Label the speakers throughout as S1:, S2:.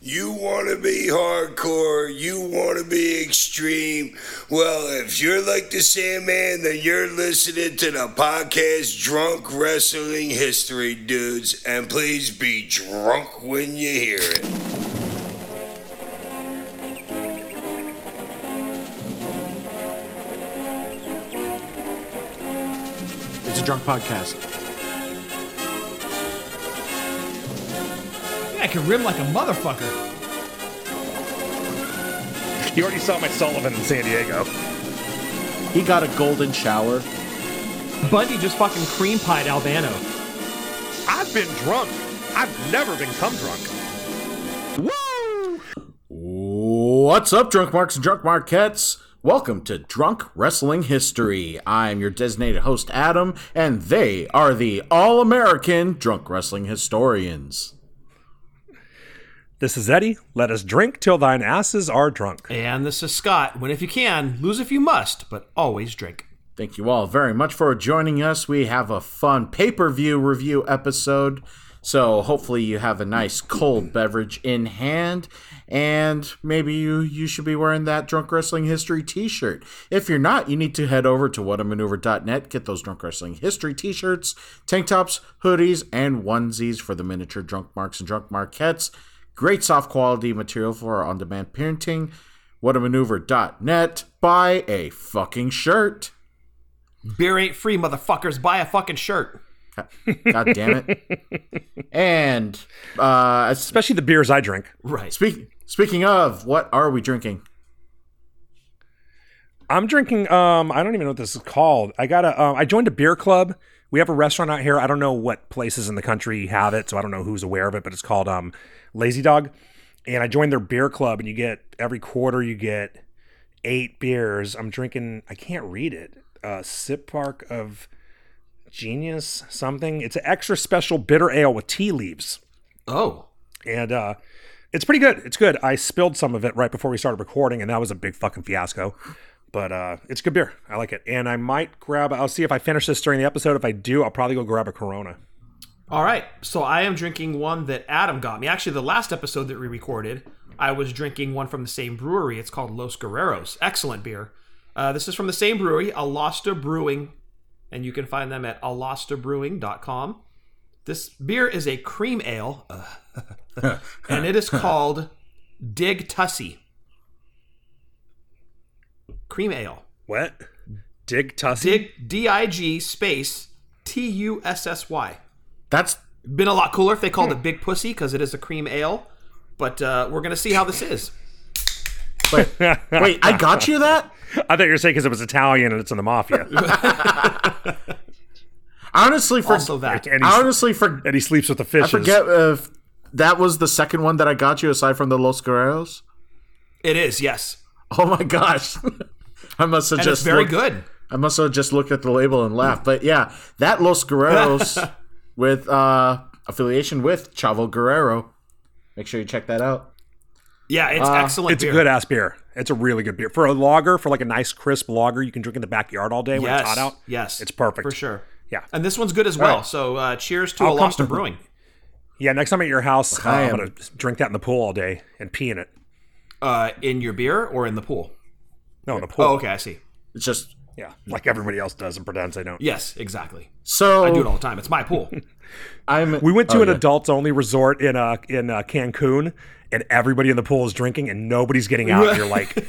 S1: You want to be hardcore. You want to be extreme. Well, if you're like the Sandman, then you're listening to the podcast Drunk Wrestling History Dudes. And please be drunk when you hear it.
S2: It's a drunk podcast.
S3: Yeah, I can rim like a motherfucker.
S4: You already saw my Sullivan in San Diego.
S2: He got a golden shower.
S3: Bundy just fucking cream pied Albano.
S4: I've been drunk. I've never been cum drunk.
S2: Woo! What's up, drunk marks and drunk marquettes? Welcome to Drunk Wrestling History. I'm your designated host, Adam, and they are the All American Drunk Wrestling Historians.
S4: This is Eddie. Let us drink till thine asses are drunk.
S3: And this is Scott. Win if you can, lose if you must, but always drink.
S2: Thank you all very much for joining us. We have a fun pay per view review episode. So hopefully you have a nice cold beverage in hand, and maybe you you should be wearing that drunk wrestling history T-shirt. If you're not, you need to head over to whatamaneuver.net, get those drunk wrestling history T-shirts, tank tops, hoodies, and onesies for the miniature drunk marks and drunk marquettes. Great soft quality material for our on-demand parenting. Whatamaneuver.net. Buy a fucking shirt.
S3: Beer ain't free, motherfuckers. Buy a fucking shirt.
S2: God damn it. and uh s-
S4: Especially the beers I drink.
S3: Right.
S2: speak, speaking of, what are we drinking?
S4: I'm drinking. Um, I don't even know what this is called. I got a. Um, I joined a beer club. We have a restaurant out here. I don't know what places in the country have it, so I don't know who's aware of it. But it's called um, Lazy Dog, and I joined their beer club. And you get every quarter you get eight beers. I'm drinking. I can't read it. Uh, Sip Park of Genius something. It's an extra special bitter ale with tea leaves
S3: Oh.
S4: and uh it's pretty good it's good i spilled some of it right before we started recording and that was a big fucking fiasco but uh it's good beer i like it and i might grab i'll see if i finish this during the episode if i do i'll probably go grab a corona
S3: All right. So I am drinking one that Adam got me. Actually, the last episode that we recorded, I was drinking one from the same brewery. It's called Los Guerreros. Excellent beer. Uh, this is from the same brewery, Alasta Brewing, and you can find them at alastabrewing.com. This beer is a cream ale, uh, and it is called Dig Tussie. Cream ale.
S4: what dig tussie
S3: Dig, D I G space T U S S Y
S2: That's
S3: been a lot cooler if they
S4: Hmm.
S3: called it Big Pussy because it is a cream ale. But uh, we're gonna see how this is.
S2: wait, I got you that?
S4: i thought you were saying because it was italian and it's in the mafia
S2: I honestly for
S3: Also that.
S4: and,
S2: I
S4: he,
S2: honestly for
S4: and he sleeps with the fishes
S2: I forget if that was the second one that I got you aside from the Los Guerreros.
S3: It is yes,
S2: Oh my gosh. I must have
S3: and
S2: just
S3: it's very
S2: looked-
S3: good.
S2: I must have just looked at the label and laughed. But yeah, that Los Guerreros with uh affiliation with Chavo Guerrero. Make sure you check that out.
S3: Yeah, it's excellent.
S4: Uh, it's
S3: beer.
S4: a good ass beer it's a really good beer for a lager for like a nice crisp lager you can drink in the backyard all day when
S3: Yes,
S4: it's hot out
S3: yes,
S4: it's perfect
S3: for sure.
S4: yeah
S3: And this one's good as well.
S2: right.
S3: So uh, cheers to
S4: I'll come-
S3: Alasta Brewing.
S4: yeah next time I'm at your house uh,
S2: I
S4: i'm
S2: am-
S4: gonna drink that in the pool all day and pee in it
S3: Uh, in your beer or in the pool?
S4: no in the pool
S3: Oh, okay, I see.
S2: It's just
S4: Yeah, Hmm. like everybody else does and pretends they don't.
S3: Yes, exactly.
S2: so
S3: I do it all the time. It's my pool.
S2: I'm
S4: We went to
S2: oh,
S4: an
S2: yeah.
S4: adults only resort in uh in uh, Cancun, and everybody in the pool is drinking, and nobody's getting out. And you're like,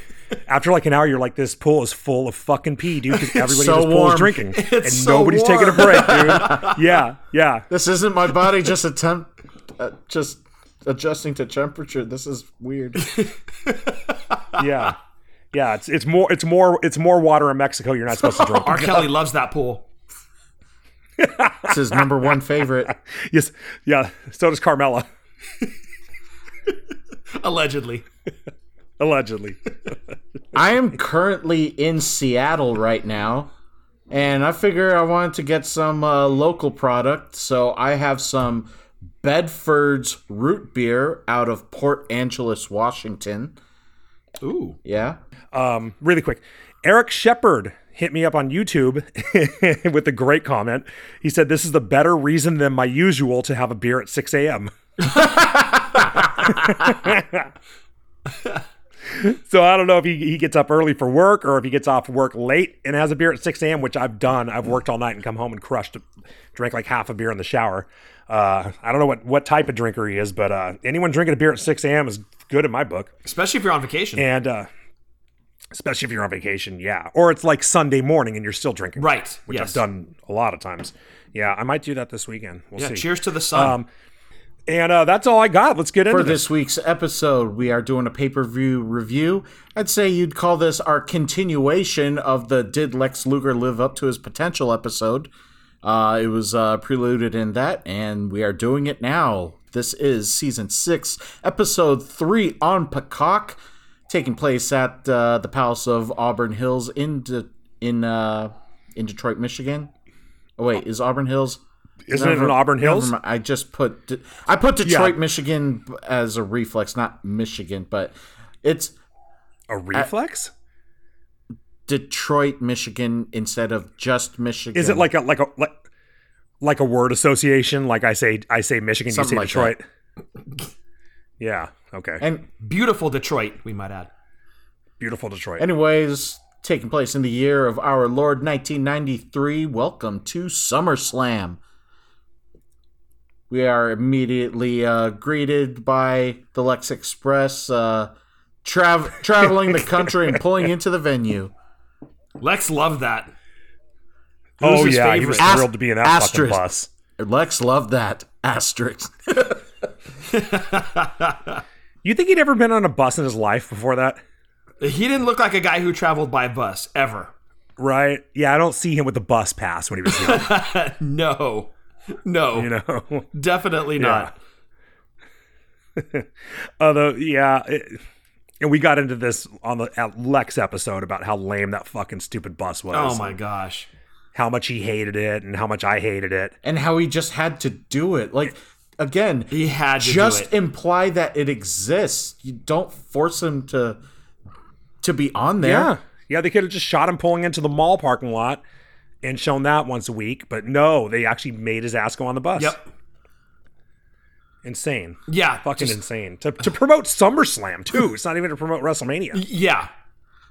S4: after like an hour, you're like, this pool is full of fucking pee, dude, because everybody
S2: so
S4: in this pool
S2: warm.
S4: is drinking, and
S3: so
S4: nobody's taking a
S3: warm.
S4: break, dude. yeah, yeah.
S2: This isn't my body just attempt uh, just adjusting to temperature. This is weird.
S4: yeah, yeah. It's it's more it's more it's more water in Mexico. You're not supposed to drink.
S3: R. Kelly loves that pool.
S2: It's his number one favorite.
S4: yes, yeah. So does Carmela,
S3: Allegedly,
S4: allegedly.
S2: I am currently in Seattle right now, and I figure I wanted to get some uh, local product, so I have some Bedford's root beer out of Port Angeles, Washington.
S3: ooh,
S2: Yeah.
S4: um, really quick. Eric Shepard hit me up on YouTube with a great comment. He said, This is the better reason than my usual to have a beer at 6 a.m. so I don't know if he, he gets up early for work or if he gets off work late and has a beer at 6 a.m., which I've done. I've worked all night and come home and crushed, drank like half a beer in the shower. Uh, I don't know what, what type of drinker he is, but uh, anyone drinking a beer at 6 a.m. is good in my book.
S3: especially if you're on vacation.
S4: And uh, especially if you're on vacation, yeah. Or it's like Sunday morning and you're still drinking,
S3: right.
S4: Which
S3: yes.
S4: I've done a lot of times. Yeah, I might do that this weekend. We'll
S3: Yeah,
S4: see.
S3: cheers to the sun.
S4: Um, And uh, that's all I got. Let's get into
S2: For
S4: this.
S2: this week's episode, we are doing a pay per view review. I'd say you'd call this our continuation of the Did Lex Luger Live Up to His Potential episode. Uh, it was uh, preluded in that, and we are doing it now. This is season six, episode three on Peacock, taking place at uh, the Palace of Auburn Hills in De- in uh, in Detroit, Michigan. Oh wait, is Auburn Hills?
S4: Isn't it in
S2: Never-
S4: Auburn Hills?
S2: never mind. I just put De- I put Detroit, Michigan as a reflex, not Michigan, but it's
S4: A reflex?
S2: Detroit, Michigan instead of just Michigan.
S4: Is it like a like a like, like a word association? Like I say I say Michigan,
S2: Something
S4: you say
S2: like
S4: Detroit. yeah. Okay.
S2: and
S3: Beautiful Detroit, we might add.
S4: Beautiful Detroit.
S2: anyways, taking place in the year of our Lord 1993. Welcome to SummerSlam. We are immediately uh, greeted by the Lex Express uh, trav- traveling the country and pulling into the venue.
S3: Lex loved that.
S4: oh
S3: Who's his
S4: yeah, he
S3: favorite?
S4: was
S2: Ast-
S4: thrilled to be in that
S2: asterisk.
S4: fucking bus.
S2: Lex loved that asterisk.
S4: You think he'd ever been on a bus in his life before that?
S3: He didn't look like a guy who traveled by bus ever.
S4: Right? Yeah, I don't see him with the bus pass when he was young.
S3: No, no,
S4: you know.
S3: definitely not.
S4: Although, yeah, it- and we got into this on the at Lex episode about how lame that fucking stupid bus was.
S3: Oh my gosh.
S4: How much he hated it, and how much I hated it.
S2: and how he just had to do it. Like again,
S3: He had to do
S2: just
S3: it.
S2: imply that it exists. You don't force him to to be on there.
S4: Yeah. Yeah, they could have just shot him pulling into the mall parking lot and shown that once a week, but no, they actually made his ass go on the bus.
S3: Yep.
S4: Insane.
S3: Yeah.
S4: Fucking insane. To, to promote SummerSlam, too. It's not even to promote WrestleMania.
S3: Yeah.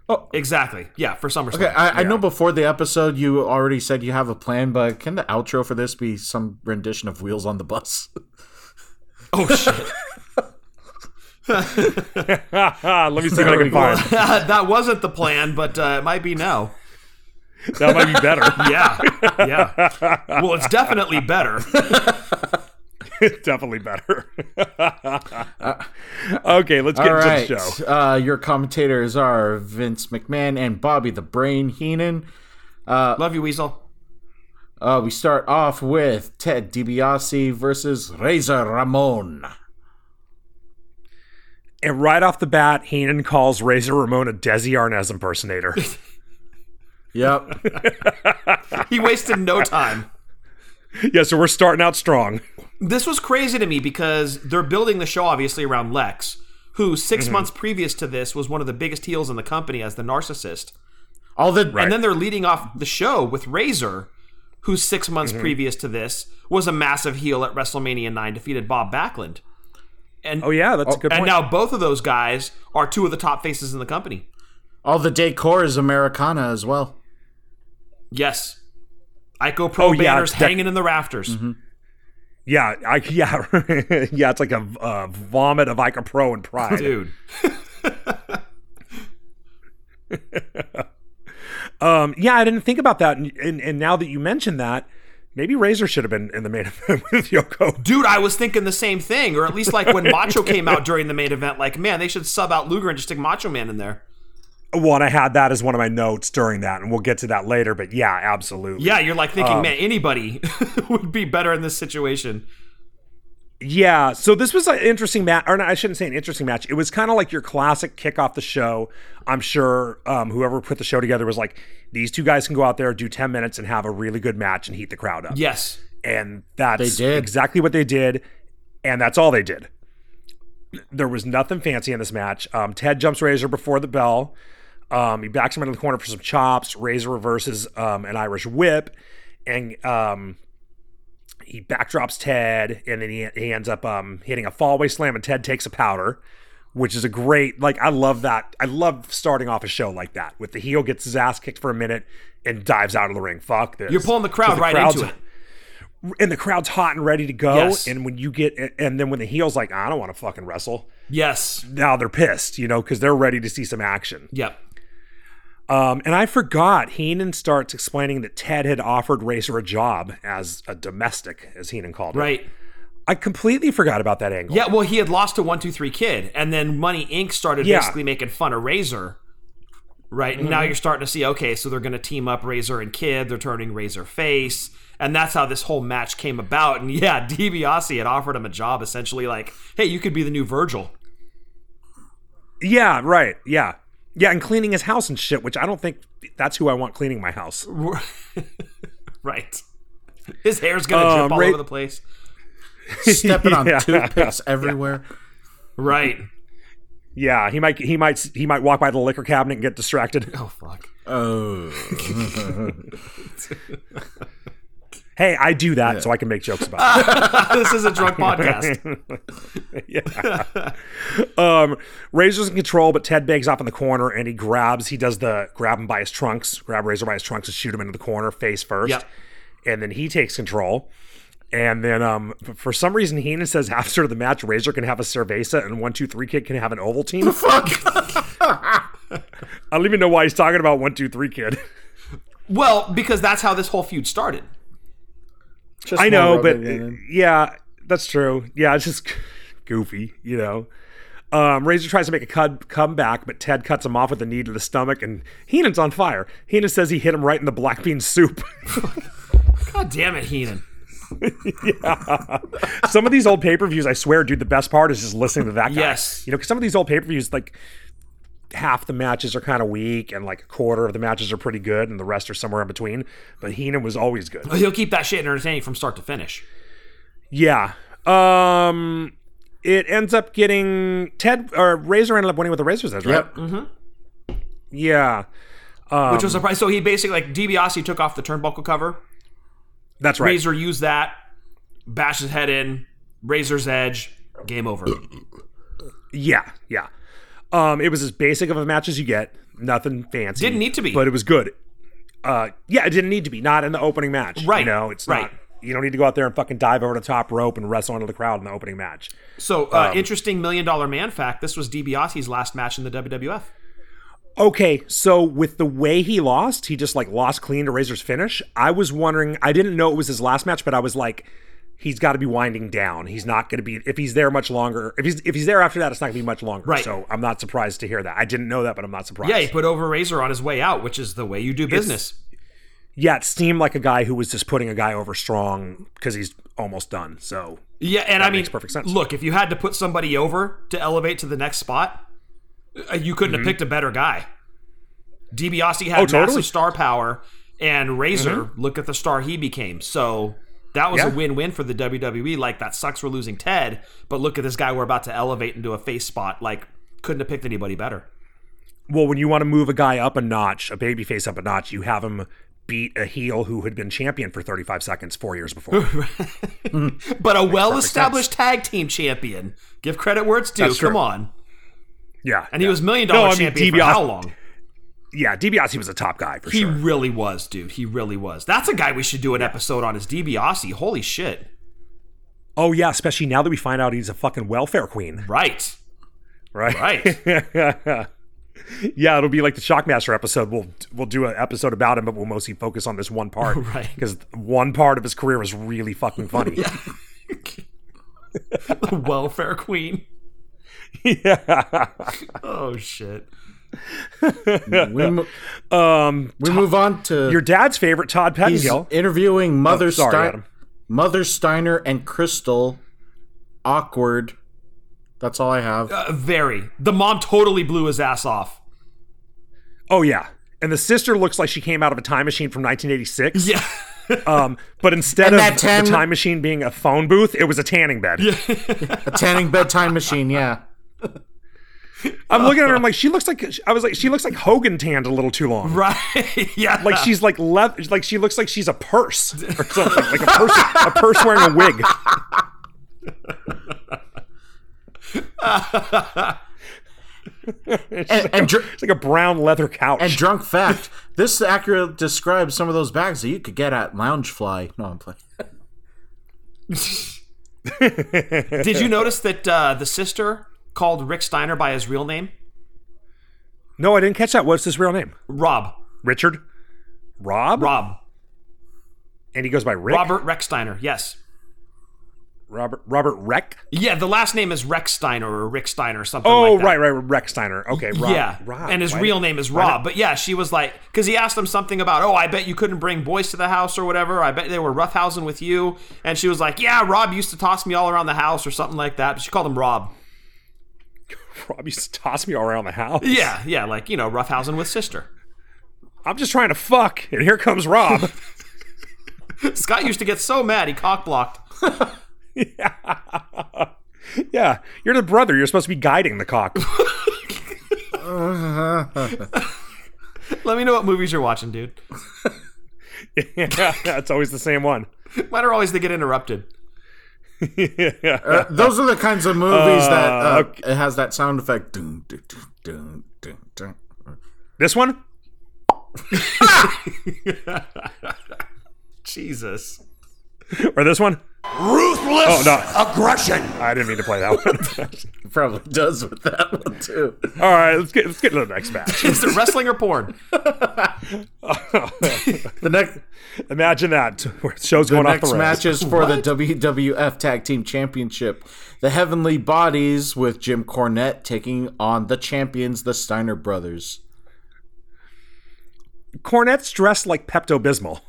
S2: Oh.
S3: Exactly. Yeah. For SummerSlam.
S2: Okay, I, I know before the episode you already said you have a plan, but can the outro for this be some rendition of Wheels on the Bus?
S3: Oh shit.
S4: Let me see what I can find.
S3: that wasn't the plan, but uh, it might be now.
S4: That might be better.
S3: Yeah. Yeah. Well, it's definitely better.
S4: It's definitely better. okay, let's get
S2: All
S4: into
S2: right.
S4: the show.
S2: Uh, your commentators are Vince McMahon and Bobby the Brain Heenan.
S3: Love you, Weasel.
S2: Uh, we start off with Ted DiBiase versus Razor Ramon.
S4: And right off the bat, Heenan calls Razor Ramon a Desi Arnaz impersonator.
S2: Yep.
S3: He wasted no time.
S4: yeah, so we're starting out strong.
S3: This was crazy to me because they're building the show obviously around Lex, who 6
S4: Mm-hmm.
S3: months previous to this was one of the biggest heels in the company as the narcissist.
S2: All the
S3: And then they're leading off the show with Razor, who six months
S4: Mm-hmm.
S3: previous to this was a massive heel at WrestleMania 9, defeated Bob Backlund. And,
S4: Oh, yeah, that's a good
S3: and
S4: point.
S3: now both of those guys are two of the top faces in the company.
S2: All the decor is Americana as well.
S3: Yes. Ico Pro
S4: Oh, yeah, Mm-hmm.
S3: banners
S4: that-
S3: hanging in the rafters.
S4: Yeah, I, yeah, yeah. It's like a, uh vomit of Icopro and pride.
S3: Dude.
S4: Um, yeah, I didn't think about that, and, and and now that you mentioned that, maybe Razor should have been in the main event with Yoko.
S3: Dude, I was thinking the same thing, or at least like when Macho came out during the main event, like, man, they should sub out Luger and just stick Macho Man in there.
S4: One, I had that as one of my notes during that, and we'll get to that later. But yeah, absolutely.
S3: Yeah, you're like thinking, man, anybody would be better in this situation.
S4: Yeah, so this was an interesting match, or no, I shouldn't say an interesting match. It was kind of like your classic kick off the show. I'm sure um, whoever put the show together was like, these two guys can go out there, do 10 minutes, and have a really good match and heat the crowd up.
S3: Yes.
S4: and that's
S2: They did.
S4: exactly what they did, and that's all they did. There was nothing fancy in this match. Um, Ted jumps Razor before the bell. Um, he backs him into the corner for some chops. Razor reverses um, an Irish whip, and um, he backdrops Ted, and then he, he ends up um, hitting a fallaway slam, and Ted takes a powder, which is a great like I love that. I love starting off a show like that with the heel gets his ass kicked for a minute and dives out of the ring. Fuck this!
S3: You're pulling the crowd
S4: Because
S3: right
S4: crowd's-
S3: into it.
S4: and the crowd's hot and ready to go.
S3: Yes.
S4: And when you get and then when the heel's like I don't want to fucking wrestle,
S3: Yes.
S4: now they're pissed, you know, because they're ready to see some action.
S3: Yep.
S4: Um, and I forgot Heenan starts explaining that Ted had offered Racer a job as a domestic, as Heenan called it.
S3: Right.
S4: I completely forgot about that angle.
S3: Yeah. Well, he had lost to One Two Three Kid, and then Money Inc. started
S4: Yeah. Mm-hmm.
S3: basically making fun of Razor. Right. And now you're starting to see. Okay, so they're going to team up Razor and Kid. They're turning Razor face, and that's how this whole match came about. And yeah, DiBiase had offered him a job, essentially like, "Hey, you could be the new Virgil."
S4: Yeah, right. Yeah. Yeah, and cleaning his house and shit, which I don't think that's who I want cleaning my house.
S3: right. His hair's gonna drip
S4: Um,
S3: all
S4: Ra-
S3: over the place.
S2: Stepping on
S4: Yeah.
S2: toothpicks everywhere.
S3: Right.
S4: Yeah, he might he might he might walk by the liquor cabinet and get distracted.
S3: Oh fuck.
S2: Oh.
S4: Hey, I do that so I can make jokes about it.
S3: this is a drunk podcast.
S4: Um, Razor's in control, but Ted begs off in the corner and he grabs, he does the grab him by his trunks, grab Razor by his trunks and shoot him into the corner face first.
S3: Yep.
S4: And then he takes control. And then um, f- for some reason, Heenan says after the match, Razor can have a cerveza and one, two, three kid can have an oval team. I don't even know why he's talking about one, two, three kid.
S3: Well, because that's how this whole feud started.
S2: Just
S4: I
S2: more
S4: know, but
S2: rubbing it in.
S4: yeah, that's true. Yeah, it's just goofy, you know. Um, Razor tries to make a cut, comeback, but Ted cuts him off with a knee to the stomach, and Heenan's on fire. Heenan says he hit him right in the black bean soup.
S3: God damn it, Heenan.
S4: some of these old pay per views, I swear, dude, the best part is just listening to that guy.
S3: Yes.
S4: You know, because some of these old pay per views, like half the matches are kind of weak, and like a quarter of the matches are pretty good, and the rest are somewhere in between. But Heenan was always good.
S3: He'll keep that shit entertaining from start to finish.
S4: Yeah. Um it ends up getting Ted or Razor ended up winning with the Razor's Edge, right?
S2: Yep.
S4: Yeah.
S3: Which
S4: Um,
S3: was surprising. So he basically like DiBiase took off the turnbuckle cover.
S4: That's right.
S3: Razor used that, bashed his head in, Razor's edge, game over.
S4: Yeah, yeah. Um it was as basic of a match as you get. Nothing fancy.
S3: Didn't need to be.
S4: But it was good. Uh yeah, it didn't need to be. Not in the opening match.
S3: Right,
S4: You know, it's
S3: right.
S4: not you don't need to go out there and fucking dive over the top rope and wrestle into the crowd in the opening match.
S3: So uh,
S4: um,
S3: interesting million dollar man fact. This was DiBiase's last match in the WWF.
S4: Okay, so with the way he lost, he just like lost clean to Razor's finish. I was wondering, I didn't know it was his last match, but I was like, he's got to be winding down. He's not going to be if he's there much longer. If he's if he's there after that, it's not going to be much longer.
S3: Right.
S4: So I'm not surprised to hear that. I didn't know that, but I'm not surprised.
S3: Yeah, he put over Razor on his way out, which is the way you do business.
S4: yeah. It seemed like a guy who was just putting a guy over strong because he's almost done. So
S3: Yeah, and I mean,
S4: makes perfect sense.
S3: look, if you had to put somebody over to elevate to the next spot, uh, you couldn't have picked a better guy. DiBiase had
S4: Mm-hmm. Oh, totally. Mm-hmm.
S3: massive star power, and Razor, look at the star he became. So that was
S4: Yeah.
S3: a win-win for the WWE. Like that sucks we're losing Ted, but look at this guy we're about to elevate into a face spot. Like couldn't have picked anybody better.
S4: well, when you want to move a guy up a notch, a babyface up a notch, you have him beat a heel who had been champion for 35 seconds four years before.
S3: But a well-established tag team champion. Give credit where it's due.
S4: That's true.
S3: Come on,
S4: yeah,
S3: and he was million
S4: No,
S3: dollar
S4: I mean,
S3: champion for
S4: DiBiase-
S3: how long?
S4: yeah. DiBiase was a top guy for
S3: He
S4: sure.
S3: really was, dude. He really was. That's a guy we should do an episode on. Is DiBiase? Holy shit!
S4: Oh yeah, especially now that we find out he's a fucking welfare queen,
S3: Right,
S4: right?
S3: right.
S4: yeah, it'll be like the Shockmaster episode. We'll we'll do an episode about him, but we'll mostly focus on this one part,
S3: Right.
S4: Because one part of his career was really fucking funny.
S3: the welfare queen.
S4: yeah.
S3: Oh shit!
S2: We, mo-
S4: Um,
S2: we move on to
S4: your dad's favorite, Todd
S2: He's
S4: Pettingill.
S2: interviewing Mother
S4: Oh, sorry,
S2: Stein-
S4: Adam.
S2: Mother Steiner and Crystal. Awkward. That's all I have.
S3: Uh, very. The mom totally blew his ass off.
S4: Oh yeah. And the sister looks like she came out of a time machine from 1986.
S3: Yeah,
S4: Um, but instead
S2: And
S4: of
S2: that tan-
S4: the time machine being a phone booth, it was a tanning bed.
S2: A tanning bedtime machine. Yeah.
S4: I'm looking at her. I'm like, she looks like I was like, she looks like Hogan tanned a little too long.
S3: Right. yeah.
S4: Like she's like left. Like she looks like she's a purse or something. Like a purse, a purse wearing a wig.
S2: And, and, dr-
S4: It's like a brown leather couch.
S2: and drunk fact, this accurate describes some of those bags that you could get at Loungefly. No, I'm playing.
S3: Did you notice that uh, the sister called Rick Steiner by his real name?
S4: no, I didn't catch that. What's his real name?
S3: Rob.
S4: Richard. Rob.
S3: Rob.
S4: And he goes by Rick.
S3: Robert Rex Steiner. Yes.
S4: Robert. Robert Reck.
S3: Yeah, the last name is Rex Steiner or Rick Steiner or something
S4: Oh,
S3: like that.
S4: right, right, right. Reck Steiner. Okay. Rob.
S3: yeah.
S4: Rob.
S3: and his
S4: Why-
S3: real name is Rob. But yeah, she was like, because he asked him something about, oh, I bet you couldn't bring boys to the house or whatever. I bet they were roughhousing with you. And she was like, yeah, Rob used to toss me all around the house or something like that. But she called him Rob.
S4: Rob used to toss me all around the house.
S3: Yeah, yeah, like, you know, roughhousing with sister.
S4: I'm just trying to fuck, and here comes Rob.
S3: Scott used to get so mad he cock blocked.
S4: yeah, you're the brother. You're supposed to be guiding the cock.
S3: Let me know what movies you're watching, dude.
S4: yeah, that's always the same one.
S3: Mine are always they get interrupted.
S2: Uh, those are the kinds of movies that uh, it has that sound effect. Dun, dun, dun, dun, dun, dun.
S4: This one?
S3: Jesus.
S4: Or this one?
S1: Ruthless
S4: Oh, no.
S1: aggression.
S4: I didn't mean to play that one.
S2: It probably does with that one too.
S4: all right, let's get let's get to the next match.
S3: Is it wrestling or porn?
S2: The next
S4: Imagine that. Show's going off
S2: next
S4: the rails.
S2: match is for the WWF Tag Team Championship. The Heavenly Bodies with Jim Cornette taking on the champions, the Steiner brothers.
S4: Cornette's dressed like Pepto Bismol.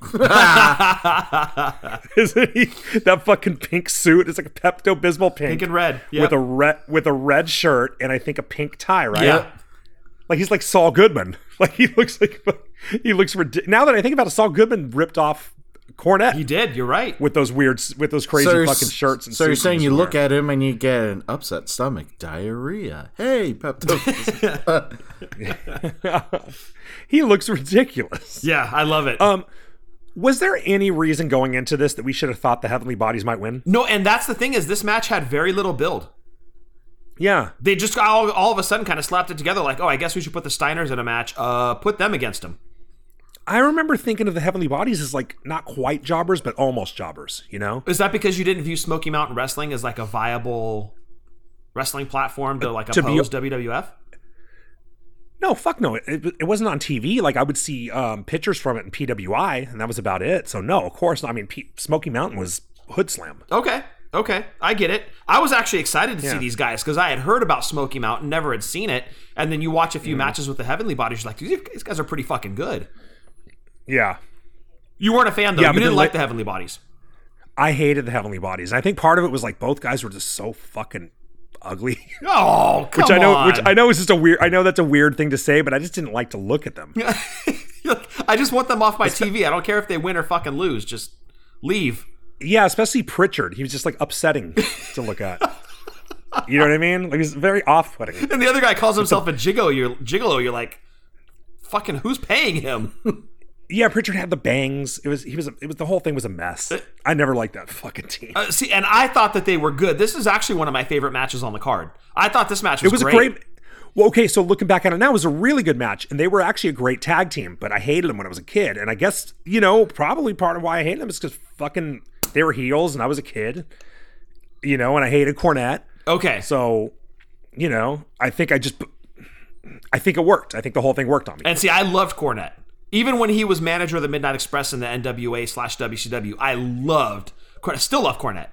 S4: Isn't he? That fucking pink suit is like a Pepto Bismol pink,
S3: Pink and red. Yep.
S4: with a red with a red shirt and I think a pink tie, right?
S3: yeah.
S4: Like he's like Saul Goodman. Like he looks like he looks ridiculous. Now that I think about it, Saul Goodman ripped off Cornette
S3: He did, you're right.
S4: with those weird with those crazy
S2: you're
S4: fucking
S2: s-
S4: shirts and
S2: so you're
S4: suits he
S2: saying
S4: was
S2: you look
S4: wearing.
S2: at him and you get an upset stomach, diarrhea. Hey, Pepto.
S4: he looks ridiculous.
S3: Yeah, I love
S4: Uh,
S3: it.
S4: Was there any reason going into this that we should have thought the Heavenly Bodies might win?
S3: no, and that's the thing is this match had very little build.
S4: Yeah.
S3: They just all, all of a sudden kind of slapped it together like, oh, I guess we should put the Steiners in a match. Uh, put them against him.
S4: I remember thinking of the Heavenly Bodies as like not quite jobbers, but almost jobbers, you know?
S3: Is that because you didn't view Smoky Mountain Wrestling as like a viable wrestling platform to like
S4: To be-
S3: oppose WWF?
S4: No, fuck no. It, it, it wasn't on TV. Like I would see um, pictures from it in PWI, and that was about it. So no, of course. not. I mean, P- Smoky Mountain was hood slam.
S3: Okay. Okay, I get it. I was actually excited to see
S4: Yeah.
S3: these guys because I had heard about Smoky Mountain, never had seen it, and then you watch a few matches with the Heavenly Bodies. You're like, "Dude, these guys are pretty fucking good.
S4: Yeah.
S3: You weren't a fan though.
S4: Yeah,
S3: you
S4: but
S3: didn't
S4: then
S3: like
S4: la-
S3: the Heavenly Bodies.
S4: I hated the Heavenly Bodies. And I think part of it was like both guys were just so fucking ugly.
S3: Oh, come
S4: which I know,
S3: on.
S4: which I know is just a weird. I know that's a weird thing to say, but I just didn't like to look at them.
S3: Look, I just want them off my TV. I don't care if they win or fucking lose. Just leave.
S4: Yeah, especially Pritchard. He was just like upsetting to look at. You know what I mean? Like he's very off-putting.
S3: And the other guy calls himself a gigolo. You're gigolo. You're like, fucking, who's paying him?
S4: Yeah, Pritchard had the bangs. It was he was it was the whole thing was a mess. I never liked that fucking team.
S3: Uh, see, and I thought that they were good. This is actually one of my favorite matches on the card. I thought this match was,
S4: It was
S3: great.
S4: a great. Well, okay, so looking back on it now, it was a really good match, and they were actually a great tag team. But I hated them when I was a kid, and I guess you know probably part of why I hated them is because fucking they were heels, and I was a kid, you know, and I hated Cornette.
S3: Okay, so
S4: So, you know, I think I just, I think it worked. I think the whole thing worked on me.
S3: and see, I loved Cornette. Even when he was manager of the Midnight Express in the NWA slash WCW, I loved Cornette. Still love Cornette.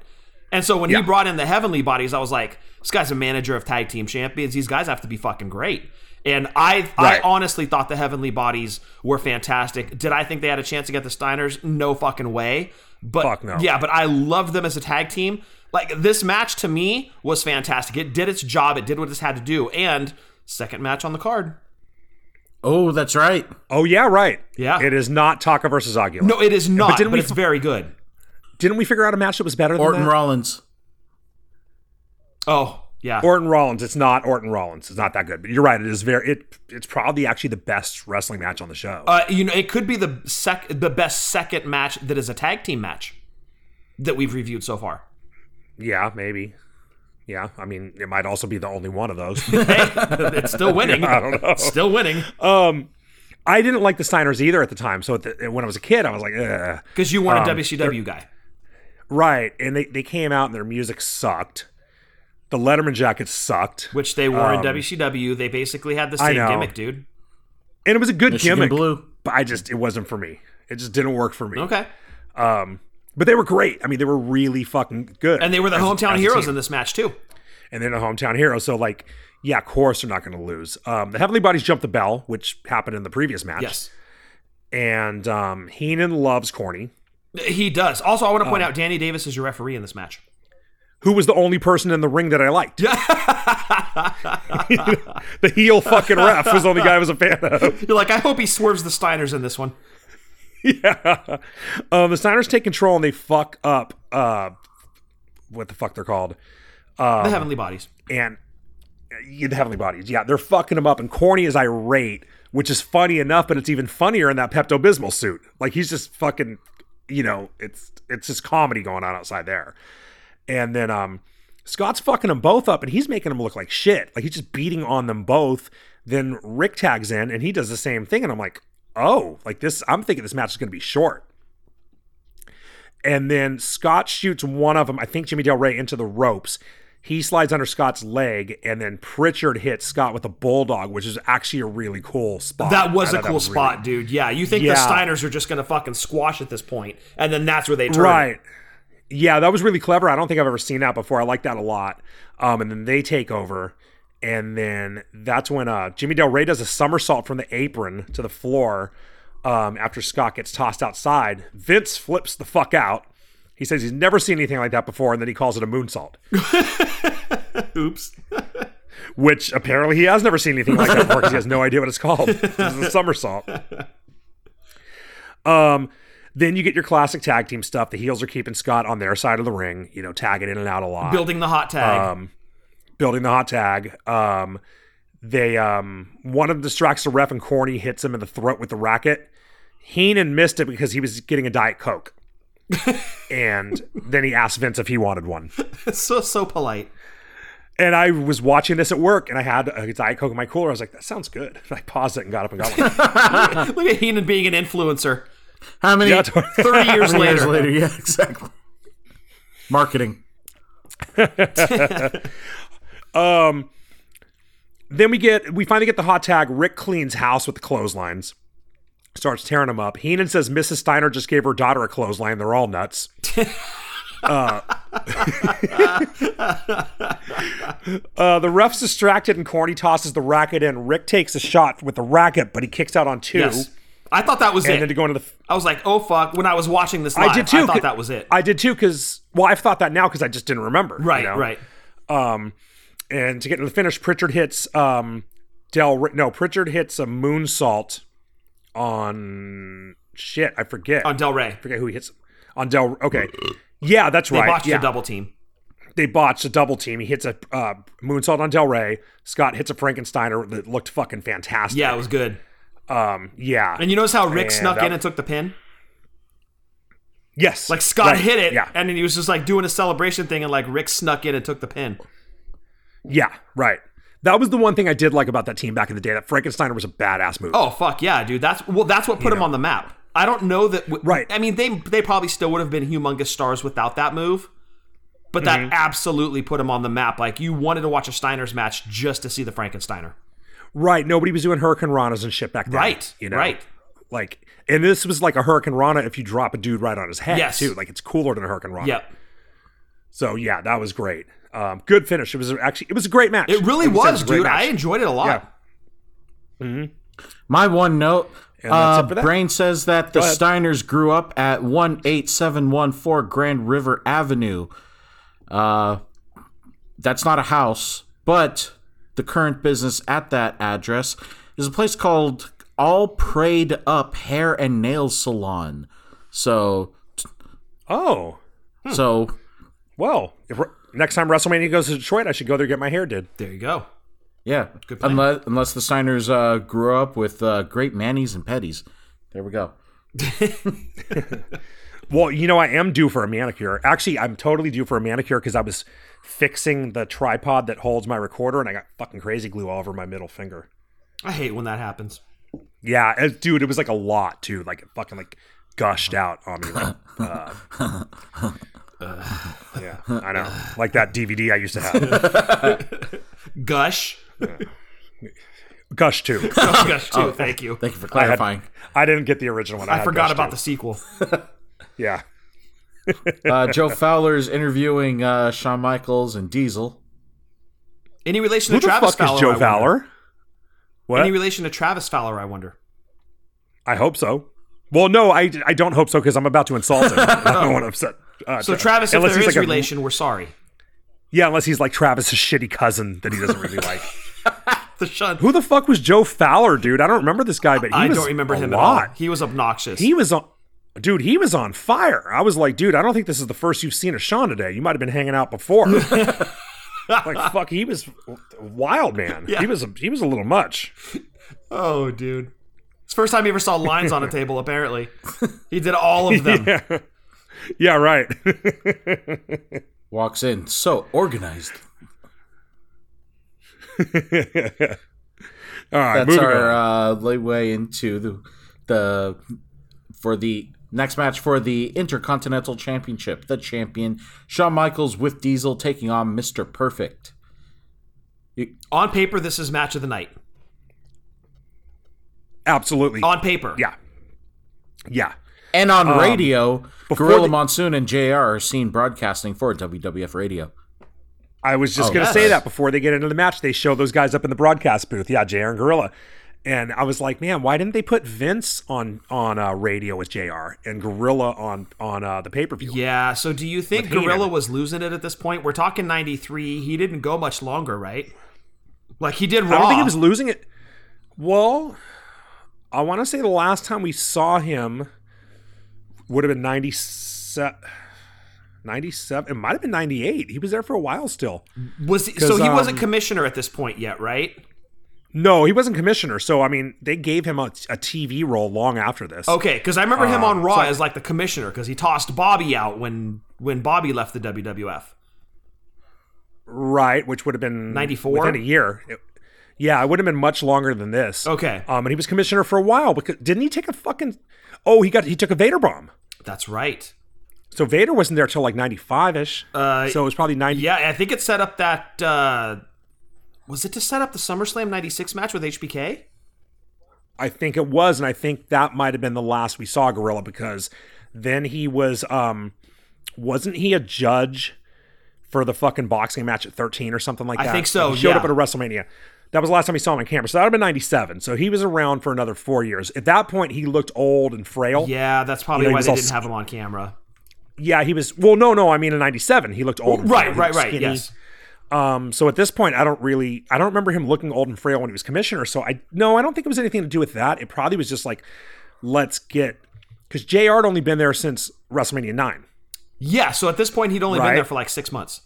S3: And so when he brought in the Heavenly Bodies, I was like, this guy's a manager of tag team champions. These guys have to be fucking great. And I, I
S4: Right.
S3: honestly thought the Heavenly Bodies were fantastic. Did I think they had a chance to get the Steiners? No fucking way. But
S4: Fuck no.
S3: yeah, but I loved them as a tag team. Like this match to me was fantastic. It did its job. It did what it had to do. And second match on the card.
S2: oh, that's right.
S4: oh yeah, right.
S3: Yeah.
S4: it is not Taka versus Aguilar.
S3: No, it is not. But,
S4: didn't we
S3: it's
S4: f-
S3: very good.
S4: didn't we figure out a match that was better than
S2: Orton
S4: that?
S2: Rollins.
S3: Oh, Yeah.
S4: Orton Rollins. It's not Orton Rollins. It's not that good. But you're right. It is very. It it's probably actually the best wrestling match on the show.
S3: uh, you know, it could be the sec the best second match that is a tag team match that we've reviewed so far.
S4: yeah, maybe. Yeah, I mean, it might also be the only one of those.
S3: Hey, it's still winning.
S4: I don't know.
S3: Still winning
S4: Um, I didn't like the Steiners either at the time. So at the, when I was a kid, I was like, Ugh.
S3: because you
S4: Um,
S3: weren't a WCW guy.
S4: right. And they, they came out and their music sucked. The Letterman jackets sucked,
S3: which they were in WCW. They basically had the
S4: um, I
S3: same
S4: know.
S3: gimmick, dude.
S4: and it was a good
S2: Michigan
S4: gimmick,
S2: Blue.
S4: but I just it wasn't for me. It just didn't work for me.
S3: Okay,
S4: Um, but they were great. I mean, they were really fucking good.
S3: and they were the
S4: as-
S3: hometown
S4: as a
S3: heroes
S4: team.
S3: in this match too.
S4: and then a hometown hero. So like, yeah, of course they're not going to lose. Um, the Heavenly Bodies jumped the bell, which happened in the previous match.
S3: Yes,
S4: And um, Heenan loves Corny,
S3: he does. Also, I want to point
S4: Oh.
S3: out Danny Davis is your referee in this match.
S4: who was the only person in the ring that I liked. the heel fucking ref was the only guy I was a fan of.
S3: You're like, I hope he swerves the Steiners in this one.
S4: yeah. Um, the Steiners take control and they fuck up uh, what the fuck they're called. Um,
S3: the Heavenly Bodies.
S4: and uh, the heavenly bodies. Yeah, they're fucking them up, and Corny is irate, which is funny enough, but it's even funnier in that Pepto Bismol suit. Like he's just fucking, you know, it's it's just comedy going on outside there. And then um, Scott's fucking them both up, and he's making them look like shit. Like he's just beating on them both. Then Rick tags in, and he does the same thing, and I'm like, oh, like this. I'm thinking this match is gonna be short. And then Scott shoots one of them, I think Jimmy Del Rey, into the ropes. He slides under Scott's leg, and then Pritchard hits Scott with a bulldog, which is actually a really cool spot.
S3: That was
S4: a
S3: a cool spot, dude. Yeah, you think
S4: Yeah.
S3: the Steiners are just gonna fucking squash at this point, and then that's where they turn.
S4: Right. Yeah, that was really clever. I don't think I've ever seen that before. I like that a lot. Um, and then they take over. And then that's when uh, Jimmy Del Rey does a somersault from the apron to the floor um, after Scott gets tossed outside. Vince flips the fuck out. He says he's never seen anything like that before. And then he calls it a moonsault,
S3: Oops.
S4: which apparently he has never seen anything like that before because he has no idea what it's called. This is a somersault. Um, then you get your classic tag team stuff. The heels are keeping Scott on their side of the ring, you know, tagging in and out a lot.
S3: Building the hot tag.
S4: um, building the hot tag. Um, they um, one of them distracts the ref and Corny hits him in the throat with the racket. Heenan missed it because he was getting a diet coke, and then he asked Vince if he wanted one.
S3: so so polite.
S4: And I was watching this at work, and I had a diet coke in my cooler. I was like, "That sounds good." And I paused it and got up and got one.
S3: Look at Heenan being an influencer.
S2: How many
S4: Yeah, totally.
S3: Thirty years
S2: years
S3: later.
S2: later. Yeah, exactly. Marketing.
S4: then we get we finally get the hot tag. Rick cleans house with the clotheslines, starts tearing them up. Heenan says Mrs. Steiner just gave her daughter a clothesline. They're all nuts. Uh, uh, the ref's distracted and Corny tosses the racket in. Rick takes a shot with the racket, but he kicks out on two.
S3: Yes. I thought that was
S4: And
S3: it.
S4: then to go into the
S3: I was like, oh fuck. When I was watching this live,
S4: I did too.
S3: thought
S4: 'cause-
S3: that was it.
S4: I did too because well, I've thought that now because I just didn't remember. you
S3: right,
S4: know?
S3: right.
S4: Um, and to get to the finish, Pritchard hits um, Del. No, Pritchard hits a moonsault on shit. I forget.
S3: On Del Rey.
S4: I forget who he hits on Del. Okay, yeah, that's
S3: They
S4: right.
S3: botched
S4: yeah.
S3: the double team.
S4: They botched a double team. He hits a uh, moonsault on Del Rey. Scott hits a Frankensteiner that looked fucking fantastic.
S3: Yeah, it was good.
S4: Um. Yeah.
S3: And you notice how Rick
S4: And
S3: snuck
S4: that-
S3: in and took the pin?
S4: yes.
S3: Like Scott
S4: Right.
S3: hit it,
S4: Yeah.
S3: and then he was just like doing a celebration thing, and like Rick snuck in and took the pin.
S4: Yeah. Right. That was the one thing I did like about that team back in the day. That Frankensteiner was a badass move.
S3: Oh fuck yeah, dude. That's well, that's what put him on the map. I don't know that. W-
S4: Right.
S3: I mean, they they probably still would have been humongous stars without that move, but that
S4: Mm-hmm.
S3: absolutely put him on the map. Like you wanted to watch a Steiner's match just to see the Frankensteiner.
S4: Right. Nobody was doing Hurricane Ranas and shit back then.
S3: Right.
S4: You know?
S3: Right.
S4: Like, and this was like a Hurricane Rana if you drop a dude right on his head,
S3: Yes.
S4: too. Like, it's cooler than a Hurricane Rana.
S3: Yep.
S4: So, yeah, that was great. Um, good finish. It was actually, it was a great match.
S3: It really
S4: Like you said,
S3: was,
S4: a great
S3: dude.
S4: match.
S3: I enjoyed it a lot.
S4: Yeah.
S2: My one note.
S4: that's it
S3: um,
S2: Uh,
S4: for that.
S2: Brain says that the
S4: Go ahead.
S2: Steiners grew up at 18714 Grand River Avenue. Uh, that's not a house, but the current business at that address is a place called All Prayed Up Hair and Nail Salon. So,
S4: Oh,
S2: so
S4: well, if, next time WrestleMania goes to Detroit, I should go there and get my hair did.
S3: There you go.
S2: Yeah.
S3: Good plan.
S2: unless unless the Steiners uh, grew up with uh, great Mannies and Petties. There we go.
S4: Well, you know, I am due for a manicure. Actually, I'm totally due for a manicure because I was fixing the tripod that holds my recorder, and I got fucking crazy glue all over my middle finger.
S3: I hate when that happens.
S4: Yeah, it- dude, it was like a lot too. Like it fucking like gushed out on me. Like, uh, yeah, I know. Like that DVD I used to have.
S3: Gush. Oh,
S4: Gush too.
S3: Gush
S4: Oh,
S3: too. thank you.
S2: Thank you for clarifying.
S4: I didn't get the original one.
S3: I
S4: had
S3: forgot
S4: Gush
S3: about the
S4: too.
S3: sequel.
S4: Yeah.
S2: Uh, Joe Fowler's interviewing uh, Shawn Michaels and Diesel.
S3: Any relation
S4: Who
S3: to
S4: the
S3: Travis
S4: fuck
S3: Fowler?
S4: is
S3: I
S4: Joe
S3: wonder?
S4: Fowler? What?
S3: Any relation to Travis Fowler? I wonder.
S4: I hope so. Well, no, I, I don't hope so because I'm about to insult him. I don't want to upset. Uh,
S3: So Travis, if
S4: unless
S3: there
S4: he's
S3: is
S4: like a-
S3: relation, we're sorry.
S4: yeah, unless he's like Travis's shitty cousin that he doesn't really like.
S3: The shun.
S4: Who the fuck was Joe Fowler, dude? I don't remember this guy, but he
S3: I
S4: was
S3: don't remember
S4: a
S3: him
S4: lot.
S3: at all. He was obnoxious.
S4: He was on, dude. He was on fire. I was like, dude, I don't think this is the first you've seen of Sean today. You might have been hanging out before. like, fuck, he was a wild, man.
S3: Yeah.
S4: He was a, he was a little much.
S3: oh, dude. It's the first time he ever saw lines on a table. Apparently, he did all of them.
S4: Yeah, yeah, right.
S2: Walks in so organized.
S4: all right,
S2: That's
S4: moving
S2: our
S4: on.
S2: uh, leeway into the the for the next match for the Intercontinental Championship. The champion Shawn Michaels with Diesel taking on Mister Perfect.
S3: On paper, this is match of the night.
S4: Absolutely.
S3: On paper,
S4: yeah, yeah.
S2: And on radio, Gorilla
S4: Um, the-
S2: Monsoon and JR are seen broadcasting for WWF radio.
S4: I was just
S2: Oh,
S4: going to
S2: yes.
S4: say that before they get into the match, they show those guys up in the broadcast booth. Yeah, Jr. and Gorilla. And I was like, man, why didn't they put Vince on on uh, radio with Jr. and Gorilla on on uh, the pay per view?
S3: Yeah. So, do you think
S4: Heenan.
S3: Gorilla was losing it at this point? We're talking '93. He didn't go much longer, right? Like he did Raw.
S4: I don't think he was losing it. Well, I want to say the last time we saw him would have been 97. 97 it might have been 98 he was there for a while still
S3: Was he, so
S4: 'Cause,
S3: he wasn't
S4: um,
S3: commissioner at this point yet, right?
S4: no he wasn't commissioner so i mean they gave him a, a tv role long after this
S3: Okay, because I remember him
S4: Uh,
S3: on Raw as like the commissioner because he tossed Bobby out when when Bobby left the WWF.
S4: Right, which would have been
S3: 94?
S4: within a year. It- yeah, it would have been much longer than this.
S3: Okay.
S4: Um, and he was commissioner for a while because didn't he take a fucking? Oh, he got he took a Vader bomb.
S3: That's right.
S4: So Vader wasn't there till like ninety five ish.
S3: Uh,
S4: So it was probably ninety.
S3: yeah, I think it set up that. Uh, was it to set up the SummerSlam '96 match with HBK?
S4: I think it was, and I think that might have been the last we saw Gorilla because then he was um, wasn't he a judge for the fucking boxing match at thirteen or something like
S3: I
S4: that?
S3: think so,
S4: He showed up
S3: yeah.
S4: at a WrestleMania. That was the last time we saw him on camera. So that would have been ninety seven. So he was around for another four years. At that point, he looked old and frail.
S3: Yeah, that's probably
S4: You know, he
S3: why
S4: was
S3: they
S4: all
S3: didn't
S4: sc-
S3: have him on camera.
S4: Yeah, he was. Well, no, no. I mean, in ninety seven, he looked old. and
S3: Right,
S4: frail. He
S3: right,
S4: looked
S3: right.
S4: skinny.
S3: Yes.
S4: Um, so at this point, I don't really, I don't remember him looking old and frail when he was commissioner. So I, no, I don't think it was anything to do with that. It probably was just like, let's get, because Jr. had only been there since WrestleMania nine.
S3: Yeah. So at this point, he'd only been
S4: Right.
S3: there for like six months.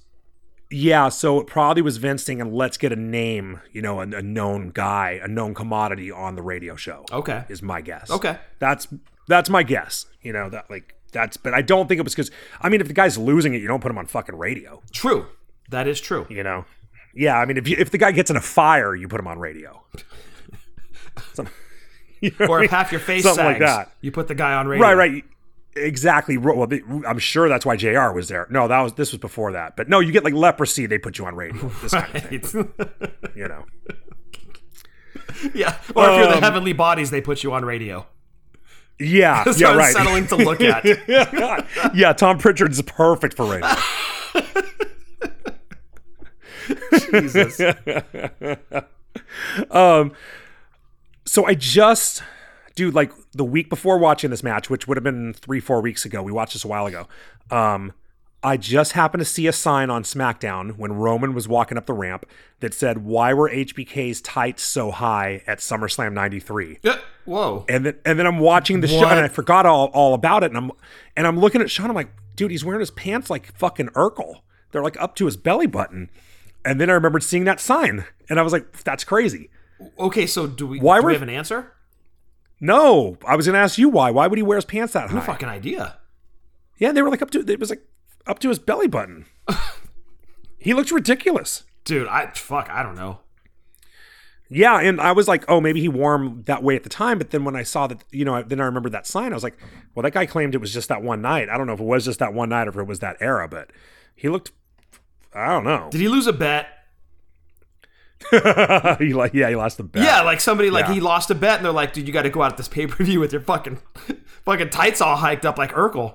S4: Yeah, so it probably was Vince and let's get a name, you know, a, a known guy, a known commodity on the radio show.
S3: Okay.
S4: is my guess.
S3: Okay.
S4: that's that's my guess. You know that like that's, but I don't think it was because I mean, if the guy's losing it, you don't put him on fucking radio.
S3: True. That is true.
S4: you know yeah i mean if you, if the guy gets in a fire you put him on radio Some- you know
S3: Or
S4: what
S3: if
S4: I mean?
S3: half your face
S4: Something like
S3: sags,
S4: that.
S3: you put the guy on radio.
S4: right right exactly Ro- well the, i'm sure that's why jr was there no that was this was before that but no you get like leprosy they put you on radio this kind of thing you know
S3: yeah. Or if you're the
S4: Um,
S3: heavenly bodies, they put you on radio.
S4: yeah
S3: That's
S4: yeah right
S3: unsettling to look at.
S4: yeah tom pritchard's perfect for radio
S3: Jesus.
S4: Um, so I just, dude, like the week before watching this match, which would have been three, four weeks ago. We watched this a while ago. Um, I just happened to see a sign on SmackDown when Roman was walking up the ramp that said, "Why were HBK's tights so high at SummerSlam '93?"
S3: Whoa.
S4: And then, and then I'm watching the show,
S2: What?
S4: and I forgot all, all about it. And I'm, and I'm looking at Sean. I'm like, dude, he's wearing his pants like fucking Urkel. They're like up to his belly button. And then I remembered seeing that sign, and I was like, "That's crazy."
S3: Okay, so do we?
S4: Why
S3: do
S4: were-
S3: we have an answer?
S4: No, I was going to ask you why. Why would he wear his pants that
S3: No
S4: high?
S3: fucking idea.
S4: Yeah, they were like up to it was like up to his belly button. he looked ridiculous.
S3: Dude, I fuck, I don't know.
S4: Yeah, and I was like, oh, maybe he wore 'em that way at the time. But then when I saw that, you know, I- then I remembered that sign. I was like, well, that guy claimed it was just that one night. I don't know if it was just that one night or if it was that era, but he looked. I don't know.
S3: Did he lose a bet?
S4: he like, yeah, he lost the bet.
S3: Yeah, like somebody like
S4: Yeah.
S3: he lost a bet and they're like, dude, you got to go out at this pay per view with your fucking fucking tights all hiked up like Urkel.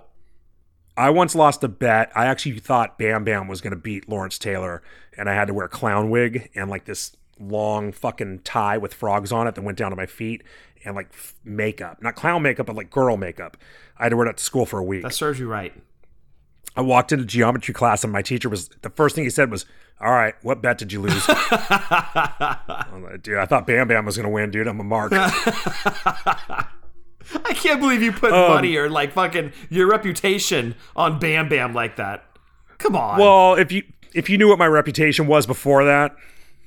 S4: I once lost a bet. I actually thought Bam Bam was going to beat Lawrence Taylor, and I had to wear a clown wig and like this long fucking tie with frogs on it that went down to my feet and like f- makeup. Not clown makeup, but like girl makeup. I had to wear that to school for a week.
S3: That serves you right.
S4: I walked into geometry class, and my teacher was the first thing he said was, All right, what bet did you lose? I'm like, dude, I thought Bam Bam was going to win, dude. I'm a mark.
S3: I can't believe you put
S4: Um,
S3: money or like fucking your reputation on Bam Bam like that. Come on.
S4: well, if you. If you knew what my reputation was before that,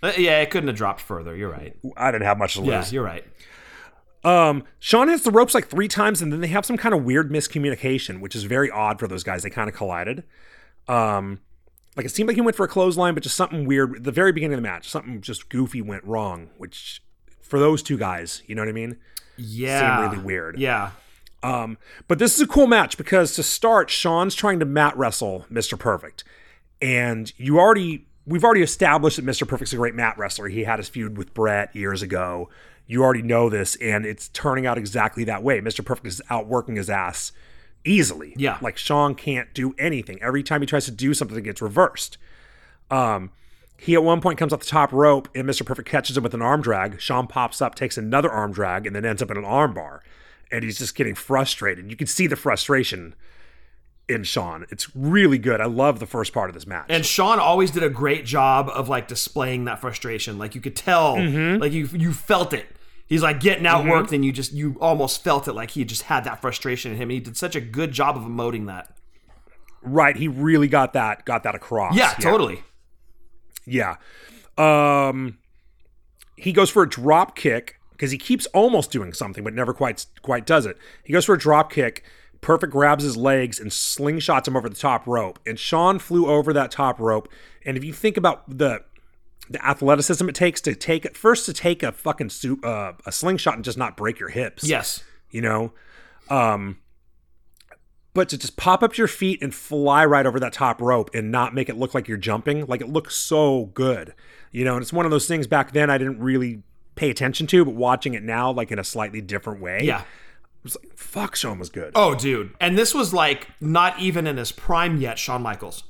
S3: Uh, yeah, it couldn't have dropped further. You're right.
S4: I didn't have much to lose.
S3: Yeah, you're right.
S4: Um, Sean hits the ropes like three times, and then they have some kind of weird miscommunication, which is very odd for those guys. They kind of collided. Um, like it seemed like he went for a clothesline, but just something weird at the very beginning of the match. Something just goofy went wrong, which for those two guys, you know what I mean?
S3: Yeah.
S4: really weird.
S3: Yeah.
S4: Um, but this is a cool match because to start, Sean's trying to mat wrestle Mr. Perfect, and you already we've already established that Mr. Perfect's a great mat wrestler. He had his feud with Brett years ago. You already know this, and it's turning out exactly that way. Mr. Perfect is outworking his ass easily.
S3: Yeah.
S4: like Sean can't do anything. Every time he tries to do something, it gets reversed. Um, he at one point comes off the top rope and Mr. Perfect catches him with an arm drag. Sean pops up, takes another arm drag, and then ends up in an arm bar. And he's just getting frustrated. You can see the frustration in Sean. It's really good. I love the first part of this match.
S3: And Sean always did a great job of like displaying that frustration. Like you could tell, like you you felt it. He's like getting outworked, and you just you almost felt it. Like he just had that frustration in him, and he did such a good job of emoting that.
S4: right, he really got that got that across.
S3: Yeah, totally.
S4: Yeah. Um he goes for a drop kick because he keeps almost doing something but never quite quite does it. He goes for a drop kick. Perfect grabs his legs and slingshots him over the top rope. And Sean flew over that top rope. And if you think about the the athleticism it takes to take first to take a fucking su- uh, a slingshot and just not break your hips
S3: Yes.
S4: you know um but to just pop up your feet and fly right over that top rope and not make it look like you're jumping like it looks so good you know and it's one of those things back then i didn't really pay attention to but watching it now like in a slightly different way
S3: Yeah.
S4: it's like fuck sean was good
S3: Oh, dude. And this was like not even in his prime yet, Shawn Michaels.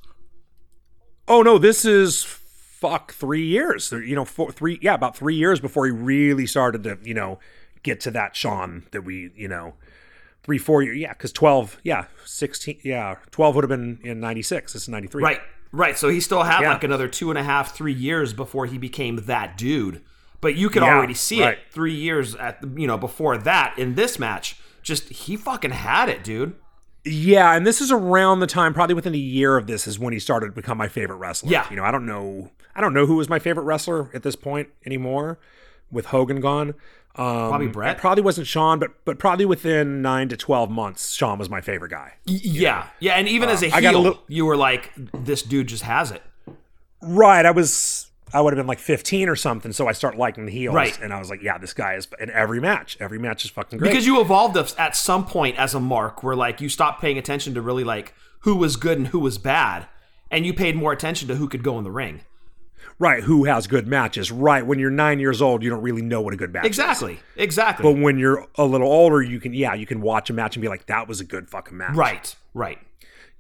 S4: oh no this is fuck three years you know four, three yeah about three years before he really started to you know get to that sean that we you know three four year yeah because 12 yeah 16 yeah 12 would have been in 96 it's 93
S3: Right. Right. So he still had
S4: Yeah.
S3: like another two and a half, three years before he became that dude. But you could
S4: Yeah,
S3: already see
S4: right.
S3: it three years at you know before that in this match. Just he fucking had it, dude.
S4: Yeah, and this is around the time, probably within a year of this, is when he started to become my favorite wrestler.
S3: Yeah.
S4: you know, I don't know, I don't know who was my favorite wrestler at this point anymore, with Hogan gone. Um,
S3: Probably Brett.
S4: It probably wasn't Sean, but but probably within nine to twelve months, Sean was my favorite guy.
S3: Y- Yeah, yeah, and even as a
S4: Uh, I got a
S3: heel,
S4: little-
S3: you were like, "This dude just has it."
S4: Right, I was, I would have been like fifteen or something, so I start liking the heels,
S3: Right.
S4: and I was like, yeah, this guy is in every match. Every match is fucking great.
S3: Because you evolved us at some point as a mark, where like you stopped paying attention to really like who was good and who was bad, and you paid more attention to who could go in the ring.
S4: right, who has good matches? Right, when you're nine years old, you don't really know what a good match is.
S3: Exactly, exactly.
S4: But when you're a little older, you can yeah, you can watch a match and be like, that was a good fucking match.
S3: right, right.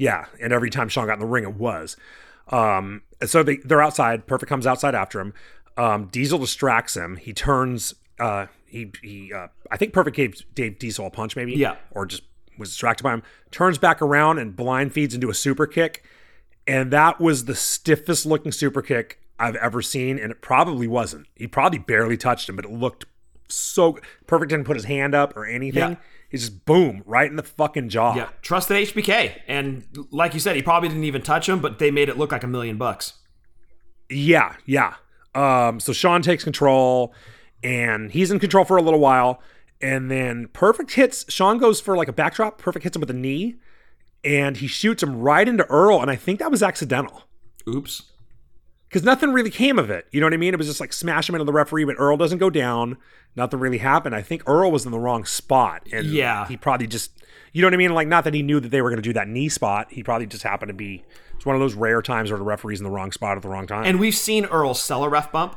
S4: Yeah. And every time Sean got in the ring, it was. Um, and so they they're outside. Perfect comes outside after him. Um, Diesel distracts him. He turns. Uh, he he. Uh, I think Perfect gave Dave Diesel a punch, maybe.
S3: Yeah.
S4: Or just was distracted by him. Turns back around and blind feeds into a super kick, and that was the stiffest looking super kick I've ever seen. And it probably wasn't. He probably barely touched him, but it looked so perfect. Didn't put his hand up or anything.
S3: Yeah.
S4: It's just boom right in the fucking jaw.
S3: Yeah, trusted HBK, and like you said, he probably didn't even touch him, but they made it look like a million bucks.
S4: Yeah, yeah. Um, so Sean takes control, and he's in control for a little while, and then Perfect hits. Sean goes for like a backdrop. Perfect hits him with a knee, and he shoots him right into Earl, and I think that was accidental
S3: Oops.
S4: because nothing really came of it. You know what I mean? It was just like smash him into the referee, but Earl doesn't go down. Nothing really happened. I think Earl was in the wrong spot, and
S3: Yeah.
S4: he probably just, you know what I mean? Like not that he knew that they were going to do that knee spot. He probably just happened to be. It's one of those rare times where the referee's in the wrong spot at the wrong time.
S3: And we've seen Earl sell a ref bump,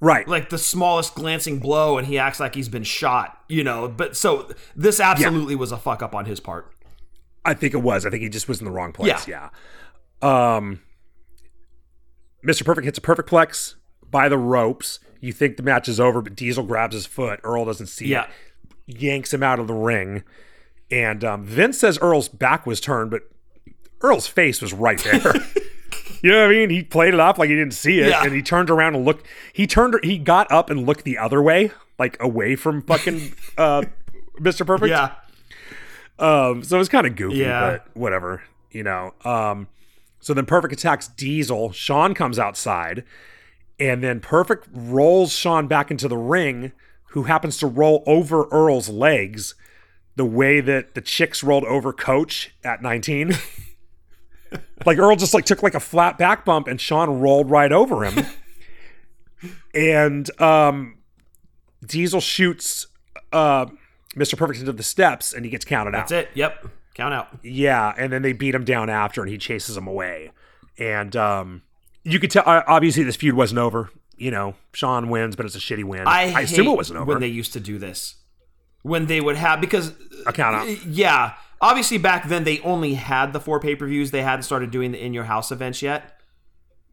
S4: right.
S3: like the smallest glancing blow, and he acts like he's been shot. You know, but so this absolutely was a fuck up on his part.
S4: I think it was. I think he just was in the wrong place. Yeah. Um, Mr. Perfect hits a perfect plex by the ropes. You think the match is over, but Diesel grabs his foot. Earl doesn't see
S3: Yeah.
S4: it, yanks him out of the ring. And um, Vince says Earl's back was turned, but Earl's face was right there. you know what I mean? He played it off like he didn't see it,
S3: Yeah.
S4: and he turned around and looked. He turned. He got up and looked the other way, like away from fucking uh, Mr. Perfect.
S3: Yeah.
S4: Um, so it was kind of goofy,
S3: Yeah.
S4: but whatever, you know. Um, so then Perfect attacks Diesel. Sean comes outside, and then Perfect rolls Sean back into the ring, who happens to roll over Earl's legs the way that the chicks rolled over Coach at 19. like Earl just like took like a flat back bump and Sean rolled right over him. and um Diesel shoots uh Mr. Perfect into the steps and he gets counted out.
S3: That's it. Yep. Count out.
S4: Yeah, and then they beat him down after, and he chases him away. And um, you could tell, uh, obviously, this feud wasn't over. You know, Sean wins, but it's a shitty win.
S3: I, hate
S4: assume it wasn't over.
S3: when they used to do this. When they would have because uh,
S4: a count out.
S3: yeah, obviously back then they only had the four pay per views. They hadn't started doing the in your house events yet.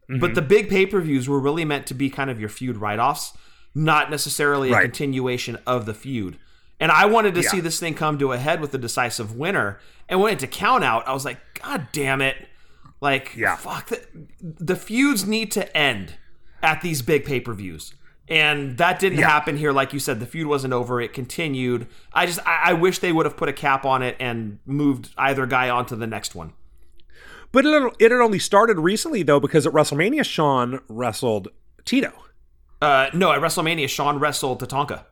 S3: But the big pay per views were really meant to be kind of your feud write offs, not necessarily a
S4: Right.
S3: continuation of the feud. And I wanted to
S4: Yeah.
S3: see this thing come to a head with a decisive winner. And when it to count out, I was like, God damn it. Like,
S4: Yeah.
S3: fuck, the, the feuds need to end at these big pay per views. And that didn't
S4: Yeah.
S3: happen here. Like you said, the feud wasn't over. It continued. I just, I, I wish they would have put a cap on it and moved either guy on to the next one.
S4: But it, it had only started recently, though, because at WrestleMania, Sean wrestled Tito.
S3: Uh, no, at WrestleMania, Sean wrestled Tatanka.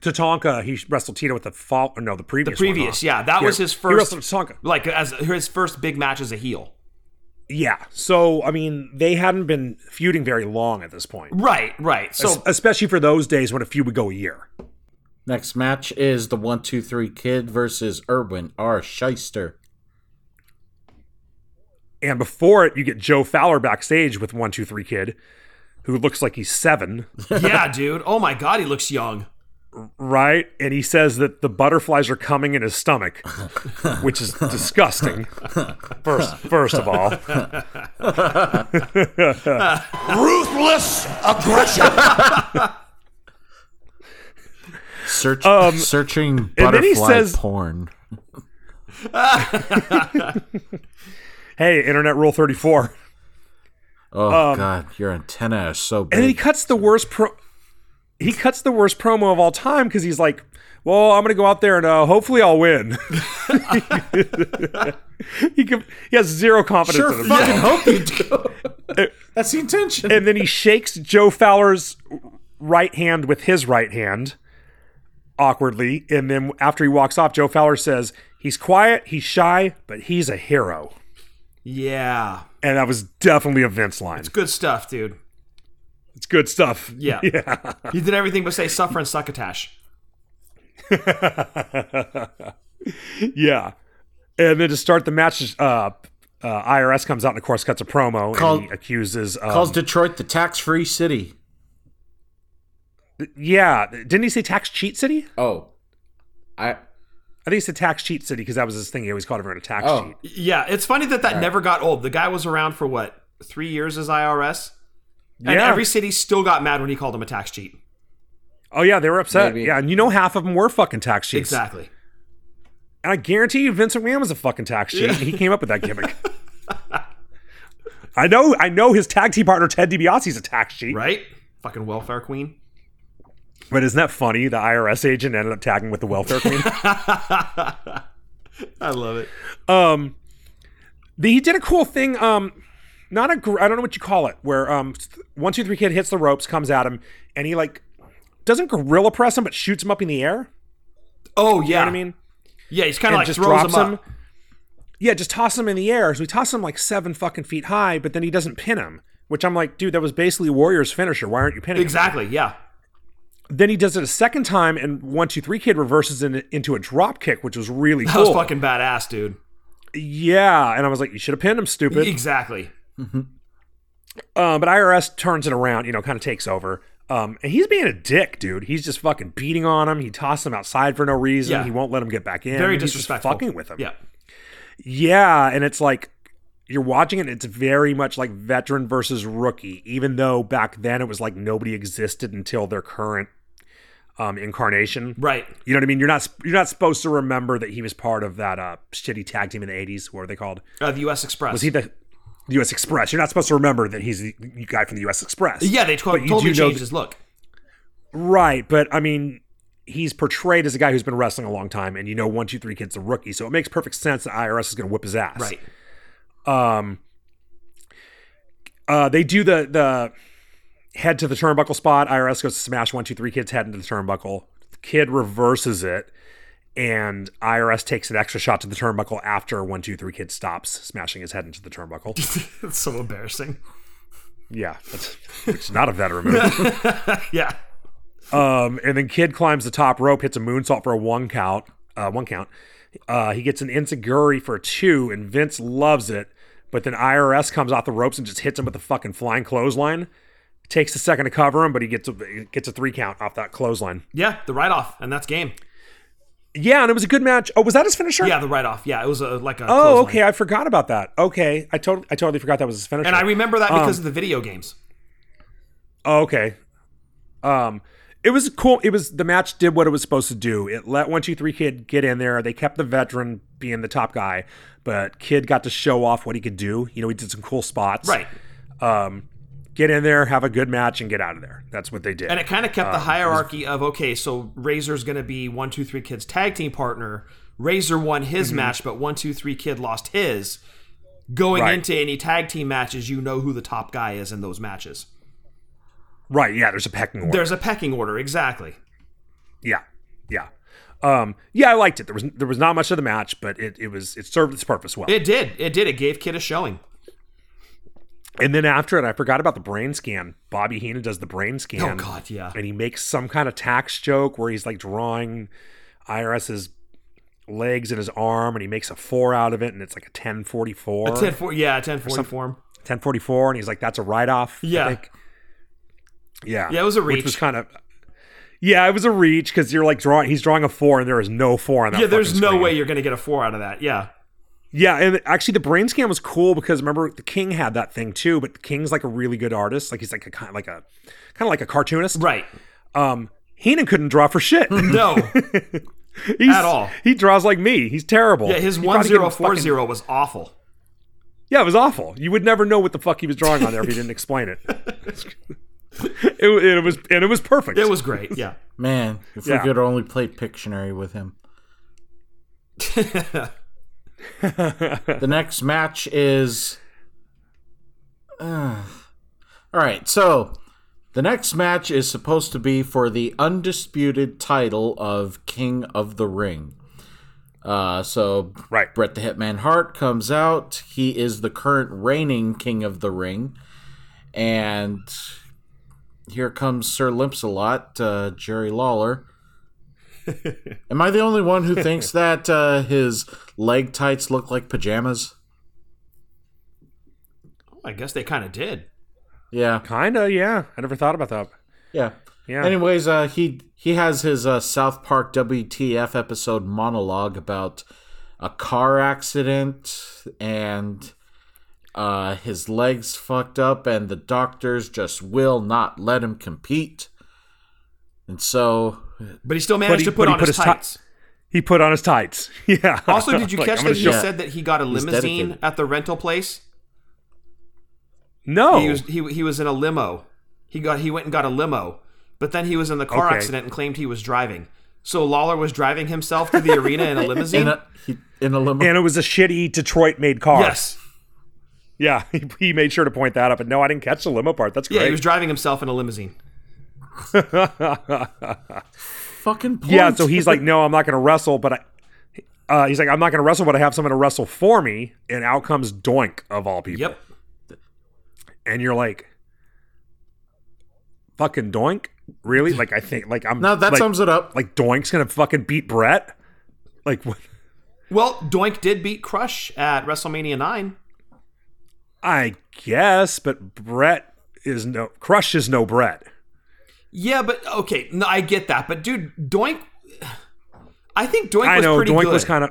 S4: Tatanka, he wrestled Tito with the fall, or no, the previous one,
S3: Previous,
S4: huh?
S3: yeah, that was his
S4: He
S3: first,
S4: wrestled Tatanka.
S3: like, as his first big match as a heel.
S4: Yeah. So, I mean, they hadn't been feuding very long at this point,
S3: Right, right. So
S4: Es- especially for those days when a feud would go a year.
S2: Next match is the one two three kid versus Irwin R. Shyster.
S4: And before it, you get Joe Fowler backstage with One Two Three Kid, who looks like he's seven,
S3: yeah, dude. Oh my god, he looks young.
S4: right? And he says that the butterflies are coming in his stomach, which is disgusting. First, first of all,
S1: Ruthless aggression.
S2: Search searching
S4: Um, and then he
S2: butterfly
S4: says-
S2: porn.
S4: hey, Internet Rule Thirty Four.
S2: Oh god, your antenna is so
S4: um, And then he
S2: big.
S4: cuts the worst pro. He cuts the worst promo of all time because he's like, "Well, I'm gonna go out there and uh, hopefully I'll win." he, com- he has zero confidence. in
S2: Sure,
S4: himself.
S2: fucking hope you do. That's the intention.
S4: and then he shakes Joe Fowler's right hand with his right hand awkwardly. And then after he walks off, Joe Fowler says, He's quiet, he's shy, but he's a hero.
S3: Yeah,
S4: And that was definitely a Vince line. It's,
S3: good stuff, dude.
S4: good stuff.
S3: Yeah.
S4: Yeah.
S3: He did everything but say suffer and succotash.
S4: yeah. And then to start the match, uh, uh, IRS comes out and, of course, cuts a promo
S2: Call-
S4: and he accuses. Um,
S2: Calls Detroit the tax-free city.
S4: yeah. Didn't he say tax cheat city?
S2: Oh, I
S4: I think he said tax cheat city because that was his thing. He always called everyone a tax
S2: Oh.
S4: cheat.
S3: Yeah, it's funny that that never got old. The guy was around for what three years as IRS, and
S4: Yeah.
S3: every city still got mad when he called him a tax cheat.
S4: Oh yeah, they were upset.
S2: Maybe.
S4: Yeah, and you know half of them were fucking tax cheats.
S3: Exactly.
S4: And I guarantee you, Vince McMahon was a fucking tax cheat. and He came up with that gimmick. I know. I know his tag team partner Ted DiBiase's a tax cheat.
S3: Right. Fucking welfare queen.
S4: But isn't that funny? The IRS agent ended up tagging with the welfare queen.
S3: I love it.
S4: um, the, he did a cool thing. Um, not a gr- I don't know what you call it. Where um, one two three kid hits the ropes, comes at him, and he like doesn't gorilla press him, but shoots him up in the air.
S3: Oh yeah,
S4: You know what I mean?
S3: yeah, he's kind of
S4: and
S3: like
S4: just
S3: throws
S4: drops
S3: him
S4: him.
S3: up.
S4: Yeah, just toss him in the air. So we toss him like seven fucking feet high, but then he doesn't pin him. Which I'm like, dude, that was basically Warriors finisher. Why aren't you pinning? him?
S3: Exactly. Yeah.
S4: Then he does it a second time, and one two three kid reverses in, into a drop kick, which was really
S3: That
S4: cool.
S3: was fucking badass, dude.
S4: yeah, and I was like, you should have pinned him, stupid.
S3: Exactly.
S4: Uh, but IRS turns it around, you know, kind of takes over. Um, and he's being a dick, dude. He's just fucking beating on him. He tossed him outside for no reason.
S3: Yeah.
S4: He won't let him get back in.
S3: Very
S4: He's just
S3: disrespectful.
S4: fucking with him.
S3: Yeah.
S4: Yeah, and it's like you're watching it. and It's very much like veteran versus rookie, even though back then it was like nobody existed until their current um, incarnation.
S3: Right.
S4: You know what I mean? You're not you're not supposed to remember that he was part of that uh, shitty tag team in the '80s. What were they called?
S3: Uh, the U.S. Express.
S4: Was he the the U.S. Express? You're not supposed to remember that he's the guy from the U.S. Express.
S3: yeah, they
S4: But
S3: told
S4: you
S3: totally
S4: do know
S3: changed
S4: that-
S3: his look.
S4: Right, but I mean, he's portrayed as a guy who's been wrestling a long time, and you know, one, two, three kid's a rookie, so it makes perfect sense that IRS is going to whip his ass.
S3: Right.
S4: Um. Uh, they do the the head to the turnbuckle spot. IRS goes to smash one, two, three kid's head into the turnbuckle. Kid reverses it, and IRS takes an extra shot to the turnbuckle after one, two, three kid stops smashing his head into the turnbuckle.
S3: That's so embarrassing.
S4: yeah, that's, it's not a veteran move.
S3: Yeah.
S4: Um, and then Kid climbs the top rope, hits a moonsault for a one count. Uh, one count. Uh, he gets an insiguri for a two, and Vince loves it. But then IRS comes off the ropes and just hits him with a fucking flying clothesline. Takes a second to cover him, but he gets a gets a three count off that clothesline.
S3: Yeah. The write off, and that's game.
S4: Yeah, and it was a good match. Oh, was that his finisher?
S3: Yeah, the write off. Yeah, it was a, like a.
S4: Oh,
S3: clothesline.
S4: okay. I forgot about that. Okay, I totally I totally forgot that was his finisher.
S3: And I remember
S4: Um,
S3: that because of the video games.
S4: Oh, okay. Um, it was cool. It was the match did what it was supposed to do. It let one two three kid get in there. They kept the veteran being the top guy, but kid got to show off what he could do. You know, he did some cool spots.
S3: Right.
S4: Um, get in there, have a good match, and get out of there. That's what they did.
S3: And it kind of kept
S4: Um,
S3: the hierarchy of okay, so Razor's going to be one, two, three kids tag team partner. Razor won
S4: Mm-hmm.
S3: his match, but one, two, three kid lost his. Going
S4: Right.
S3: into any tag team matches, you know who the top guy is in those matches.
S4: right. Yeah. There's a pecking order.
S3: There's a pecking order, exactly.
S4: yeah. Yeah. Um, yeah. I liked it. There was there was not much of the match, but it, it was it served its purpose well.
S3: It did, it did. It gave Kid a showing.
S4: and then after it, I forgot about the brain scan. Bobby Heenan does the brain scan.
S3: Oh God, yeah,
S4: and he makes some kind of tax joke where he's like drawing IRS's legs in his arm and he makes a four out of it and it's like a 1044
S3: ten four, yeah, ten forty form.
S4: 1044 and he's like that's a write-off I
S3: Yeah.
S4: think. yeah
S3: Yeah, it was a
S4: which
S3: reach.
S4: was kind of yeah it was a reach because you're like drawing he's drawing a four and there is no four on that
S3: Yeah, there's
S4: fucking
S3: no
S4: screen.
S3: way you're going to get a four out of that. Yeah,
S4: yeah and actually the brain scan was cool because remember the king had that thing too but the king's like a really good artist like he's like a kind like a kind of like a cartoonist
S3: right.
S4: um heenan couldn't draw for shit
S3: No,
S4: He's,
S3: At all.
S4: He draws like me. He's terrible.
S3: yeah, his
S4: You probably
S3: one zero
S4: give him
S3: four
S4: fucking-
S3: zero was awful.
S4: Yeah, it was awful. You would never know what the fuck he was drawing on there if he didn't explain it. it, it was and it was perfect.
S3: It was great. Yeah.
S2: Man, if
S4: Yeah.
S2: we could only play Pictionary with him. the next match is. Ugh. all right, so the next match is supposed to be for the undisputed title of King of the Ring. Uh, so
S4: Right.
S2: Bret the Hitman Hart comes out. He is the current reigning King of the Ring, and here comes Sir Limps-a-Lot, uh, Jerry Lawler. Am I the only one who thinks that uh, his leg tights look like pajamas?
S3: I guess they kind of did.
S2: Yeah,
S4: Kinda, yeah. I never thought about that.
S2: yeah,
S4: Yeah.
S2: Anyways, uh, he he has his uh, South Park WTF episode monologue about a car accident and uh, his legs fucked up, and the doctors just will not let him compete. And so,
S3: But he still managed
S4: he-
S3: to put
S4: but he
S3: on
S4: put
S3: his,
S4: his ti-
S3: tights.
S4: He put on his tights. Yeah.
S3: also, did you
S4: Like,
S3: catch
S4: I'm
S3: that
S4: gonna
S3: he
S4: show-
S3: said that he got a limousine
S2: dedicated.
S3: at the rental place?
S4: No. Oh.
S3: He was he, he was in a limo. He got he went and got a limo but then he was in the car
S4: Okay.
S3: accident and claimed he was driving. So Lawler was driving himself to the arena in a limousine.
S2: in a he, in a limo.
S4: And it was a shitty Detroit made car.
S3: yes.
S4: Yeah. He, he made sure to point that up. And no, I didn't catch the limo part. That's
S3: Yeah,
S4: great.
S3: he was driving himself in a limousine.
S2: fucking point.
S4: Yeah, so he's like, no, I'm not going to wrestle, but I, uh, he's like, I'm not going to wrestle, but I have someone to wrestle for me. And out comes Doink of all people,
S3: Yep.
S4: and you're like, fucking Doink, really? Like I think, like I'm
S2: no, that
S4: like,
S2: sums it up.
S4: like Doink's going to fucking beat Brett. Like what?
S3: Well, Doink did beat Crush at WrestleMania 9.
S4: I guess, but Brett is no Crush is no Brett.
S3: Yeah, but okay, no, I get that. But dude, Doink, I think Doink
S4: I
S3: was
S4: know
S3: pretty
S4: Doink
S3: good.
S4: was kind of.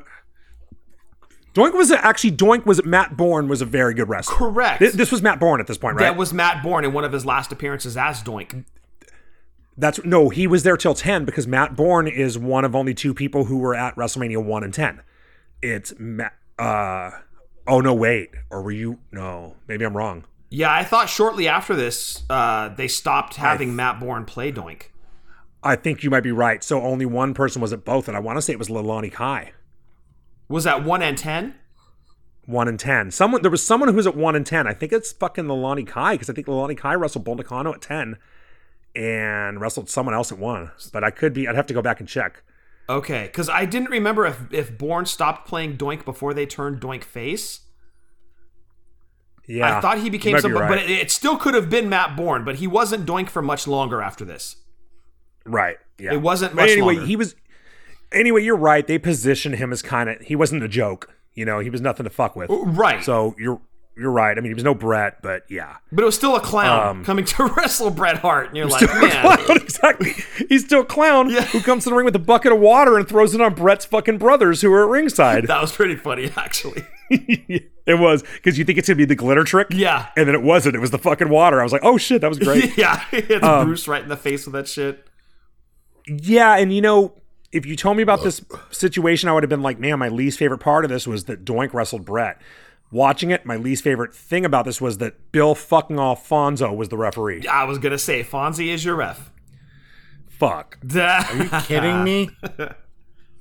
S4: Doink was a, actually Doink was Matt Bourne was a very good wrestler.
S3: Correct.
S4: This, this was Matt Bourne at this point, right?
S3: That was Matt Bourne in one of his last appearances as Doink.
S4: That's no, he was there till 10 because Matt Bourne is one of only two people who were at WrestleMania 1 and 10. It's Matt, uh, oh no, wait, or were you? No, maybe I'm wrong.
S3: Yeah, I thought shortly after this, uh, they stopped having Matt Bourne play Doink.
S4: I think you might be right. So only one person was at both, and I want to say it was Lilani Kai.
S3: Was that one and ten?
S4: One and ten. Someone there was someone who was at one and ten. I think it's fucking Lilani Kai because I think Lilani Kai wrestled Boldicano at ten, and wrestled someone else at one. But I could be. I'd have to go back and check.
S3: Okay, because I didn't remember if if Bourne stopped playing Doink before they turned Doink face.
S4: Yeah,
S3: I thought he
S4: you
S3: became
S4: might be
S3: some,
S4: right.
S3: but it, it still could have been Matt Bourne, but he wasn't Doink for much longer after this.
S4: Right. Yeah.
S3: It wasn't
S4: But
S3: much
S4: anyway,
S3: longer.
S4: he was. Anyway, you're right. They positioned him as kind of. He wasn't a joke. You know, he was nothing to fuck with.
S3: Right,
S4: So you're you're right. I mean, he was no Brett, but yeah.
S3: but it was still a clown
S4: um,
S3: coming to wrestle Bret Hart, and you're like, man,
S4: Clown, exactly. He's still a clown who comes to the ring with a bucket of water and throws it on Brett's fucking brothers who are at ringside.
S3: that was pretty funny actually.
S4: it was because you think it's gonna be the glitter trick,
S3: Yeah,
S4: and then it wasn't. It was the fucking water. I was like, oh shit, that was great.
S3: yeah, it's
S4: Um,
S3: Bruce right in the face with that shit.
S4: Yeah, and you know, if you told me about this situation, I would have been like, man, my least favorite part of this was that Doink wrestled Brett. Watching it, my least favorite thing about this was that Bill fucking Alfonso was the referee.
S3: I was gonna say Fonzie is your ref.
S4: Fuck.
S2: kidding me?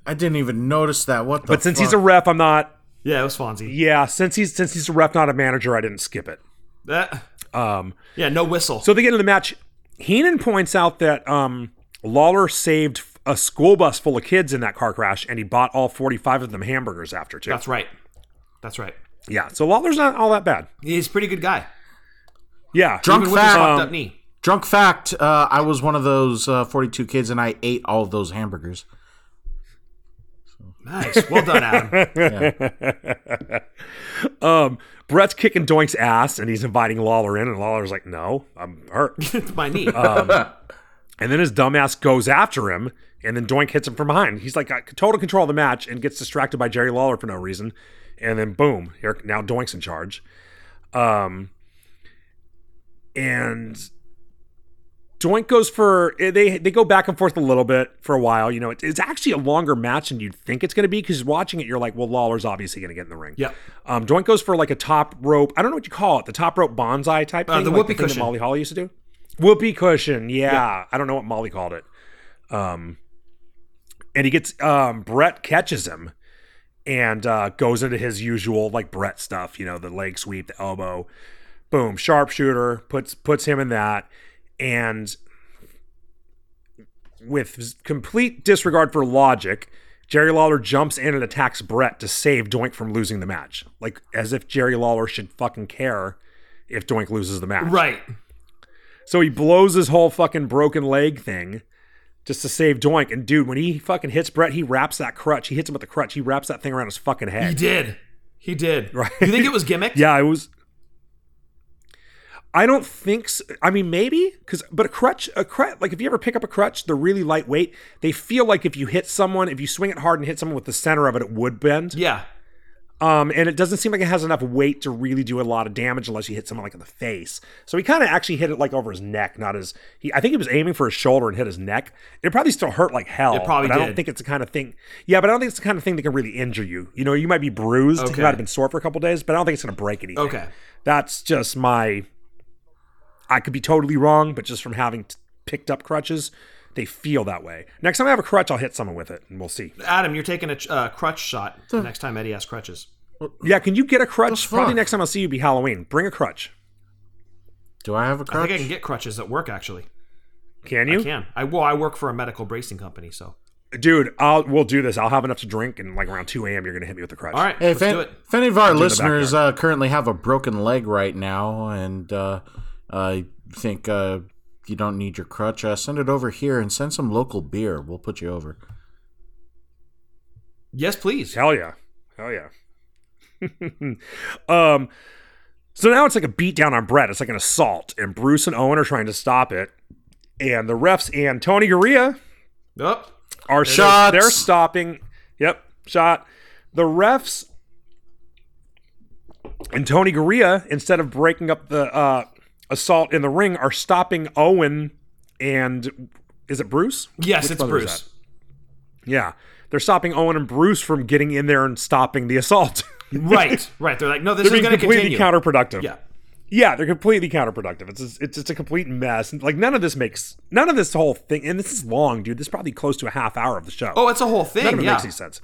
S2: I didn't even notice that. What the?
S4: ah. But since he's a
S2: fuck?
S4: ref, I'm not.
S3: yeah, it was Fonzie.
S4: Yeah, since he's since he's a ref, not a manager, I didn't skip it.
S3: That-
S4: Um,
S3: yeah, no whistle.
S4: so at the end of the match, Heenan points out that um, Lawler saved a school bus full of kids in that car crash, and he bought all 45 of them hamburgers after too.
S3: That's right. That's right.
S4: yeah, so Lawler's not all that bad.
S3: He's a pretty good guy.
S4: Yeah,
S2: Drunk
S3: Even with his
S2: fact.
S3: fucked
S4: Um,
S3: up knee.
S2: Drunk fact: uh, I was one of those uh, forty-two kids, and I ate all of those hamburgers.
S3: Nice. Well done, Adam.
S4: Um, Brett's kicking Doink's ass and he's inviting Lawler in, and Lawler's like, "No, I'm hurt."
S3: it's my knee.
S4: Um, and then his dumbass goes after him, and then Doink hits him from behind. He's like got total control of the match and gets distracted by Jerry Lawler for no reason, and then boom, here now Doink's in charge. Um, and Doink goes for eh, they they go back and forth a little bit for a while. You know, it, it's actually a longer match than you'd think it's going to be because watching it, you're like, well, Lawler's obviously going to get in the ring.
S3: Yep.
S4: Um, Doink goes for like a top rope. I don't know what you call it, the top rope bonsai type
S3: Uh,
S4: thing,
S3: the
S4: like
S3: whoopee
S4: thing that
S3: cushion.
S4: Molly Holly used to do. Whoopee cushion, yeah. I don't know what Molly called it. Um, and he gets um, Brett catches him and uh, goes into his usual like Brett stuff, you know, the leg sweep, the elbow, boom, sharpshooter puts puts him in that, and with complete disregard for logic, Jerry Lawler jumps in and attacks Brett to save Doink from losing the match. Like as if Jerry Lawler should fucking care if Doink loses the match.
S3: right.
S4: So he blows his whole fucking broken leg thing just to save Doink. And dude, when he fucking hits Brett, he wraps that crutch. He hits him with the crutch. He wraps that thing around his fucking
S3: He
S4: head.
S3: did. He did.
S4: Right.
S3: You think it was gimmicked?
S4: Yeah, it was. I don't think. So. I mean, maybe because, but a crutch, a crutch. Like if you ever pick up a crutch, they're really lightweight. They feel like if you hit someone, if you swing it hard and hit someone with the center of it, it would bend.
S3: Yeah.
S4: Um, and it doesn't seem like it has enough weight to really do a lot of damage unless you hit someone like in the face. So he kind of actually hit it like over his neck, not his. He, I think he was aiming for his shoulder and hit his neck. It probably still hurt like hell.
S3: It probably
S4: but I don't
S3: did.
S4: think it's the kind of thing. Yeah, but I don't think it's the kind of thing that can really injure you. You know, you might be bruised.
S3: Okay.
S4: You might have been sore for a couple days, but I don't think it's going to break anything.
S3: Okay.
S4: That's just my. I could be totally wrong, but just from having t- picked up crutches, they feel that way. Next time I have a crutch, I'll hit someone with it, and we'll see.
S3: Adam, you're taking a uh, crutch shot the next time Eddie has crutches.
S4: Yeah, can you get a crutch?
S2: The
S4: Probably
S2: fuck?
S4: next time I'll see you be Halloween. Bring a crutch.
S2: Do I have a
S3: I
S2: crutch?
S3: think I can get crutches at work. Actually,
S4: Can you,
S3: I can. I well, I work for a medical bracing company, so
S4: dude? I'll we'll do this. I'll have enough to drink, and like around two a.m. You're gonna hit me with a crutch.
S3: all right,
S2: Hey,
S3: let's
S2: if, an-
S3: do it.
S2: if any of our listeners uh, currently have a broken leg right now and uh, uh, think uh, you don't need your crutch, uh, send it over here and send some local beer. We'll put you over.
S3: Yes, please.
S4: Hell yeah. Hell yeah. um so now it's like a beatdown on Brett. It's like an assault, and Bruce and Owen are trying to stop it. And the refs and Tony Garea
S3: Oh,
S4: are
S2: Shots.
S4: They're stopping. Yep, shot. The refs and Tony Garea, instead of breaking up the uh, assault in the ring, are stopping Owen and is it Bruce?
S3: yes, it's
S4: brother is
S3: Bruce.
S4: Yeah, they're stopping Owen and Bruce from getting in there and stopping the assault.
S3: right, right. They're like, no, this is
S4: they're being
S3: going to
S4: completely
S3: continue.
S4: counterproductive.
S3: yeah,
S4: Yeah, they're completely counterproductive. It's just, it's just a complete mess. Like none of this makes none of this whole thing, and this is long, dude. This is probably close to a half hour of the show.
S3: Oh, it's a whole
S4: none of
S3: thing.
S4: it
S3: Yeah.
S4: makes any sense.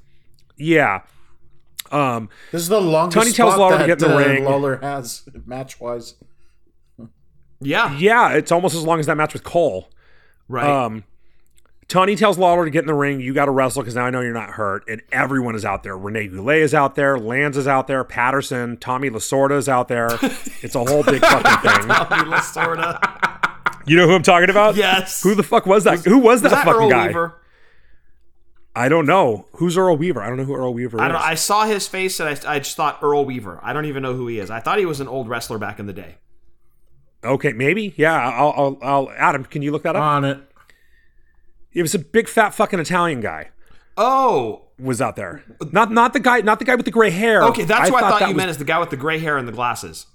S4: Yeah. Um,
S2: This is the longest
S4: Tony tells
S2: spot
S4: Lawler to
S2: that,
S4: get in the
S2: uh,
S4: ring.
S2: Lawler has match wise.
S3: Yeah.
S4: yeah, it's almost as long as that match with Cole.
S3: Right.
S4: Um, Tony tells Lawler to get in the ring. You got to wrestle because now I know you're not hurt. And everyone is out there. Renee Goulet is out there. Lanz is out there. Patterson, Tommy Lasorda is out there. It's a whole big fucking thing.
S3: sort of.
S4: You know who I'm talking about?
S3: Yes.
S4: Who the fuck was that? who was that,
S3: Is that
S4: fucking
S3: Earl
S4: guy?
S3: Weaver?
S4: I don't know. Who's Earl Weaver? I don't know who Earl Weaver
S3: I
S4: is.
S3: don't. I saw his face and I, I just thought Earl Weaver. I don't even know who he is. I thought he was an old wrestler back in the day.
S4: okay, maybe. Yeah, I'll, I'll, I'll. Adam, can you look
S3: Uh,
S4: that up?
S2: On it.
S4: it was a big fat fucking Italian guy
S3: Oh,
S4: was out there. Not not the guy. Not the guy with the gray hair.
S3: okay. That's who I thought
S4: that
S3: you
S4: was-
S3: meant is the guy with the gray hair and the glasses.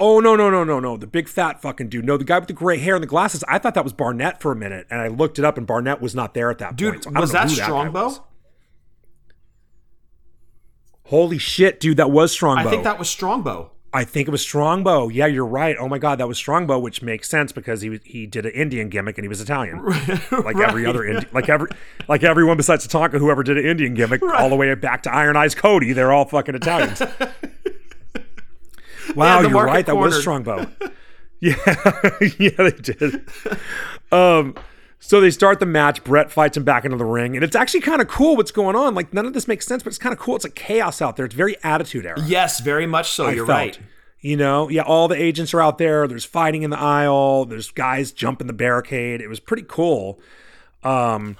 S4: Oh no no no no no. The big fat fucking dude. No, the guy with the gray hair and the glasses. I thought that was Barnett for a minute, and I looked it up, and Barnett was not there at that
S3: Dude,
S4: point. So I don't
S3: was
S4: know
S3: that
S4: who guy
S3: Strongbow?
S4: was. Holy shit, dude, that was Strongbow.
S3: I think that was Strongbow.
S4: I think it was Strongbow. Yeah, you're right. Oh my god, that was Strongbow, which makes sense because he he did an Indian gimmick and he was Italian, like every other Indi- like every like everyone besides Tatanka, whoever did an Indian gimmick, all the way back to Iron Eyes Cody, they're all fucking Italians. wow,
S3: the
S4: you're
S3: market
S4: right. That was
S3: cornered.
S4: Strongbow. yeah, yeah, they did. Um, so they start the match. Brett fights him back into the ring, and it's actually kind of cool what's going on. Like none of this makes sense, but it's kind of cool. It's like chaos out there. It's very attitude era.
S3: Yes, very much so.
S4: I
S3: You're
S4: felt.
S3: right.
S4: You know, yeah, all the agents are out there. There's fighting in the aisle. There's guys jumping the barricade. It was pretty cool. Um,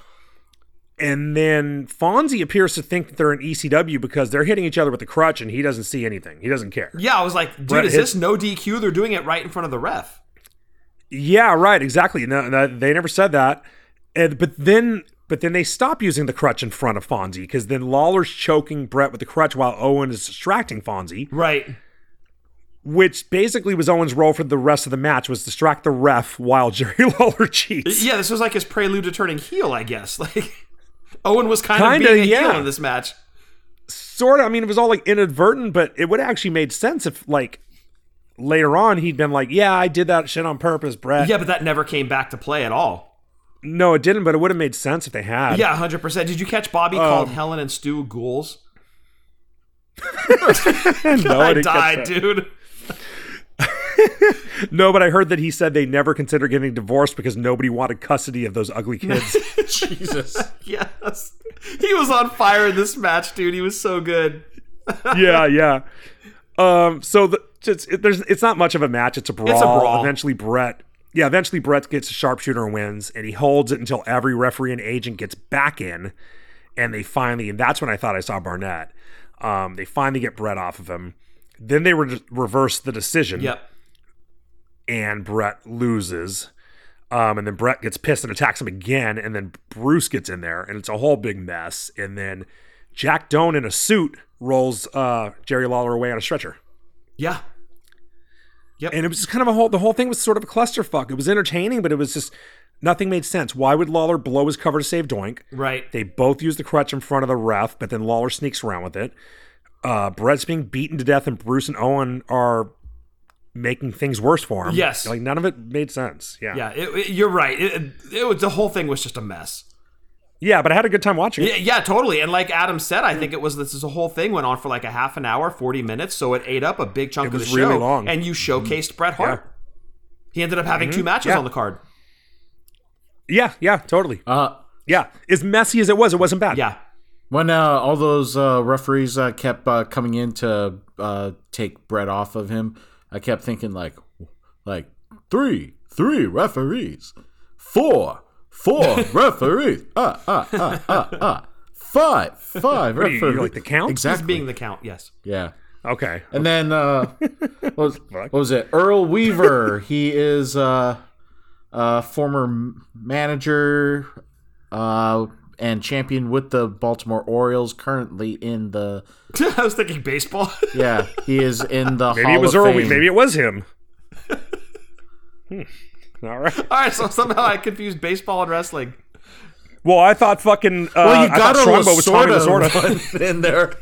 S4: and then Fonzie appears to think that they're in ECW because they're hitting each other with the crutch, and he doesn't see anything. He doesn't care.
S3: Yeah, I was like, dude,
S4: Brett
S3: is
S4: hits-
S3: this no DQ? They're doing it right in front of the ref.
S4: Yeah, right. Exactly. No, no, they never said that. And but then, but then they stop using the crutch in front of Fonzie because then Lawler's choking Brett with the crutch while Owen is distracting Fonzie.
S3: Right.
S4: which basically was Owen's role for the rest of the match was distract the ref while Jerry Lawler cheats.
S3: Yeah, this was like his prelude to turning heel, I guess. Like Owen was kind
S4: Kinda,
S3: of being a
S4: yeah.
S3: heel in this match.
S4: Sort of. I mean, it was all like inadvertent, but it would have actually made sense if like later on he'd been like, "Yeah, I did that shit on purpose, Brett."
S3: Yeah, but that never came back to play at all.
S4: No, it didn't, but it would have made sense if they had.
S3: Yeah, hundred percent. Did you catch
S4: Oh.
S3: Bobby called Helen and Stu ghouls?
S4: no,
S3: I
S4: didn't Oh, catch
S3: died,
S4: that.
S3: dude.
S4: No, but I heard that he said they never considered getting divorced because nobody wanted custody of those ugly kids.
S2: Jesus.
S3: Yes, he was on fire in this match, dude. He was so good.
S4: yeah, yeah. Um, so the, just it, there's it's not much of a match. It's a brawl.
S3: brawl.
S4: Eventually, Brett. Yeah, eventually Brett gets a sharpshooter and wins, and he holds it until every referee and agent gets back in, and they finally. And that's when I thought I saw Barnett. Um, they finally get Brett off of him. Then they re- reverse the decision,
S3: Yep.
S4: and Brett loses. Um, and then Brett gets pissed and attacks him again, and then Bruce gets in there, and it's a whole big mess. And then Jack Doan in a suit rolls uh, Jerry Lawler away on a stretcher.
S3: Yeah.
S4: And it was just kind of a whole the whole thing was sort of a clusterfuck. It was entertaining, but it was just nothing made sense. Why would Lawler blow his cover to save Doink?
S3: Right.
S4: They both use the crutch in front of the ref, but then Lawler sneaks around with it. Uh, Brett's being beaten to death, and Bruce and Owen are making things worse for him.
S3: Yes.
S4: like none of it made sense. Yeah,
S3: Yeah, it, it- you're right. It, it was the whole thing was just a mess.
S4: Yeah, But I had a good time watching it.
S3: Yeah, yeah, totally. And like Adam said, I think it was this, this whole thing went on for like a half an hour, forty minutes, so it ate up a big chunk
S4: It
S3: of the
S4: was really
S3: show.
S4: long. Mm-hmm.
S3: And you showcased Bret Hart. He ended up having two matches
S4: Yeah.
S3: on the card.
S4: Yeah, yeah, totally.
S2: Uh,
S4: Yeah, as messy as it was, it wasn't bad.
S3: Yeah,
S2: When uh, all those uh, referees uh, kept uh, coming in to uh, take Brett off of him, I kept thinking like, like three, three referees, four, four referees, ah, ah, ah, ah, ah, five, five
S4: you-
S2: referees.
S4: you like the count?
S2: Exactly.
S3: being the count. Yes.
S2: yeah.
S4: Okay.
S2: And then uh, what, was, what was it? Earl Weaver. he is uh, a former m- manager uh, and champion with the Baltimore Orioles. Currently in the
S3: I was thinking baseball.
S2: yeah, he is in the
S4: Maybe
S2: Hall
S4: it was
S2: of
S4: Earl.
S2: Fame.
S4: Maybe uh, it was him. hmm. All right.
S3: All right, so somehow I confused baseball and wrestling.
S4: Well, I thought fucking. Uh,
S2: Well, you
S4: I thought
S2: got a
S4: Strongbow was Tommy
S2: Lasorda
S4: Lasorda.
S2: one in there.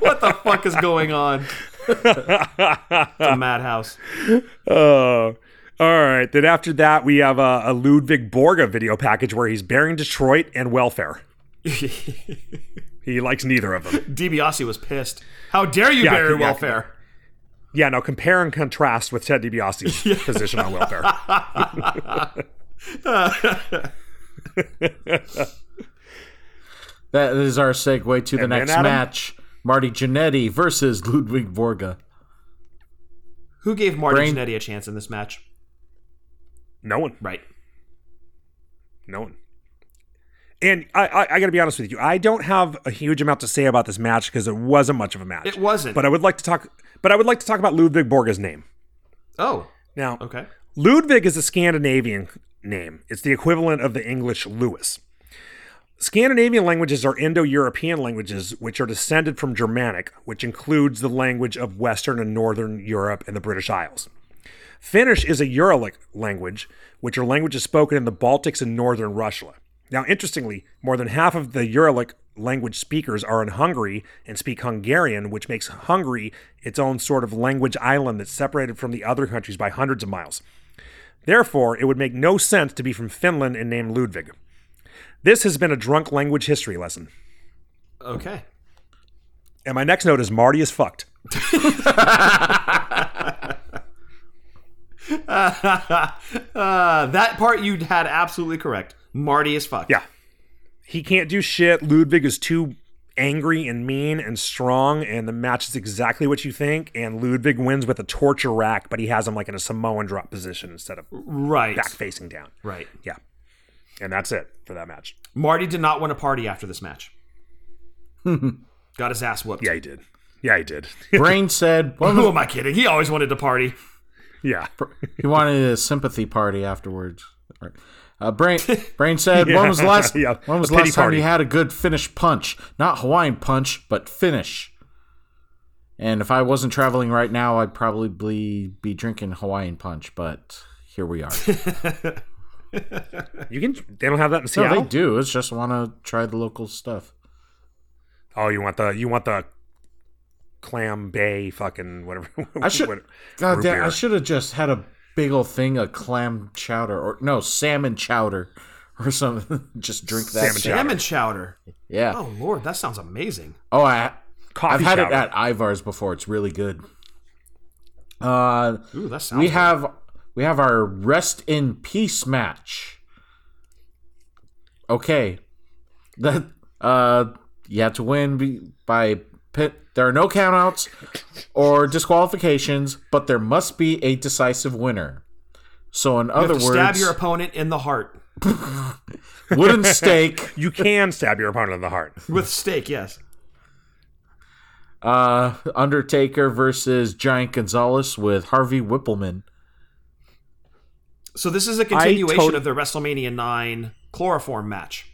S3: What the fuck is going on? it's a madhouse.
S4: Uh, all right. Then after that, we have a, a Ludwig Borga video package where he's burying Detroit and welfare. He likes neither of them.
S3: DiBiase was pissed. How dare you
S4: Yeah,
S3: bury
S4: yeah.
S3: welfare?
S4: Yeah, now compare and contrast with Ted DiBiase's position on welfare.
S2: That is our segue to the
S4: And then,
S2: next
S4: Adam?
S2: match: Marty Jannetty versus Ludwig Borga.
S3: Who gave Marty
S2: Brain-
S3: Jannetty a chance in this match?
S4: No one.
S3: Right.
S4: No one. And I, I, I got to be honest with you. I don't have a huge amount to say about this match because it wasn't much of a match.
S3: It wasn't.
S4: But uh, I would like to talk. But I would like to talk about Ludwig Borga's name.
S3: oh,
S4: Now,
S3: okay.
S4: Ludwig is a Scandinavian name. It's the equivalent of the English Lewis. Scandinavian languages are Indo European languages, which are descended from Germanic, which includes the language of Western and Northern Europe and the British Isles. Finnish is a Uralic language, which are languages spoken in the Baltics and Northern Russia. Now, interestingly, more than half of the Uralic language speakers are in Hungary and speak Hungarian, which makes Hungary its own sort of language island that's separated from the other countries by hundreds of miles. Therefore, it would make no sense to be from Finland and named Ludwig. This has been a drunk language history lesson.
S3: Okay.
S4: And my next note is Marty is fucked.
S3: Uh, that part you had absolutely correct. Marty is fucked.
S4: Yeah. He can't do shit. Ludwig is too angry and mean and strong, and the match is exactly what you think. And Ludwig wins with a torture rack, but he has him like in a Samoan drop position instead of
S3: Right.
S4: back facing down.
S3: Right.
S4: Yeah. And that's it for that match.
S3: Marty did not want to party after this match. Got his ass whooped.
S4: Yeah, he did. Yeah, he did.
S2: Brain said, "Well,
S3: Who am I kidding? He always wanted to party.
S4: yeah.
S2: He wanted a sympathy party afterwards. Uh, Brain Brain said, "When was the last?
S4: yeah,
S2: When was
S4: a
S2: the last
S4: pity
S2: time
S4: party."
S2: you had a good Finnish punch? Not Hawaiian punch, but Finnish." And if I wasn't traveling right now, I'd probably be drinking Hawaiian punch. But here we are.
S4: You can. They don't have that in
S2: No,
S4: Seattle.
S2: they do. It's just want to try the local stuff.
S4: Oh, you want the you want the clam bay fucking whatever.
S2: I should.
S4: what-
S2: God
S4: root
S2: damn!
S4: beer.
S2: I should have just had a big old thing of clam chowder or no salmon chowder or something. just drink that.
S4: Salmon
S2: shit.
S4: chowder.
S3: Salmon chowder.
S2: Yeah.
S3: Oh lord, that sounds amazing.
S2: Oh, I
S4: Coffee
S2: I've had
S4: chowder.
S2: it at Ivar's before. It's really good. Uh,
S3: Ooh, that sounds.
S2: we have we have our rest in peace match. Okay, that uh, you have to win be- by pit. There are no countouts or disqualifications, but there must be a decisive winner. So, in
S3: you have
S2: other
S3: to stab
S2: words,
S3: your opponent in the heart
S2: wooden stake.
S4: You can stab your opponent in the heart.
S3: with steak. Yes.
S2: Uh, Undertaker versus Giant Gonzalez with Harvey Whippleman.
S3: So this is a continuation
S4: tot-
S3: of the WrestleMania nine chloroform match,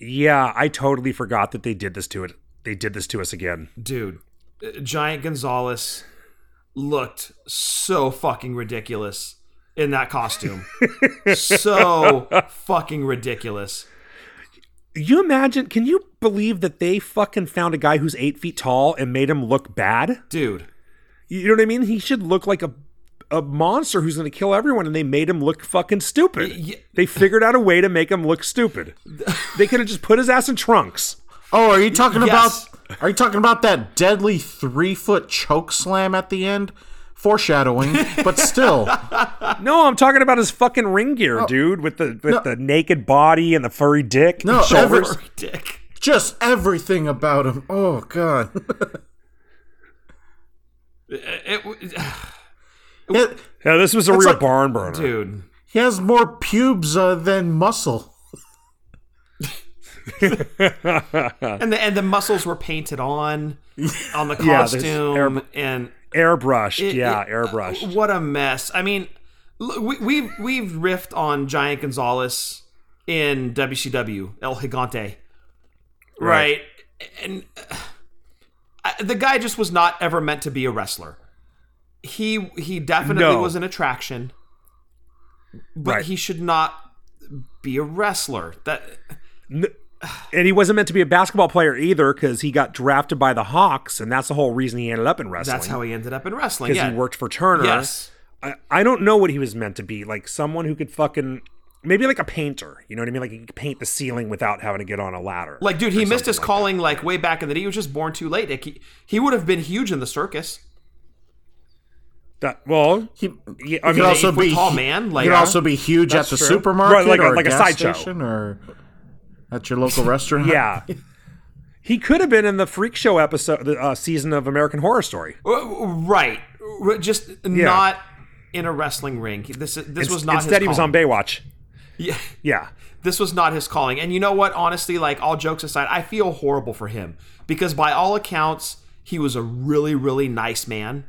S4: Yeah, I totally forgot that they did this to it. They did this to us again.
S3: dude. uh, Giant Gonzalez looked so fucking ridiculous in that costume. so fucking ridiculous.
S4: You imagine? Can you believe that they fucking found a guy who's eight feet tall and made him look bad?
S3: Dude,
S4: You know what I mean? He should look like a a monster who's going to kill everyone, and they made him look fucking stupid.
S3: Y- y-
S4: They figured out a way to make him look stupid. they could have just put his ass in trunks.
S2: Oh, are you talking
S3: Yes.
S2: about? Are you talking about that deadly three foot choke slam at the end? Foreshadowing, but still,
S4: No, I'm talking about his fucking ring gear, dude, with the with the naked body and the furry dick.
S2: no,
S4: and
S2: ever,
S4: shoulders.
S3: Dick.
S2: just everything about him. Oh god,
S3: It, it,
S2: It-
S4: yeah, this was a
S2: It's
S4: real
S2: like-
S4: barn burner.
S3: dude.
S2: he has more pubes uh, than muscle.
S3: And the and the muscles were painted on on the
S4: Yeah, there's
S3: costume and
S4: Airbrushed,
S3: It-
S4: yeah,
S3: it- uh,
S4: airbrushed.
S3: What a mess. I mean, l- we, we've we've riffed on Giant Gonzalez in WCW El Gigante, right?
S4: Right.
S3: And uh, I- the guy just was not ever meant to be a wrestler. He he definitely
S4: No.
S3: was an attraction, but
S4: Right.
S3: he should not be a wrestler. That
S4: and he wasn't meant to be a basketball player either because he got drafted by the Hawks, and that's the whole reason he ended up in wrestling.
S3: that's how he ended up in wrestling.
S4: because
S3: Yeah.
S4: he worked for Turner.
S3: Yes.
S4: I, I don't know what he was meant to be. Like someone who could fucking maybe like a painter. You know what I mean? Like he could paint the ceiling without having to get on a ladder.
S3: Like, dude, he missed his calling like way back in the day. He was just born too late. Like, he, he would have been huge in the circus.
S4: that. Well,
S2: He,
S4: yeah,
S2: he
S4: I
S2: could
S4: mean,
S2: also
S3: foot
S2: be
S3: tall man, like-
S2: he could also be huge at the
S4: true.
S2: supermarket
S4: Right, like a-
S2: or
S4: like a
S2: a gas
S4: sideshow.
S2: station or at your local restaurant.
S4: yeah. He could have been in the freak show episode, the uh, season of American Horror Story.
S3: Uh, Right. R- Just not in a wrestling ring. This is- this was not
S4: Instead,
S3: his
S4: he was on
S3: calling.
S4: Baywatch.
S3: Yeah.
S4: Yeah,
S3: This was not his calling. And you know what? Honestly, like all jokes aside, I feel horrible for him because by all accounts, he was a really really nice man.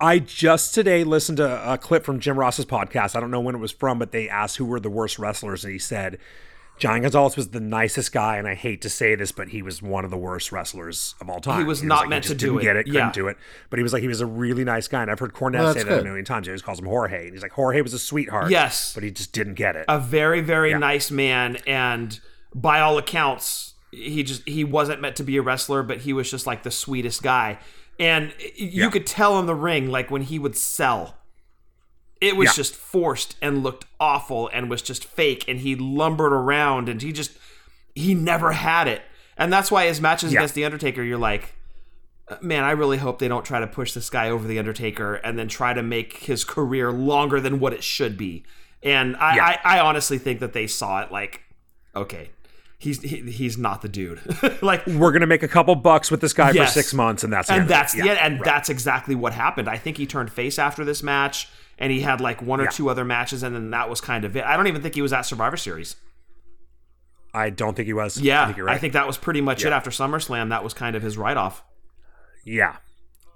S4: I just today listened to a clip from Jim Ross's podcast. I don't know when it was from, but they asked who were the worst wrestlers, and he said John Gonzalez was the nicest guy, and I hate to say this, but he was one of the worst wrestlers of all time.
S3: He was not
S4: like,
S3: meant
S4: just
S3: to do it.
S4: didn't Get it? Couldn't
S3: Yeah.
S4: do it. But he was like, he was a really nice guy, and I've heard Cornette
S2: Well,
S4: say
S2: that's
S4: that a
S2: good.
S4: million times. He always calls him Jorge, and he's like, Jorge was a sweetheart.
S3: Yes.
S4: but he just didn't get it.
S3: A very very nice man and by all accounts, he just he wasn't meant to be a wrestler, but he was just like the sweetest guy. And y- you
S4: Yeah.
S3: could tell in the ring like when he would sell it was
S4: Yeah.
S3: just forced and looked awful and was just fake and he lumbered around and he just he never had it and that's why his matches
S4: Yeah.
S3: against the undertaker you're like man i really hope they don't try to push this guy over the undertaker and then try to make his career longer than what it should be and i
S4: Yeah.
S3: I, I honestly think that they saw it like okay he's he, he's not the dude like
S4: we're gonna make a couple bucks with this guy
S3: Yes.
S4: for six months, and that's the end
S3: and
S4: of it.
S3: that's the
S4: Yeah.
S3: end, and that's exactly what happened. I think he turned face after this match, and he had like one or two other matches, and then that was kind of it. I don't even think he was at Survivor Series.
S4: I don't think he was.
S3: Yeah,
S4: I think you're right.
S3: that was pretty much it after SummerSlam. That was kind of his write off.
S4: Yeah.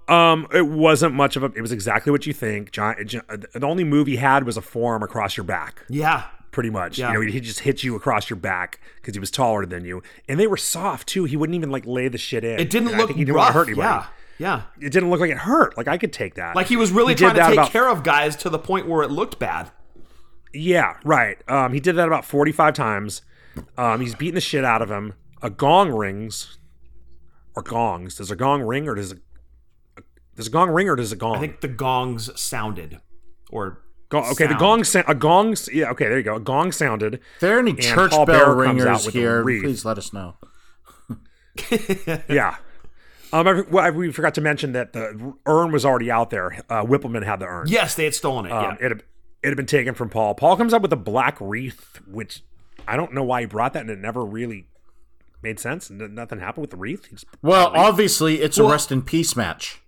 S4: Um, it wasn't much of a. It was exactly what you think. John, John, the only move he had was a forearm across your back,
S3: Yeah,
S4: pretty much.
S3: Yeah.
S4: You know, he just hit you across your back because he was taller than you, and they were soft too. He wouldn't even like lay the shit in.
S3: it didn't
S4: And I
S3: look
S4: think he didn't
S3: rough.
S4: want to hurt anybody.
S3: Yeah, yeah,
S4: It didn't look like it hurt. Like I could take that.
S3: like he was really
S4: He did
S3: trying to
S4: that
S3: take
S4: about-
S3: care of guys to the point where it looked bad.
S4: Yeah, right. Um, he did that about 45 times. Um, he's beating the shit out of him. A gong rings, or gongs. Does a gong ring or does a does a gong ring or does a gong?
S3: I think the gongs sounded, or
S4: Gong, okay, the
S3: sound.
S4: gong sound. A gong. s- Yeah, okay, there you go. A gong sounded.
S2: If there are any church
S4: Paul
S2: bell
S4: Bearer comes out
S2: ringers
S4: with a
S2: here,
S4: wreath.
S2: please let us know.
S4: Yeah. Um, I, well, I, we forgot to mention that the urn was already out there. Uh, Whippleman had the urn.
S3: yes, they had stolen it.
S4: Um,
S3: yeah.
S4: It had, it had been taken from Paul. Paul comes up with a black wreath, which I don't know why he brought that, and it never really made sense. N- nothing happened with the wreath. He just-
S2: Well, obviously, it's a
S3: Well-
S2: rest in peace match.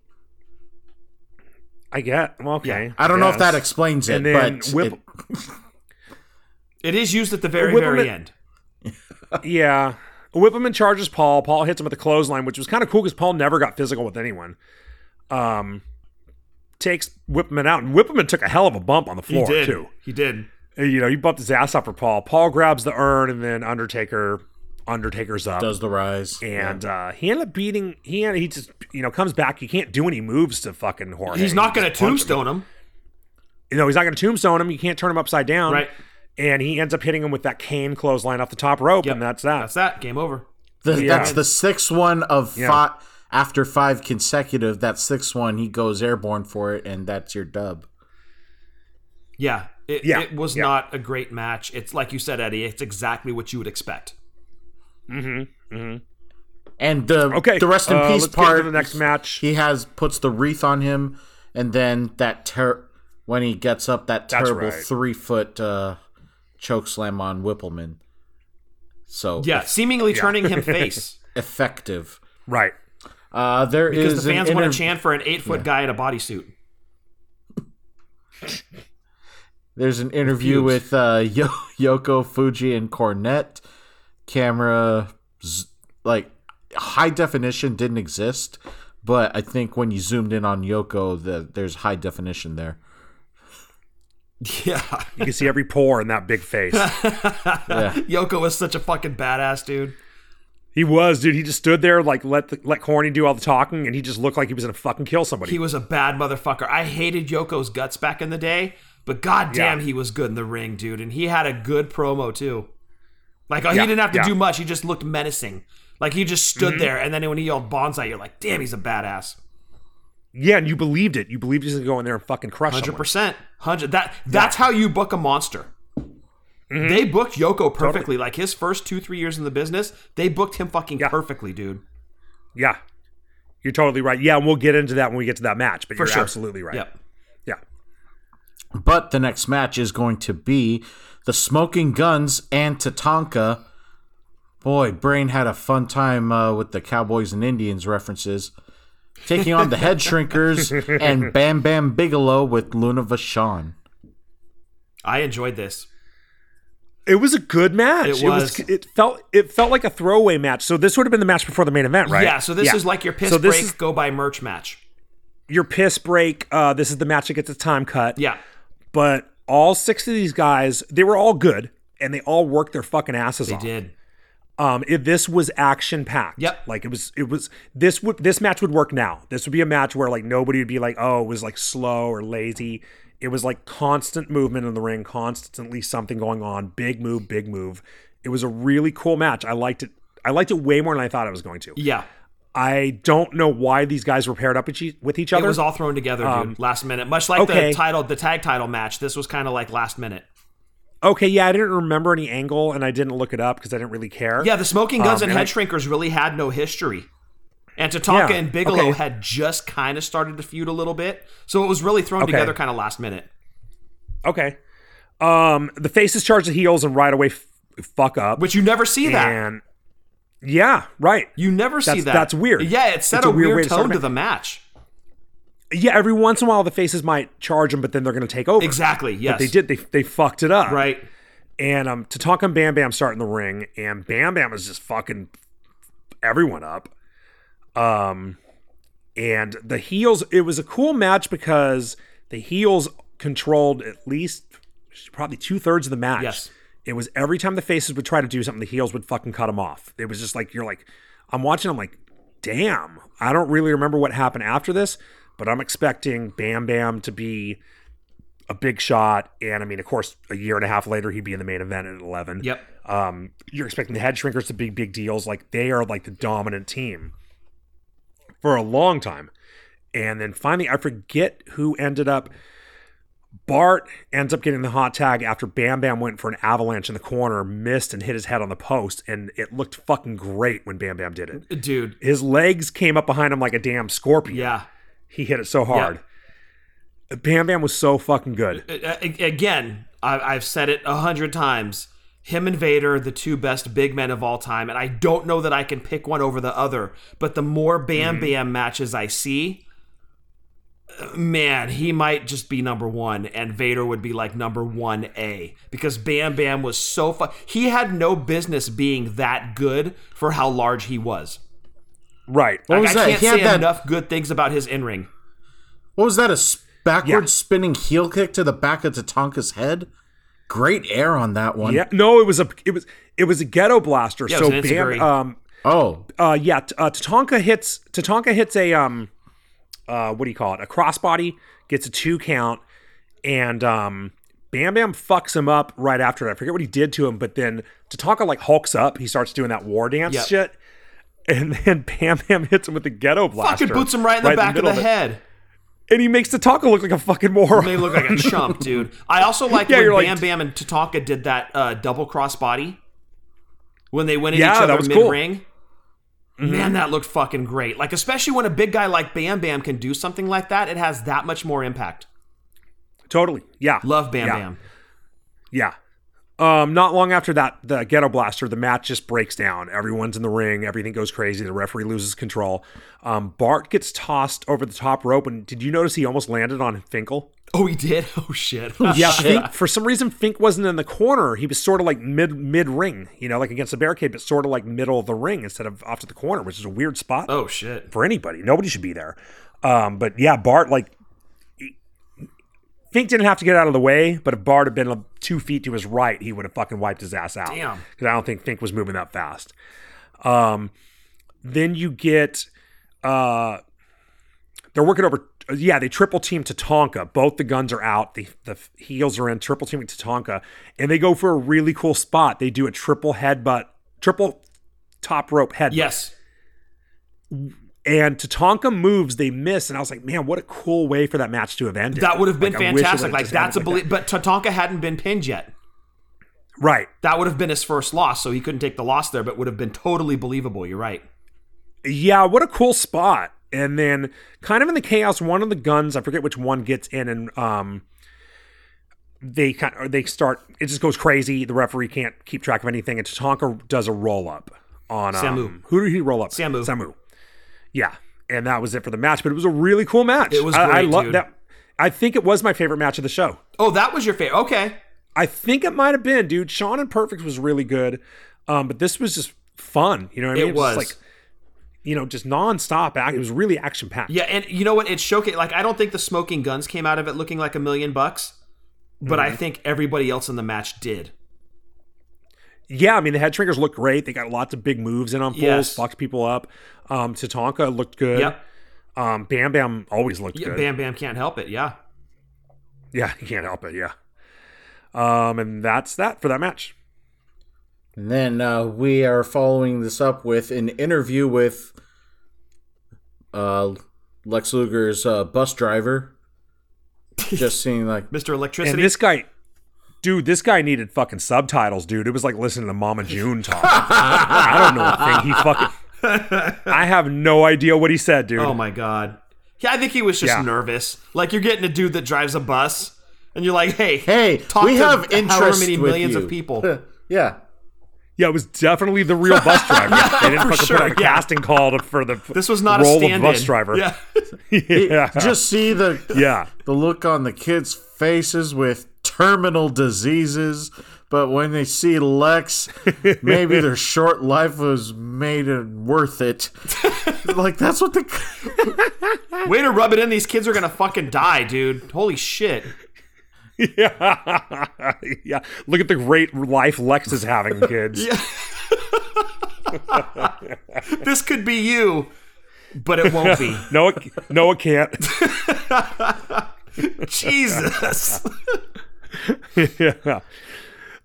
S4: I get. Well, okay.
S2: I don't know if
S4: guess.
S2: that explains it,
S4: And then
S2: but
S4: Whip-
S2: it-
S3: It is used at the very
S4: Whippleman-
S3: very end.
S4: Yeah. Whippleman charges Paul. Paul hits him with the clothesline, which was kind of cool because Paul never got physical with anyone. Um, takes Whippleman out, and Whippleman took a hell of a bump on the
S3: He
S4: floor
S3: did.
S4: too.
S3: He did.
S4: You know, he bumped his ass up for Paul. Paul grabs the urn, and then Undertaker, Undertaker's up,
S2: does the rise.
S4: and uh, he ended up beating. He ended, he just you know comes back. You can't do any moves to fucking Jorge.
S3: He's not going to
S4: to
S3: tombstone him,
S4: You know, he's not going to tombstone him. You can't turn him upside down.
S3: right?
S4: And he ends up hitting him with that cane clothesline off the top rope,
S3: Yep.
S4: and that's that.
S3: That's that. Game over.
S2: The-
S4: Yeah.
S2: That's the sixth one of
S4: Yeah.
S2: five. after five consecutive, that sixth one, he goes airborne for it, and that's your dub.
S3: Yeah. It,
S4: Yeah,
S3: it was
S4: yeah.
S3: not a great match. It's like you said, Eddie, it's exactly what you would expect.
S4: Mm-hmm. Mm-hmm.
S2: And the
S4: Okay.
S2: the rest in
S4: uh,
S2: peace
S4: let's
S2: part.
S4: Get into the next match.
S2: he has puts the wreath on him, and then that ter- when he gets up that
S4: That's
S2: terrible
S4: right.
S2: three foot uh, choke slam on Whippleman. So
S3: Yeah, seemingly turning him face
S2: effective.
S4: right.
S2: Uh, there is
S3: because the
S2: an
S3: fans want
S2: interv-
S3: to chant for an eight foot guy in a bodysuit.
S2: There's an interview
S3: Refuse.
S2: with uh, Yo- Yoko Fuji and Cornette. Camera, z- like high definition, didn't exist, but I think when you zoomed in on Yoko, the, there's high definition there.
S3: Yeah.
S4: You can see every pore in that big face.
S3: Yoko was such a fucking badass, dude.
S4: he was, dude. He just stood there, like let the, let Corny do all the talking, and he just looked like he was gonna fucking kill somebody.
S3: He was a bad motherfucker. I hated Yoko's guts back in the day, but goddamn,
S4: Yeah.
S3: he was good in the ring, dude. And he had a good promo too. Like oh, he
S4: Yeah,
S3: didn't have to
S4: yeah. Mm-hmm.
S3: do much. He just looked menacing. Like he just stood there, and then when he yelled bonsai, you're like, damn, he's a badass.
S4: yeah, and you believed it. You believed he was gonna go in there and fucking crush
S3: Hundred
S4: someone.
S3: percent, hundred. That that's how you book a monster.
S4: Mm-hmm.
S3: They booked Yoko perfectly. Like his first two, three years in the business, they booked him fucking
S4: Yeah.
S3: perfectly, dude.
S4: Yeah, you're totally right. Yeah, and we'll get into that when we get to that match. But
S3: For
S4: you're
S3: sure,
S4: absolutely right.
S3: Yep.
S4: Yeah.
S2: But the next match is going to be the Smoking Guns and Tatanka. Boy, Brain had a fun time uh, with the Cowboys and Indians references. Taking on the Head Shrinkers and Bam Bam Bigelow with Luna Vachon.
S3: I enjoyed this.
S4: It was a good match.
S3: It was.
S4: It, felt. It felt like a throwaway match. So this would have been the match before the main event, right?
S3: Yeah. So this is like your piss
S4: So this
S3: break
S4: is-
S3: go by merch match.
S4: your piss break. Uh, this is the match that gets a time cut.
S3: Yeah.
S4: But all six of these guys, they were all good, and they all worked their fucking asses
S3: They
S4: off.
S3: did.
S4: Um, it, this was action packed.
S3: Yep.
S4: Like it was. It was. This would. This match would work now. This would be a match where like nobody would be like, oh, it was like slow or lazy. It was like constant movement in the ring, constantly something going on. Big move, big move. It was a really cool match. I liked it. I liked it way more than I thought I was going to.
S3: Yeah.
S4: I don't know why these guys were paired up with each, with each
S3: It
S4: other. Um,
S3: was all thrown together, dude. Last minute, much like
S4: okay.
S3: the title, the tag title match. This was kind of like last minute.
S4: okay, yeah, I didn't remember any angle and I didn't look it up because I didn't really care.
S3: Yeah, the Smoking Guns
S4: Um,
S3: and
S4: and
S3: Head Shrinkers really had no history. And Tatanka
S4: Yeah,
S3: and Bigelow
S4: okay.
S3: had just kind of started to feud a little bit. So it was really thrown
S4: Okay.
S3: together kind of last minute.
S4: Okay. Um, the faces charge the heels and right away f- fuck up.
S3: Which you never see that.
S4: and yeah, right.
S3: You never see
S4: That's-
S3: that.
S4: that's weird.
S3: Yeah, it set
S4: It's
S3: a,
S4: a weird
S3: weird,
S4: way to start a
S3: tone to
S4: match.
S3: the match.
S4: Yeah, every once in a while the faces might charge them, but then they're going to take over.
S3: Exactly. Yes.
S4: They did. They they fucked it up.
S3: Right.
S4: And um, Tatanka and Bam Bam start in the ring, and Bam Bam is just fucking everyone up. Um, and the heels. It was a cool match because the heels controlled at least probably two thirds of the match.
S3: Yes.
S4: It was every time the faces would try to do something, the heels would fucking cut them off. It was just like you're like, I'm watching. I'm like, damn, I don't really remember what happened after this, but I'm expecting Bam Bam to be a big shot. And I mean, of course, a year and a half later, he'd be in the main event at 11.
S3: Yep.
S4: Um, you're expecting the head shrinkers to be big deals. Like they are like the dominant team for a long time. And then finally, I forget who ended up. Bart ends up getting the hot tag after Bam Bam went for an avalanche in the corner, missed and hit his head on the post, and it looked fucking great when Bam Bam did it.
S3: Dude.
S4: His legs came up behind him like a damn scorpion.
S3: Yeah.
S4: He hit it so hard. Bam Bam was so fucking good.
S3: A- a- again, I- I've said it a hundred times. Him and Vader, the two best big men of all time, and I don't know that I can pick one over the other. But the more Bam Bam matches I see, uh, man, he might just be number one, and Vader would be like number one A because Bam Bam was so fun. He had no business being that good for how large he was.
S4: Right.
S2: What
S3: Like,
S2: was
S3: I
S2: that?
S3: can't
S2: He had
S3: say
S2: that-
S3: enough good things about his in ring.
S2: What was that? A s- backward
S4: Yeah.
S2: spinning heel kick to the back of Tatanka's head? Great air on that one.
S4: Yeah, no, it was a it was it was a ghetto blaster.
S3: Yeah, it
S4: so
S3: was an
S4: Bam,
S3: Enziguri.
S4: um,
S2: Oh,
S4: uh, yeah, t- uh, Tatanka hits Tatanka hits a um, uh, what do you call it? A crossbody gets a two count, and um, Bam Bam fucks him up right after it. I forget what he did to him, but then Tatanka like hulks up. He starts doing that war dance
S3: Yep.
S4: shit, and then Pam Pam hits him with the ghetto blaster.
S3: Fucking boots him right in the back
S4: middle
S3: of the
S4: it.
S3: head.
S4: and he makes Tatanka look like a fucking moron.
S3: They look like a chump, dude. I also like
S4: Yeah,
S3: when
S4: you're like-
S3: Bam Bam and Tatanka did that uh, double cross body when they went at
S4: Yeah,
S3: each
S4: that
S3: other
S4: was cool. Mm-hmm.
S3: mid ring. Man, that looked fucking great. Like, especially when a big guy like Bam Bam can do something like that, it has that much more impact.
S4: totally, yeah.
S3: Love Bam
S4: Yeah.
S3: Bam.
S4: Yeah. Um, not long after that, the ghetto blaster, the match just breaks down. Everyone's in the ring. Everything goes crazy. The referee loses control. Um, Bart gets tossed over the top rope. And did you notice he almost landed on Finkel?
S3: Oh, he did. Oh shit.
S4: Yeah. Fink, for some reason, Fink wasn't in the corner. He was sort of like mid mid ring, you know, like against the barricade, but sort of like middle of the ring instead of off to the corner, which is a weird spot
S3: oh shit.
S4: for anybody. Nobody should be there. Um, but yeah, Bart like he- Fink didn't have to get out of the way, but if Bart had been uh, two feet to his right, he would have fucking wiped his ass out.
S3: Damn.
S4: because I don't think Fink was moving that fast. Um, then you get uh, they're working over. Yeah, they triple team Tatanka. Both the guns are out. The the heels are in. Triple teaming Tatanka, and they go for a really cool spot. They do a triple headbutt, triple top rope headbutt.
S3: Yes.
S4: And Tatanka moves, they miss, and I was like, man, what a cool way for that match to have ended.
S3: That would have been
S4: Like, I wish it
S3: fantastic.
S4: would've
S3: Like
S4: just
S3: that's a
S4: ended
S3: belie
S4: like
S3: but Tatanka hadn't been pinned yet.
S4: that. right.
S3: That would have been his first loss, so he couldn't take the loss there, but would have been totally believable. You're right.
S4: Yeah, what a cool spot. And then, kind of in the chaos, one of the guns, I forget which one, gets in, and um, they kind of, they start. It just goes crazy. The referee can't keep track of anything, and Tatanka does a roll up on um,
S3: Samu.
S4: Who did he roll up?
S3: Samu.
S4: Samu. Yeah, and that was it for the match. But it was a really cool match.
S3: It was
S4: I, I
S3: great,
S4: love
S3: dude.
S4: that. I think it was my favorite match of the show.
S3: Oh, that was your favorite. Okay.
S4: I think it might have been, dude. Sean and Perfect was really good, um, but this was just fun. You know what I mean?
S3: It was.
S4: just like you know, just nonstop. Act. It was really action packed.
S3: Yeah, and you know what? It showcased. Like, I don't think the smoking guns came out of it looking like a million bucks, but
S4: Mm-hmm.
S3: I think everybody else in the match did.
S4: yeah. I mean, the head shrinkers looked great. They got lots of big moves in on fools,
S3: Yes.
S4: fucked people up. Um, Tatanka looked good.
S3: Yep.
S4: Um, Bam Bam always looked
S3: Yeah,
S4: good.
S3: Bam Bam can't help it. Yeah.
S4: Yeah, you can't help it. Yeah. Um, and that's that for that match.
S2: And then uh, we are following this up with an interview with uh, Lex Luger's uh, bus driver. Just seeing like
S3: Mr. Electricity.
S4: And this guy, dude, this guy needed fucking subtitles, dude. It was like listening to Mama June talk. I don't know a thing he fucking. I have no idea what he said, dude.
S3: oh my god. Yeah, I think he was just
S4: Yeah.
S3: nervous. Like you're getting a dude that drives a bus, and you're like, hey,
S2: Hey,
S3: talk
S2: we
S3: to
S2: have interest
S3: however many
S2: with
S3: millions
S2: you.
S3: of people.
S2: yeah.
S4: Yeah, it was definitely the real bus driver. they didn't
S3: for
S4: fucking
S3: sure,
S4: put out a
S3: yeah.
S4: casting call to, for the
S3: This was not
S4: role
S3: a stand-in.
S4: of bus driver.
S3: Yeah.
S4: yeah.
S2: Just see the
S4: yeah.
S2: the look on the kids' faces with terminal diseases. But when they see Lex, maybe their short life was made it worth it. like that's what the
S3: Way to rub it in. These kids are gonna fucking die, dude. Holy shit.
S4: Yeah. yeah. Look at the great life Lex is having, kids.
S3: This could be you, but it won't be.
S4: No, it, no, it can't.
S3: Jesus.
S4: yeah.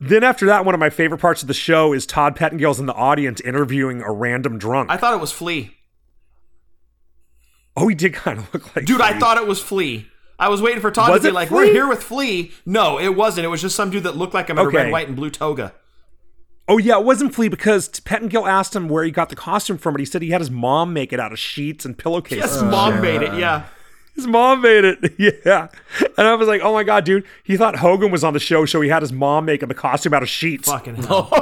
S4: Then after that, one of my favorite parts of the show is Todd Pettingill's in the audience interviewing a random drunk.
S3: I thought it was Flea.
S4: oh, he did kind of look like
S3: Dude, I
S4: Flea.
S3: thought it was Flea. I was waiting for Todd
S4: Was
S3: to
S4: it
S3: be like,
S4: Flea?
S3: "We're here with Flea." No, it wasn't. It was just some dude that looked like him in
S4: Okay.
S3: a red, white, and blue toga.
S4: Oh yeah, it wasn't Flea because Pettingill asked him where he got the costume from, and he said he had his mom make it out of sheets and pillowcases.
S3: Yes, mom made it. Yeah,
S4: His mom made it. Yeah. And I was like, oh my God, dude. He thought Hogan was on the show, so he had his mom make him a costume out of sheets.
S3: fucking hell.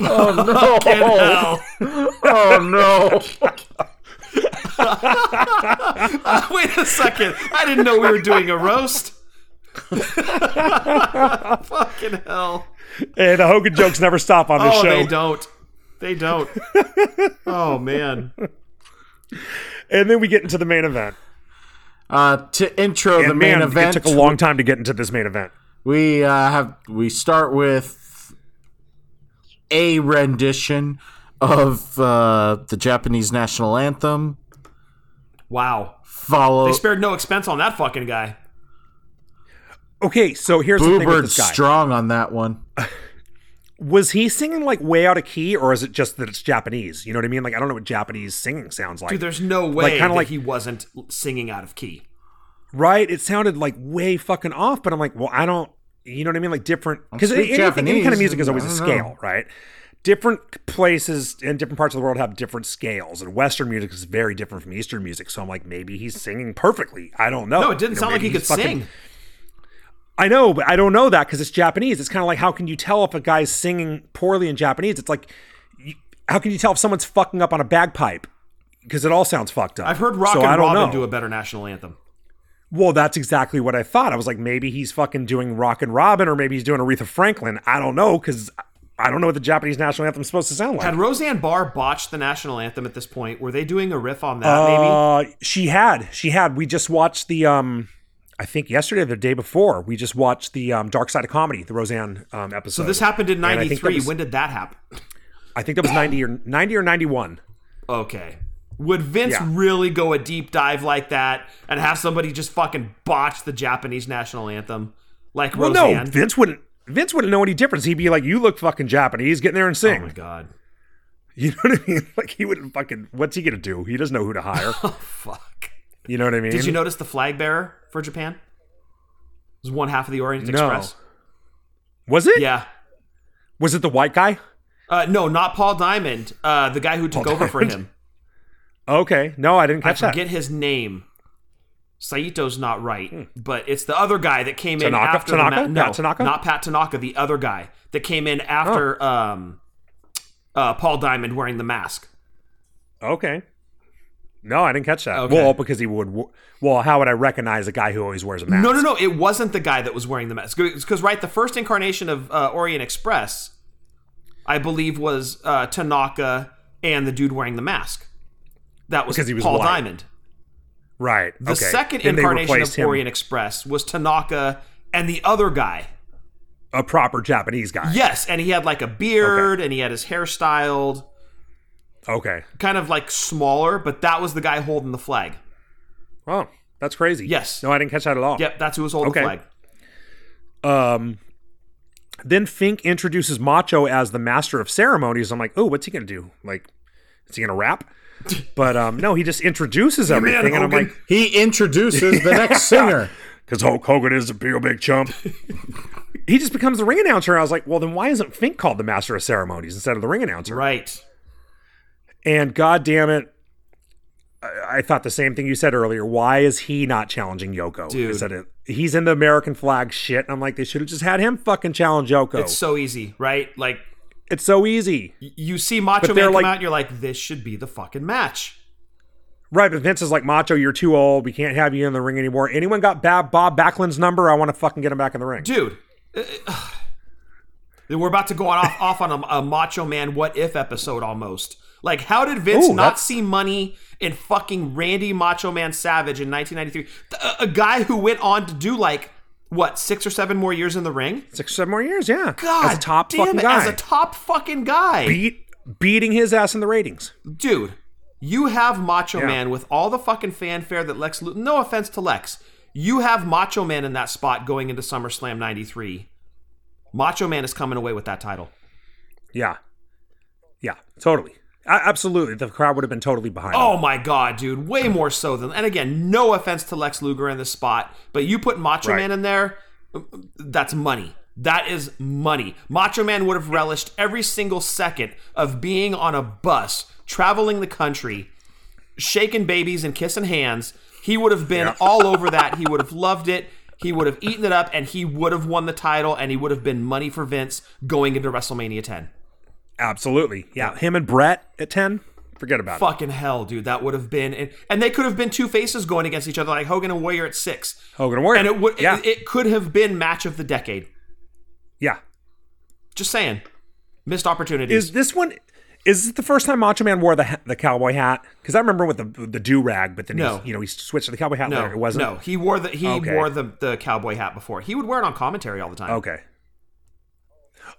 S2: oh no
S3: hell.
S2: oh no
S3: Wait a second. I didn't know we were doing a roast. fucking hell.
S4: And the Hogan jokes never stop on this
S3: Oh,
S4: show.
S3: they don't. They don't. Oh man.
S4: And then we get into the main event.
S2: Uh, to intro the
S4: And
S2: main
S4: man,
S2: event,
S4: It took a long time to get into this main event.
S2: we uh, have we start with a rendition of uh, the Japanese national anthem,
S3: Wow. They
S2: followed
S3: spared no expense on that fucking guy.
S4: Okay, so here's the thing with
S2: Bluebird
S4: this guy.
S2: strong on that one.
S4: was he singing like way out of key, or is it just that it's Japanese? You know what I mean? Like I don't know what Japanese singing sounds like.
S3: Dude, there's no way
S4: kinda
S3: that
S4: like-
S3: he wasn't singing out of key.
S4: right? It sounded like way fucking off, but I'm like, well, I don't, you know what I mean? Like different, because
S2: speak
S4: any kind
S2: Japanese,
S4: of music is
S2: and
S4: always
S2: I
S4: a
S2: don't know.
S4: scale, right? Different places and different parts of the world have different scales, and Western music is very different from Eastern music. So I'm like, maybe he's singing perfectly. I don't know.
S3: No, it didn't
S4: You know,
S3: sound like
S4: Oh, maybe
S3: he could
S4: he's fucking-
S3: sing.
S4: I know, but I don't know that because it's Japanese. It's kind of like how can you tell if a guy's singing poorly in Japanese? It's like, you, how can you tell if someone's fucking up on a bagpipe? Because it all sounds fucked up.
S3: I've heard Rock
S4: So I
S3: and
S4: don't
S3: Robin
S4: know.
S3: do a better national anthem.
S4: Well, that's exactly what I thought. I was like, maybe he's fucking doing Rock and Robin, or maybe he's doing Aretha Franklin. I don't know because I don't know what the Japanese national anthem is supposed to sound like.
S3: Had Roseanne Barr botched the national anthem at this point? Were they doing a riff on that? maybe.
S4: Uh, she had, she had. We just watched the, um, I think yesterday or the day before, we just watched the um, Dark Side of Comedy, the Roseanne um, episode.
S3: So this happened in
S4: I think that
S3: '93.
S4: was-
S3: When did that happen?
S4: I think that was ninety or ninety or ninety one.
S3: Okay. Would Vince
S4: Yeah.
S3: really go a deep dive like that and have somebody just fucking botch the Japanese national anthem like
S4: Well, no,
S3: Roseanne?
S4: Vince wouldn't. Vince wouldn't know any difference. He'd be like, "You look fucking Japanese. Get in there and
S3: Oh
S4: sing."
S3: my god.
S4: you know what I mean? Like he wouldn't fucking. What's he gonna do? He doesn't know who to hire.
S3: Fuck.
S4: you know what I mean?
S3: Did you notice the flag bearer for Japan? It was one half of the Orient
S4: No.
S3: Express.
S4: Was it?
S3: Yeah.
S4: Was it the white guy?
S3: Uh, no, not Paul Diamond. Uh, the guy who took
S4: Paul
S3: over for
S4: Diamond?
S3: him.
S4: Okay. No, I didn't
S3: I
S4: catch that.
S3: forget his name. Saito's not right, but it's the other guy that came in
S4: Hmm. Tanaka?
S3: after
S4: Tanaka?
S3: The ma- no,
S4: Pat Tanaka? Oh.
S3: not Pat Tanaka, the other guy that came in after um, uh, Paul Diamond wearing the mask.
S4: Okay. No, I didn't catch that.
S3: Okay.
S4: Well, because he would. Well, how would I recognize a guy who always wears a mask?
S3: No, no, no, it wasn't the guy that was wearing the mask. Because right, the first incarnation of uh, Orient Express, I believe, was uh, Tanaka and the dude wearing the mask. That was,
S4: Because he was
S3: Paul
S4: white.
S3: Diamond.
S4: Right.
S3: The
S4: okay.
S3: second
S4: Then they
S3: incarnation of
S4: replaced him,
S3: Orient Express was Tanaka and the other guy.
S4: a proper Japanese guy.
S3: Yes, and he had like a beard and he had his hair styled,
S4: Okay.
S3: kind of like smaller, but that was the guy holding the flag.
S4: Oh, that's crazy.
S3: Yes.
S4: No, I didn't catch that at all.
S3: Yep, that's who was holding
S4: Okay.
S3: the flag.
S4: Um. Then Fink introduces Macho as the master of ceremonies. I'm like, oh, what's he gonna do? Like, is he gonna rap? But um, no, he just introduces everything, and I'm
S1: Hogan.
S4: like,
S2: He introduces the next singer.
S4: because Hulk Hogan is a real big chump. he just becomes the ring announcer. I was like, well, then why isn't Fink called the master of ceremonies instead of the ring announcer?
S3: Right.
S4: And God damn it, I, I thought the same thing you said earlier. Why is he not challenging Yoko?
S3: Dude.
S4: Is that it? He's in the American flag shit. And I'm like, they should have just had him fucking challenge Yoko.
S3: It's
S4: It's,
S3: so easy, right? Like
S4: so easy.
S3: y- you see Macho
S4: But
S3: Man
S4: they're
S3: come
S4: like-
S3: out, and you're like, this should be the fucking match.
S4: Right, but Vince is like, Macho, you're too old. We can't have you in the ring anymore. Anyone got Bob, Bob Backlund's number? I want to fucking get him back in the ring.
S3: Dude. uh, uh, We're about to go on off, off on a, a Macho Man what if episode almost. Like, how did Vince
S4: Ooh,
S3: not
S4: that's-
S3: see money in fucking Randy Macho Man Savage in 1993? A, a guy who went on to do like what six or seven more years in the ring.
S4: Six, seven more years, yeah.
S3: God
S4: as a top
S3: damn
S4: fucking
S3: it,
S4: guy.
S3: as a top fucking guy,
S4: Beat, beating his ass in the ratings.
S3: dude. You have Macho
S4: Yeah.
S3: Man with all the fucking fanfare that Lex. Luthor, no offense to Lex, you have Macho Man in that spot going into SummerSlam '93. Macho Man is coming away with that title.
S4: Yeah. Yeah, totally. A- absolutely. The crowd would have been totally behind. him.
S3: Oh my god, dude, way more so than. And again, no offense to Lex Luger in this spot, but you put Macho
S4: Right.
S3: Man in there, that's money. That is money. Macho Man would have relished every single second of being on a bus, traveling the country, shaking babies and kissing hands. He would have been all over that. He would have loved it. He would have eaten it up, and he would have won the title, and he would have been money for Vince going into WrestleMania 10.
S4: Absolutely. Yeah. Him and Brett at 10. Forget about it.
S3: fucking hell, dude. That would have been, and, and they could have been two faces going against each other, like Hogan and Warrior at six,
S4: Hogan and Warrior.
S3: and it would,
S4: Yeah.
S3: it, it could have been match of the decade.
S4: yeah.
S3: Just saying, missed opportunities.
S4: Is this one? Is this the first time Macho Man wore the ha- the cowboy hat? Because I remember with the with the do rag, but then
S3: No.
S4: he, you know he switched to the cowboy hat
S3: no,
S4: later. It wasn't.
S3: no. He wore the he
S4: Okay.
S3: wore the the cowboy hat before. He would wear it on commentary all the time.
S4: Okay.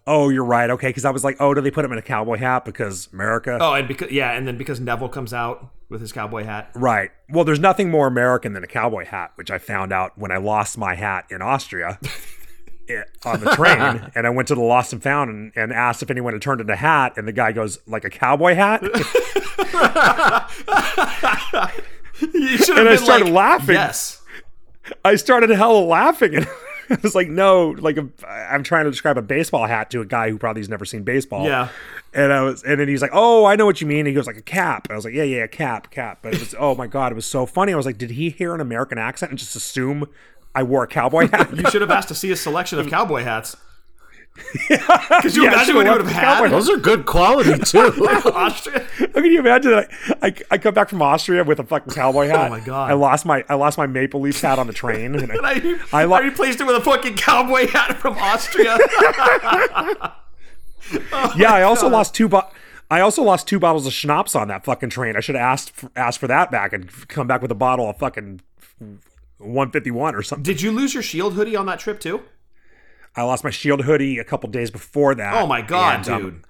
S4: Oh, you're right. Okay, because I was like, oh, do they put him in a cowboy hat because America?
S3: Oh, and because yeah, and then because Neville comes out with his cowboy hat.
S4: Right. Well, there's nothing more American than a cowboy hat, which I found out when I lost my hat in Austria. it- on the train and I went to the lost and found and, and asked if anyone had turned in a hat and the guy goes like a cowboy hat
S3: You should have
S4: And I
S3: been
S4: started
S3: like,
S4: laughing.
S3: Yes.
S4: I started hella laughing and I was like no like a, I'm trying to describe a baseball hat to a guy who probably has never seen baseball
S3: Yeah.
S4: and I was and then he's like oh I know what you mean and he goes like a cap and I was like yeah yeah cap cap but it was oh my god it was so funny I was like did he hear an American accent and just assume I wore a cowboy hat
S3: You should have asked to see a selection of cowboy hats. Could you imagine what he would have had?
S2: Those are good quality too.
S3: Austria?
S4: How can you imagine that? I, I, I come back from Austria with a fucking cowboy hat.
S3: Oh my God.
S4: I lost my I lost my Maple Leafs hat on the train. And I,
S3: I,
S4: I lo-
S3: I replaced it with a fucking cowboy hat from Austria.
S4: yeah, I also lost two. Bo- I also lost two bottles of schnapps on that fucking train. I should have asked for, asked for that back and f- come back with a bottle of fucking. 151 or something.
S3: Did you lose your shield hoodie on that trip too?
S4: I lost my shield hoodie a couple days before that.
S3: Oh my god,
S4: And, um,
S3: dude.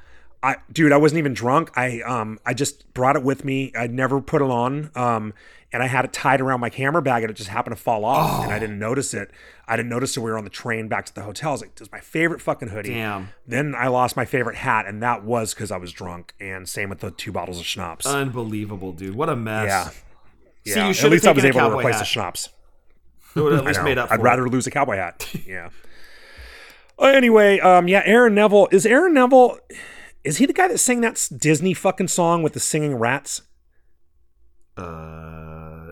S4: I dude, I wasn't even drunk. I um I just brought it with me. I never put it on. Um and I had it tied around my camera bag and it just happened to fall off and I didn't notice it. I didn't notice it. We were on the train back to the hotel. I was like, this is my favorite fucking hoodie.
S3: Damn.
S4: Then I lost my favorite hat, and that was because I was drunk. And same with the two bottles of schnapps.
S3: Uh, Unbelievable, dude. What a mess.
S4: yeah.
S3: See,
S4: Yeah.
S3: you
S4: At
S3: should
S4: least I
S3: have
S4: was
S3: taken
S4: able
S3: a
S4: to
S3: cowboy
S4: replace the
S3: hat.
S4: schnapps.
S3: It would at least
S4: know.
S3: made up for
S4: I'd
S3: it.
S4: rather lose a cowboy hat. Yeah. Uh, anyway, um, yeah, Aaron Neville is Aaron Neville. Is he the guy that sang that s- Disney fucking song with the singing rats?
S3: Uh,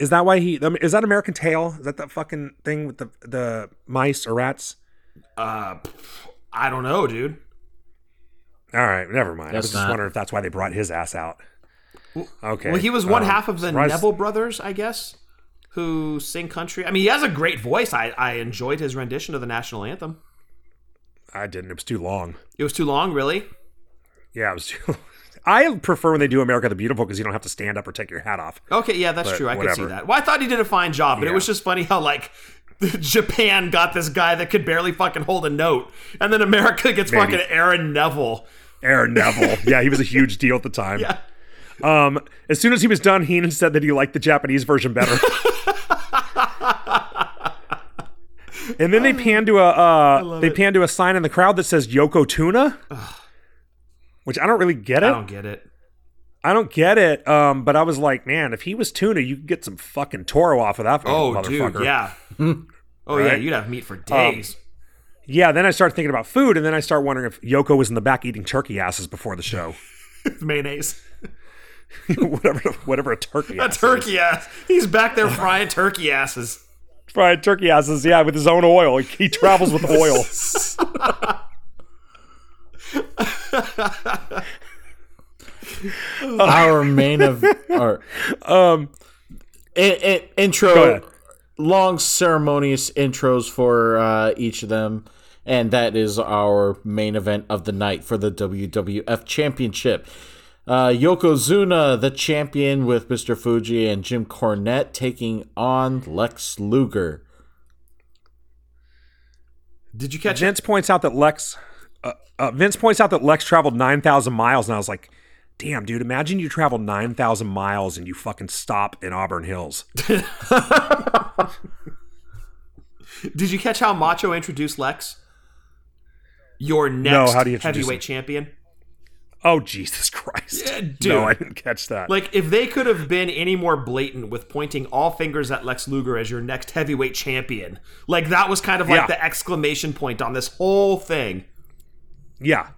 S4: Is that why he? I mean, is that American Tail? Is that that fucking thing with the the mice or rats?
S3: uh, I don't know, dude.
S4: All right, never mind. I
S2: That's
S4: was just
S2: not-
S4: wondering if that's why they brought his ass out. Okay.
S3: Well, he was one
S4: um,
S3: half of the
S4: surprised-
S3: Neville brothers, I guess, who sing country. I mean, he has a great voice. I, I enjoyed his rendition of the national anthem.
S4: I didn't. It was too long.
S3: It was too long, really.
S4: Yeah, it was too. I prefer when they do America the Beautiful because you don't have to stand up or take your hat off.
S3: Okay, yeah, that's
S4: But
S3: true. I could see
S4: whatever.
S3: that. Well, I thought he did a fine job, but it
S4: Yeah.
S3: was just funny how like Japan got this guy that could barely fucking hold a note, and then America gets
S4: Maybe.
S3: fucking Aaron Neville.
S4: Aaron Neville. yeah, he was a huge deal at the time.
S3: Yeah.
S4: Um, as soon as he was done, Heenan said that he liked the Japanese version better. and then they pan to a uh, they
S3: Oh. it.
S4: pan to a sign in the crowd that says Yoko Tuna, which I don't really get it.
S3: I don't get it.
S4: get it. Um, but I was like, man, if he was tuna, you could get some fucking Toro off of that fucking
S3: Oh,
S4: motherfucker.
S3: dude, yeah. oh yeah,
S4: Right? Um,
S3: you'd have meat for days.
S4: yeah. Then I start thinking about food, and then I start wondering if Yoko was in the back eating turkey asses before the show,
S3: Mayonnaise,
S4: whatever, whatever a turkey.
S3: a
S4: ass is.
S3: turkey ass. He's back there frying turkey asses.
S4: fried turkey asses. Yeah, with his own oil. He travels with oil.
S2: Our main of our
S4: Um,
S2: it, it,
S4: Go
S2: intro
S4: ahead.
S2: long ceremonious intros for uh, each of them and that is our main event of the night for the WWF championship uh, Yokozuna the champion with Mr. Fuji and Jim Cornette taking on Lex Luger
S3: Did you catch it?
S4: Vince points out that Lex. Uh, uh, Vince points out that Lex traveled nine thousand miles, and I was like, "Damn, dude! Imagine you travel nine thousand miles and you fucking stop in Auburn Hills."
S3: Did you catch how Macho introduced Lex? Your
S4: No,
S3: next
S4: how do you introduce
S3: heavyweight champion.
S4: Oh Jesus Christ!
S3: Yeah, dude.
S4: No, I didn't catch that.
S3: Like, if they could have been any more blatant with pointing all fingers at Lex Luger as your next heavyweight champion, like, that was kind of like
S4: Yeah.
S3: the exclamation point on this whole thing.
S4: yeah,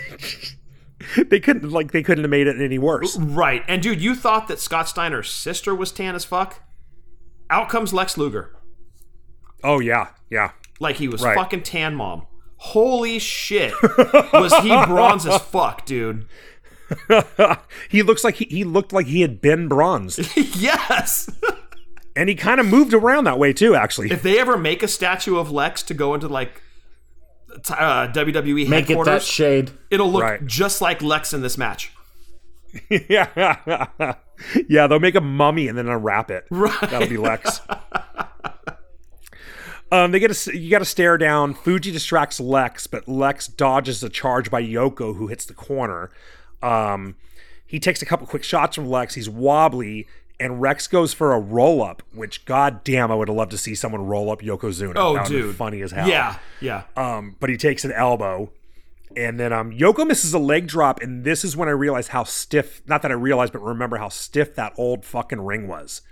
S4: they couldn't like they couldn't have made it any worse.
S3: Right. And, dude, you thought that Scott Steiner's sister was tan as fuck? Out comes Lex Luger.
S4: Oh yeah, yeah.
S3: Like, he was
S4: Right.
S3: fucking tan mom. Holy shit. was he bronze as fuck, dude?
S4: he looks like he, he looked like he had been bronzed,
S3: yes.
S4: and he kind of moved around that way too. Actually,
S3: if they ever make a statue of Lex to go into, like, t- uh, WWE
S2: make it that
S3: headquarters,
S2: shade
S3: it'll look
S4: Right.
S3: just like Lex in this match.
S4: yeah, yeah. They'll make a mummy and then unwrap it.
S3: Right.
S4: That'll be Lex. um, they get a s- you got to stare down. Fuji distracts Lex, but Lex dodges a charge by Yoko, who hits the corner. Um, he takes a couple quick shots from Lex. He's wobbly, and Rex goes for a roll up, which goddamn, I would have loved to see someone roll up Yokozuna.
S3: Oh,
S4: that would've been
S3: dude.
S4: funny as hell.
S3: Yeah, yeah.
S4: Um, but he takes an elbow, and then um, Yoko misses a leg drop, and this is when I realized how stiff. Not that I realized, but remember how stiff that old fucking ring was.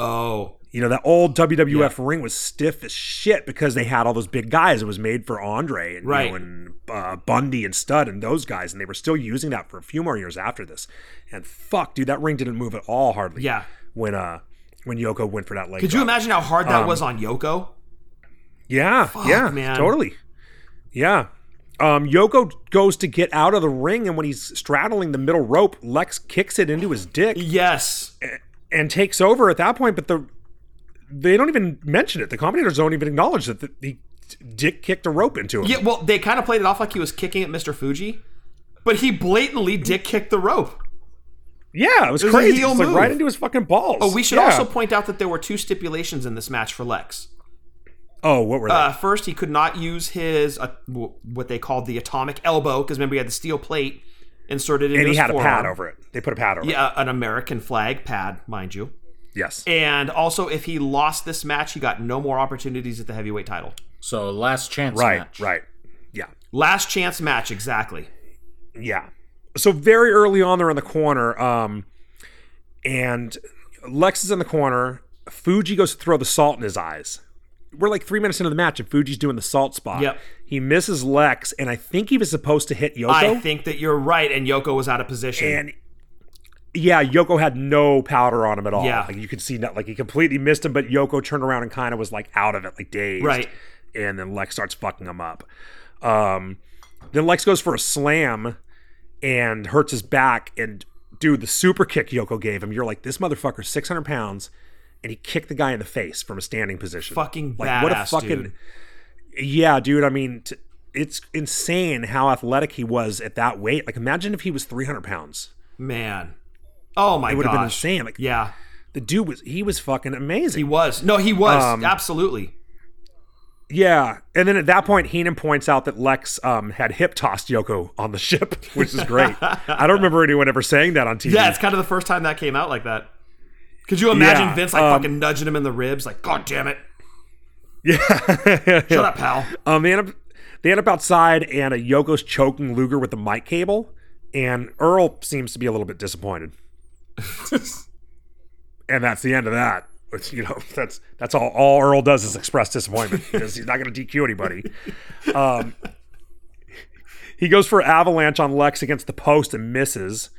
S3: Oh,
S4: You know, that old WWF ring was stiff as shit because they had all those big guys. It was made for Andre and, you
S3: Right.
S4: know, and uh, Bundy and Stud and those guys, and they were still using that for a few more years after this. And fuck, dude, that ring didn't move at all hardly.
S3: Yeah.
S4: When uh when Yoko went for that leg.
S3: could you
S4: drop.
S3: imagine how hard
S4: Um,
S3: that was on Yoko?
S4: Yeah, yeah,
S3: man.
S4: totally. Yeah. Um, Yoko goes to get out of the ring, and when he's straddling the middle rope, Lex kicks it into his dick
S3: Yes.
S4: and takes over at that point. But the they don't even mention it. The commentators don't even acknowledge that the, the dick kicked a rope into him.
S3: Yeah. Well, they kind of played it off like he was kicking at Mr. Fuji, but he blatantly dick kicked the rope.
S4: Yeah, it was
S3: was a
S4: crazy.
S3: heel
S4: It's like
S3: move.
S4: right into his fucking balls.
S3: Oh, we should
S4: Yeah.
S3: also point out that there were two stipulations in this match for Lex.
S4: Oh, what were they?
S3: Uh, first, he could not use his uh, w- what they called the atomic elbow because remember he had the steel plate inserted into
S4: and he
S3: his
S4: had a pad
S3: forearm.
S4: over it. They put a pad over it.
S3: Yeah, an American flag pad, mind you.
S4: Yes.
S3: And also, if he lost this match, he got no more opportunities at the heavyweight title.
S2: So last chance
S4: Right.
S2: match.
S4: Right. Yeah.
S3: Last chance match, exactly.
S4: Yeah. So very early on, they're in the corner, um, and Lex is in the corner. Fuji goes to throw the salt in his eyes. We're like three minutes into the match, and Fuji's doing the salt spot.
S3: Yep.
S4: He misses Lex, and I think he was supposed to hit Yoko.
S3: I think that you're right, and Yoko was out of position.
S4: and yeah, Yoko had no powder on him at all.
S3: Yeah.
S4: Like you could see that, like he completely missed him, but Yoko turned around and kind of was like out of it, like dazed.
S3: Right.
S4: And then Lex starts fucking him up. Um, then Lex goes for a slam and hurts his back. And dude, the super kick Yoko gave him, you're like, this motherfucker's 600 pounds. And he kicked the guy in the face from a standing position.
S3: Fucking
S4: like,
S3: badass,
S4: what a fucking.
S3: dude.
S4: Yeah, dude. I mean, t- it's insane how athletic he was at that weight. Like, imagine if he was 300 pounds.
S3: Man. Oh my
S4: It
S3: gosh.
S4: would have been insane. Like
S3: Yeah,
S4: the dude was he was fucking
S3: he
S4: amazing.
S3: was. No, he was.
S4: Um,
S3: Absolutely.
S4: yeah. And then at that point, Heenan points out that Lex um, had hip tossed Yoko on the ship, which is great. I don't remember anyone ever saying that on TV.
S3: Yeah, it's kind of the first time that came out like that. Could you imagine
S4: Yeah,
S3: Vince like
S4: um,
S3: fucking nudging him in the ribs, like "God damn it,
S4: yeah.
S3: shut up, pal."
S4: Um, they end up they end up outside, and uh Yoko's choking Luger with the mic cable, and Earl seems to be a little bit disappointed. and that's the end of that. Which you know, that's that's all. All Earl does is express disappointment because he's not going to DQ anybody. Um, he goes for avalanche on Lex against the post and misses,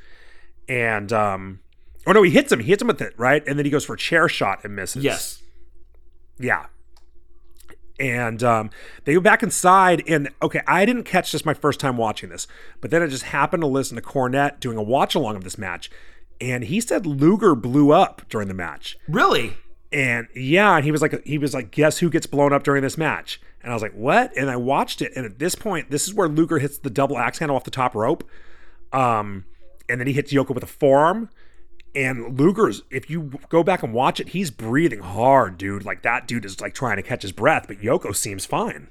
S4: and um, oh no, he hits him. He hits him with it right, and then he goes for a chair shot and misses.
S3: Yes.
S4: Yeah. And um, they go back inside, and okay, I didn't catch this my first time watching this, but then I just happened to listen to Cornette doing a watch along of this match, and he said Luger blew up during the match,
S3: Really?
S4: and yeah, and he was like, he was like, guess who gets blown up during this match? And I was like, what? And I watched it, and at this point, this is where Luger hits the double axe handle off the top rope, um, and then he hits Yoko with a forearm, and Luger's, if you go back and watch it, he's breathing hard, dude. Like that dude is like trying to catch his breath, but Yoko seems fine.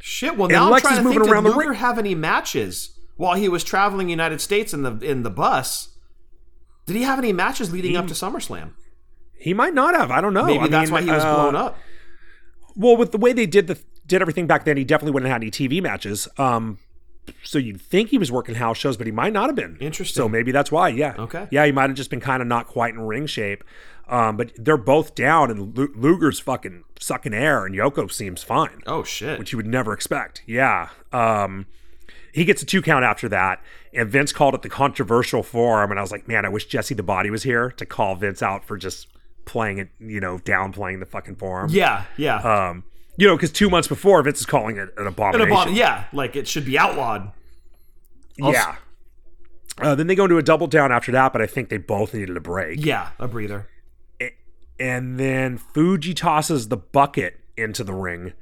S3: Shit. Well,
S4: And
S3: now I'm
S4: Lex
S3: trying
S4: is
S3: to
S4: moving
S3: think.
S4: around the
S3: did Luger
S4: ring.
S3: have any matches while he was traveling the United States in the in the bus? Did he have any matches leading up to SummerSlam?
S4: He might not have. I don't know.
S3: Maybe
S4: I
S3: that's
S4: mean,
S3: why he was
S4: uh,
S3: blown up.
S4: Well, with the way they did the did everything back then, he definitely wouldn't have had any TV matches. Um, so you'd think he was working house shows, but he might not have been.
S3: Interesting.
S4: So maybe that's why. Yeah.
S3: Okay.
S4: Yeah, he might have just been kind of not quite in ring shape. Um, but they're both down, and Lu- Luger's fucking sucking air, and Yoko seems fine
S3: Oh shit.
S4: which you would never expect. Yeah. Um, he gets a two count after that, and Vince called it the controversial forearm, and I was like, man, I wish Jesse the Body was here to call Vince out for just playing it, you know, downplaying the fucking forearm.
S3: yeah. Yeah.
S4: Um, you know, because two months before, Vince is calling it an
S3: An
S4: abomination.
S3: abom- yeah. Like it should be outlawed.
S4: yeah. Uh, then they go into a double down after that, but I think they both needed a break.
S3: Yeah. A breather.
S4: and then Fuji tosses the bucket into the ring,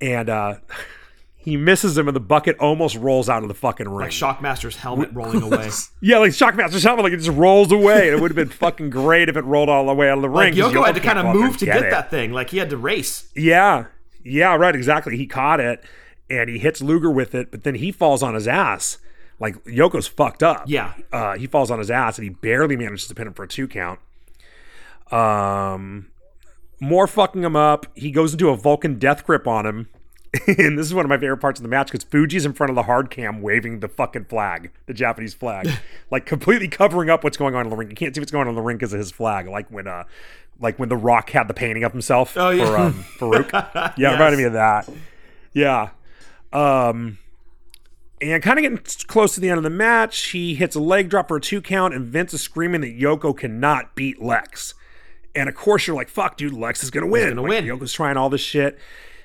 S4: and uh, he misses him, and the bucket almost rolls out of the fucking
S3: Like
S4: ring.
S3: Shockmaster's helmet rolling away.
S4: yeah, like Shockmaster's helmet, like it just rolls away. and it would have been fucking great if it rolled all the way out of the
S3: Like
S4: ring. 'cause
S3: Yoko had to
S4: can't
S3: kind
S4: go
S3: of
S4: up there
S3: move
S4: and
S3: to get
S4: it.
S3: that thing. Like he had to race.
S4: Yeah, yeah, right, exactly. He caught it, and he hits Luger with it, but then he falls on his ass. Like Yoko's fucked up.
S3: Yeah.
S4: uh, he falls on his ass, and he barely manages to pin him for a two count. Um, more fucking him up. He goes into a Vulcan death grip on him. and this is one of my favorite parts of the match because Fuji's in front of the hard cam waving the fucking flag, the Japanese flag, like completely covering up what's going on in the ring. You can't see what's going on in the ring because of his flag. Like when, uh, like when The Rock had the painting of himself
S3: Oh, yeah.
S4: for um, Farouk. Yeah, it reminded me of that. Yeah. Um, and kind of getting close to the end of the match, he hits a leg drop for a two count, and Vince is screaming that Yoko cannot beat Lex. And of course, you're like, fuck, dude, Lex is going to win.
S3: gonna
S4: Like,
S3: win.
S4: Yoko's trying all this shit.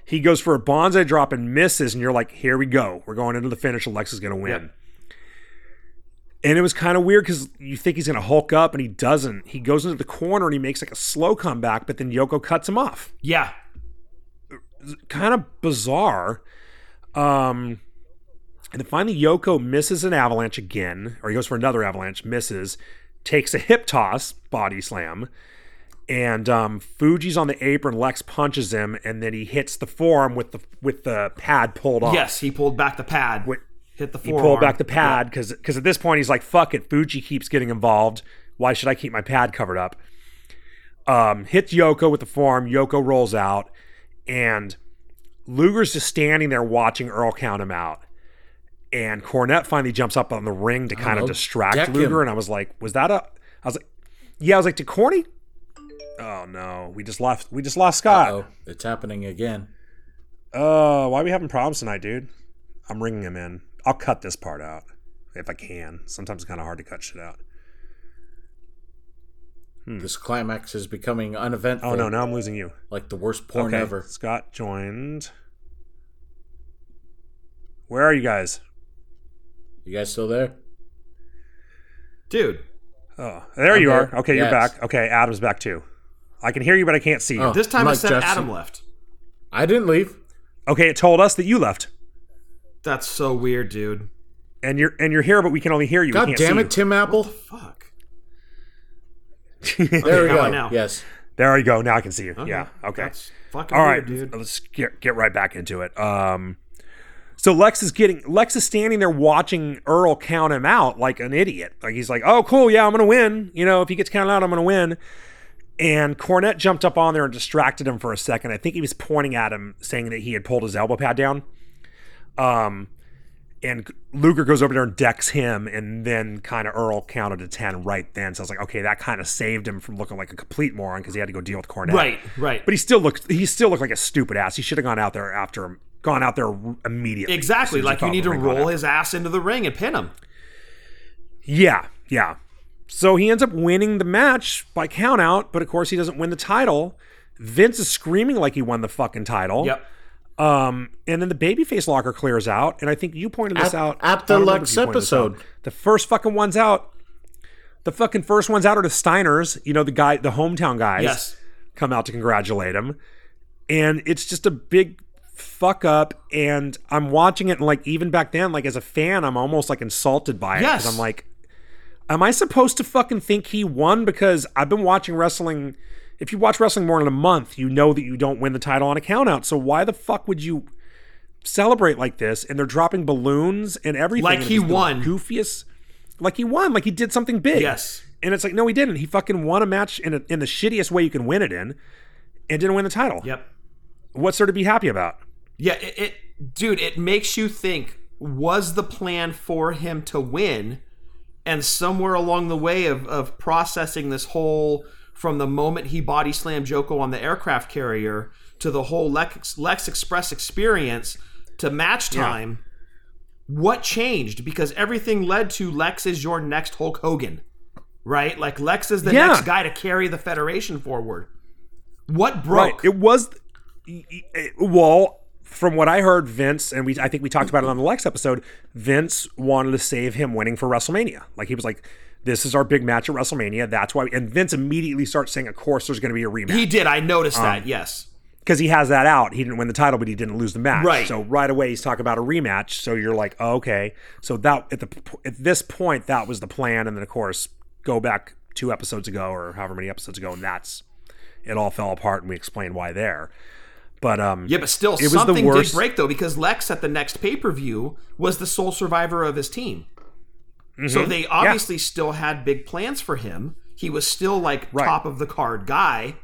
S4: He goes for a bonsai drop and misses, and you're like, here we go. We're going into the finish, and Lex is going to win.
S3: Yep.
S4: And it was kind of weird because you think he's going to Hulk up, and he doesn't. He goes into the corner and he makes like a slow comeback, but then Yoko cuts him off
S3: Yeah.
S4: kind of bizarre. Um, and then finally, Yoko misses an avalanche again, or he goes for another avalanche, misses, takes a hip toss, body slam, and um, Fuji's on the apron. Lex punches him, and then he hits the forearm with the with the pad pulled off.
S3: Yes, he pulled back the pad.
S4: Oh. Wait,
S3: hit the
S4: he
S3: forearm.
S4: pulled back the pad because at this point he's like, "Fuck it, Fuji keeps getting involved. Why should I keep my pad covered up?" Um, hits Yoko with the forearm. Yoko rolls out, and Luger's just standing there watching Earl count him out. And Cornette finally jumps up on the ring to kind
S2: know,
S4: of distract
S2: deck him.
S4: Luger, and I was like, "Was that a?" I was like, "Yeah." I was like, "Did Corny?" Oh no, we just lost. We just lost Scott.
S2: Oh, it's happening again.
S4: Uh, why are we having problems tonight, dude? I'm ringing him in. I'll cut this part out if I can. Sometimes it's kind of hard to cut shit out.
S2: This climax is becoming uneventful.
S4: Oh no, now I'm losing you.
S2: Like the worst porn
S4: okay,
S2: ever.
S4: Scott joined. Where are you guys?
S2: You guys still there?
S3: Dude,
S4: Oh, there
S2: I'm
S4: you
S2: here.
S4: are. Okay, you're
S2: Yes.
S4: back. Okay, Adam's back too. I can hear you, but I can't see you.
S2: Oh.
S3: this time
S2: Mike
S3: it said
S2: Jeffson.
S3: Adam left.
S2: I didn't leave.
S4: Okay, it told us that you left,
S3: That's so weird, dude.
S4: and you're and you're here, but we can only hear you. we
S2: God
S4: can't
S2: damn
S4: see
S2: it, Tim Apple.
S3: Oh, Fuck.
S4: you.
S2: There we
S3: how
S2: go.
S3: about now?
S2: Yes.
S4: there you go. Now I can see you. Yeah. Okay.
S3: That's fucking
S4: All right,
S3: weird, dude.
S4: let's get get right back into it. Um, so Lex is getting Lex is standing there watching Earl count him out like an idiot. Like he's like, "Oh, cool, yeah, I'm gonna win. You know, if he gets counted out, I'm gonna win." And Cornette jumped up on there and distracted him for a second. I think he was pointing at him, saying that he had pulled his elbow pad down. Um, and Luger goes over there and decks him, and then kind of Earl counted to ten right then. So I was like, okay, that kind of saved him from looking like a complete moron because he had to go deal with Cornette.
S3: Right, right.
S4: But he still looked he still looked like a stupid ass. He should have gone out there after him, gone out there immediately.
S3: exactly.
S4: as soon as he
S3: Like you
S4: caught
S3: need
S4: the
S3: to
S4: ring on
S3: roll
S4: it.
S3: his ass into the ring and pin him.
S4: Yeah, yeah. So he ends up winning the match by count out, but of course he doesn't win the title. Vince is screaming like he won the fucking title.
S3: Yep.
S4: Um, and then the babyface locker clears out, and I think you pointed this
S2: At-
S4: out
S2: at the
S4: I don't remember
S2: Lex
S4: if you pointed this out.
S2: episode.
S4: The first fucking ones out. The fucking first ones out are the Steiners. You know the guy, the hometown guys.
S3: Yes.
S4: come out to congratulate him. And it's just a big fuck up. And I'm watching it, and like even back then, like as a fan, I'm almost like insulted by it because
S3: Yes.
S4: I'm like, am I supposed to fucking think he won? Because I've been watching wrestling. If you watch wrestling more than a month, you know that you don't win the title on a count out. So why the fuck would you celebrate like this? And they're dropping balloons and everything.
S3: Like
S4: and
S3: he
S4: it's the
S3: won.
S4: Goofiest. Like he won. Like he did something big.
S3: Yes.
S4: And it's like, no, he didn't. He fucking won a match in, a, in the shittiest way you can win it in and didn't win the title.
S3: Yep.
S4: What's there to be happy about?
S3: Yeah, it, it dude, it makes you think was the plan for him to win and somewhere along the way of, of processing this whole from the moment he body slammed Joko on the aircraft carrier to the whole Lex, Lex Express experience to match time, what changed? Because everything led to Lex is your next Hulk Hogan, right? Like Lex is the
S4: Yeah.
S3: next guy to carry the Federation forward. What
S4: Right.
S3: broke?
S4: It was it- well, from what I heard, Vince and we I think we talked about it on the Lex episode. Vince wanted to save him winning for WrestleMania. Like he was like, "This is our big match at WrestleMania. That's why." And Vince immediately starts saying, "Of course, there's going to be a rematch."
S3: he did. I noticed
S4: Um,
S3: that. Yes.
S4: because he has that out. He didn't win the title, but he didn't lose the match.
S3: Right.
S4: So right away he's talking about a rematch. So you're like, oh, okay. So that at the p- at this point that was the plan, and then of course go back two episodes ago or however many episodes ago, and that's it all fell apart, and we explained why there. But um,
S3: Yeah, but still,
S4: was the
S3: something
S4: worst-
S3: did break though because Lex at the next pay per view was the
S4: Mm-hmm.
S3: sole survivor of his team. So they obviously still had big plans for him. He was still like
S4: Right.
S3: top of the card guy.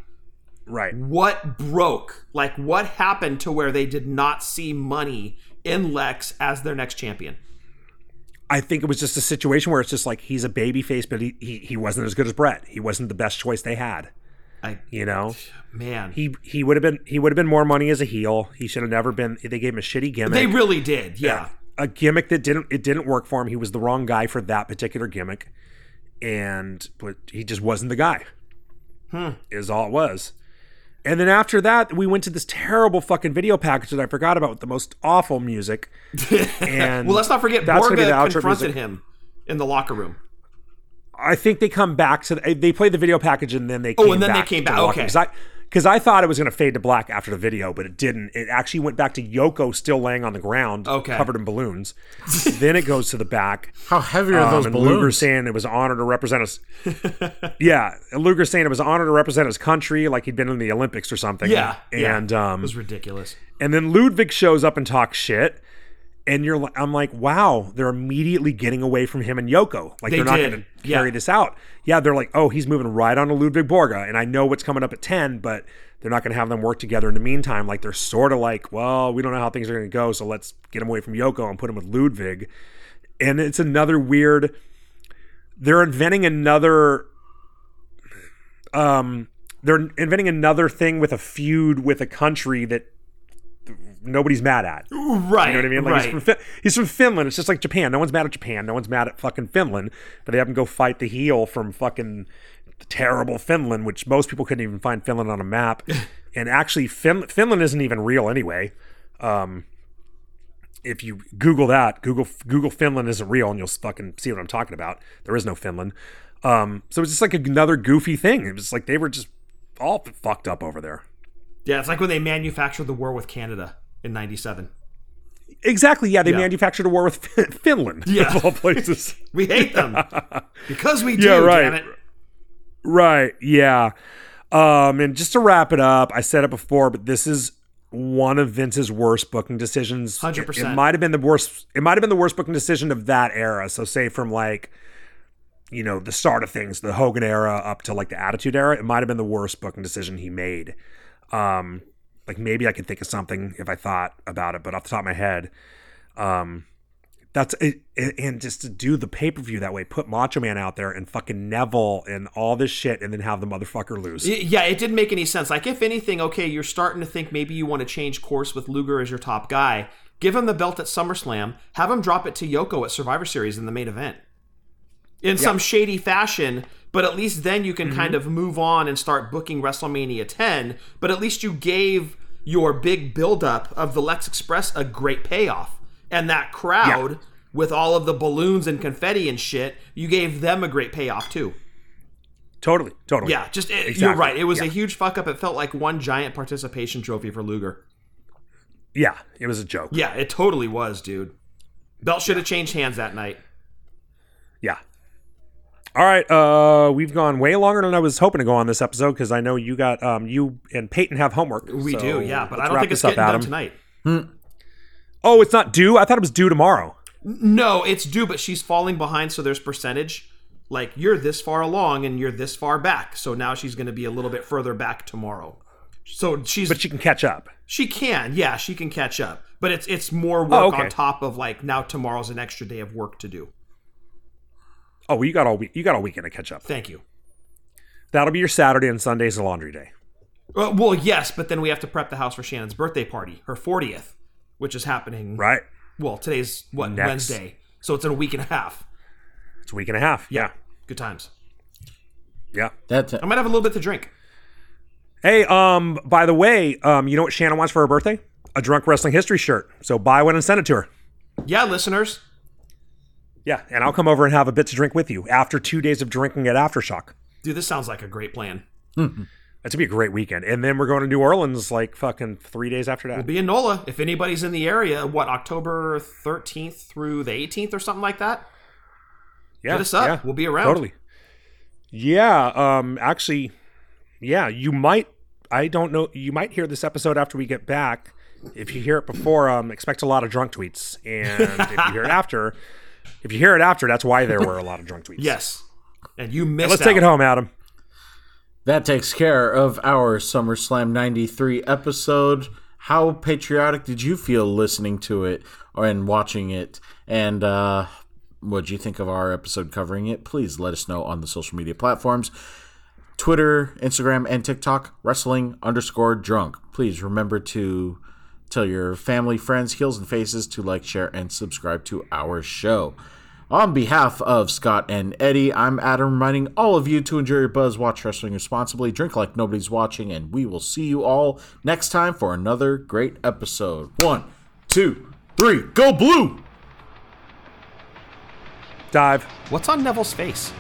S4: Right.
S3: What broke? Like what happened to where they did not see money in Lex as their next champion?
S4: I think it was just a situation where it's just like he's a baby face, but he, he he wasn't as good as Brett. He wasn't the best choice they had.
S3: I
S4: You know,
S3: man,
S4: he he would have been he would have been more money as a heel. He should have never been. They gave him a shitty gimmick.
S3: they really did. Yeah.
S4: a gimmick that didn't it didn't work for him. He was the wrong guy for that particular gimmick, and but he just wasn't the guy.
S3: Hmm.
S4: Is all it was. And then after that, we went to this terrible fucking video package that I forgot about with the most awful music. And
S3: Well, let's not forget
S4: that's gonna be the
S3: Borga
S4: outro
S3: confronted
S4: music.
S3: him in the locker room.
S4: I think they come back to the, eh, they played the video package and then they
S3: Oh,
S4: came
S3: and then they
S4: back
S3: came
S4: to
S3: back,
S4: Walker,
S3: okay.
S4: 'cause I because I thought it was going to fade to black after the video, but it didn't. It actually went back to Yoko still laying on the ground,
S3: Okay.
S4: covered in balloons. then it goes to the back.
S2: How heavy are
S4: Um,
S2: those
S4: and Luger
S2: balloons?
S4: saying it was an honor to represent us. yeah, and Luger saying it was an honor to represent his country, like he'd been in the Olympics or something.
S3: Yeah, yeah.
S4: and
S3: It
S4: um,
S3: was ridiculous.
S4: and then Ludwig shows up and talks shit. And you're, li- I'm like, wow, they're immediately getting away from him and Yoko. Like
S3: They
S4: they are not
S3: did.
S4: going to
S3: Yeah.
S4: carry this out. Yeah, they're like, oh, he's moving right on to Ludwig Borga, and I know what's coming up at ten, but they're not going to have them work together in the meantime. Like they're sort of like, well, we don't know how things are going to go, so let's get him away from Yoko and put him with Ludwig. And it's another weird. They're inventing another. Um, they're inventing another thing with a feud with a country that nobody's mad at.
S3: Right.
S4: You know what I mean? Like
S3: right.
S4: he's from fin- he's from Finland. It's just like Japan. No one's mad at Japan. No one's mad at fucking Finland. But they have him go fight the heel from fucking terrible Finland, which most people couldn't even find Finland on a map. and actually, fin- Finland isn't even real anyway. Um, if you Google that, Google Google Finland isn't real, and you'll fucking see what I'm talking about. There is no Finland. Um, so it's just like another goofy thing. It was like they were just all fucked up over there.
S3: yeah, it's like when they manufactured the war with Canada in 97.
S4: Exactly. Yeah, they manufactured a war with Fin- Finland.
S3: Yeah.
S4: of all places.
S3: We hate them because we do.
S4: Yeah, right.
S3: Damn it.
S4: Right. Yeah. Um, and just to wrap it up, I said it before, but this is one of Vince's worst booking decisions. It-
S3: 100%.
S4: It, might have been the worst. It might have been the worst booking decision of that era. So say from like, you know, the start of things, the Hogan era up to like the Attitude era, it might have been the worst booking decision he made. Um, like maybe I could think of something if I thought about it, but off the top of my head, um, that's it, it- and just to do the pay per view that way, put Macho Man out there and fucking Neville and all this shit, and then have the motherfucker lose.
S3: Y- Yeah, it didn't make any sense. Like, if anything, okay, you're starting to think maybe you want to change course with Luger as your top guy. Give him the belt at SummerSlam. Have him drop it to Yoko at Survivor Series in the main event. In some shady fashion, but at least then you can kind of move on and start booking WrestleMania 10. But at least you gave your big buildup of the Lex Express a great payoff. And that crowd, with all of the balloons and confetti and shit, you gave them a great payoff too.
S4: Totally, totally.
S3: Yeah, just it, you're
S4: Exactly.
S3: right. It was a
S4: Yeah.
S3: huge fuck up. It felt like one giant participation trophy for Luger.
S4: yeah. It was a joke.
S3: Yeah, it totally was, dude. Belt should have changed hands that night.
S4: Yeah. All right, uh, we've gone way longer than I was hoping to go on this episode because I know you got um, you and Peyton have homework.
S3: We
S4: So
S3: do, yeah, but
S4: let's
S3: I don't
S4: wrap
S3: think it's
S4: this up,
S3: getting done
S4: Adam.
S3: tonight.
S4: Oh, it's not due. I thought it was due tomorrow.
S3: No, it's due, but she's falling behind, so there's percentage. Like you're this far along and you're this far back, so now she's going to be a little bit further back tomorrow. So she's
S4: But
S3: she,
S4: you can catch up.
S3: can, yeah, she can catch up, but it's it's more work
S4: Oh, okay.
S3: on top of like now tomorrow's an extra day of work to do.
S4: Oh, well, you got all week. You got all weekend to catch up.
S3: Thank you.
S4: That'll be your Saturday and Sunday's the laundry day.
S3: Uh, well, yes, but then we have to prep the house for Shannon's birthday party, her 40th, which is happening.
S4: Right.
S3: Well, today's what
S4: Next.
S3: Wednesday, so it's in a week and a half.
S4: It's a week and a half. Yeah.
S3: Good times.
S4: Yeah.
S2: That's
S3: I might have a little bit to drink.
S4: Hey, um, by the way, um, you know what Shannon wants for her birthday? A drunk wrestling history shirt. So buy one and send it to her.
S3: Yeah, listeners.
S4: Yeah, and I'll come over and have a bit to drink with you after two days of drinking at aftershock.
S3: Dude, this sounds like a great plan.
S4: That's gonna be a great weekend. And then we're going to New Orleans like fucking three days after that.
S3: Be in NOLA if anybody's in the area. What October 13th through the 18th or something like that.
S4: yeah,
S3: hit us up.
S4: yeah,
S3: We'll be around.
S4: Totally. Yeah. Um. Actually, yeah. You might. I don't know. You might hear this episode after we get back. If you hear it before, um, expect a lot of drunk tweets. And if you hear it after, if you hear it after, that's why there were a lot of drunk tweets.
S3: Yes. and you missed.
S4: Let's take
S3: out.
S4: it home, Adam.
S2: That takes care of our SummerSlam 93 episode. How patriotic did you feel listening to it or and watching it? And uh, what do you think of our episode covering it? Please let us know on the social media platforms Twitter, Instagram, and TikTok, wrestling underscore drunk. Please remember to tell your family, friends, heels, and faces to like, share, and subscribe to our show. On behalf of Scott and Eddie, I'm Adam reminding all of you to enjoy your buzz, watch wrestling responsibly, drink like nobody's watching, and we will see you all next time for another great episode. One, two, three, go blue!
S4: Dive.
S3: What's on Neville's face?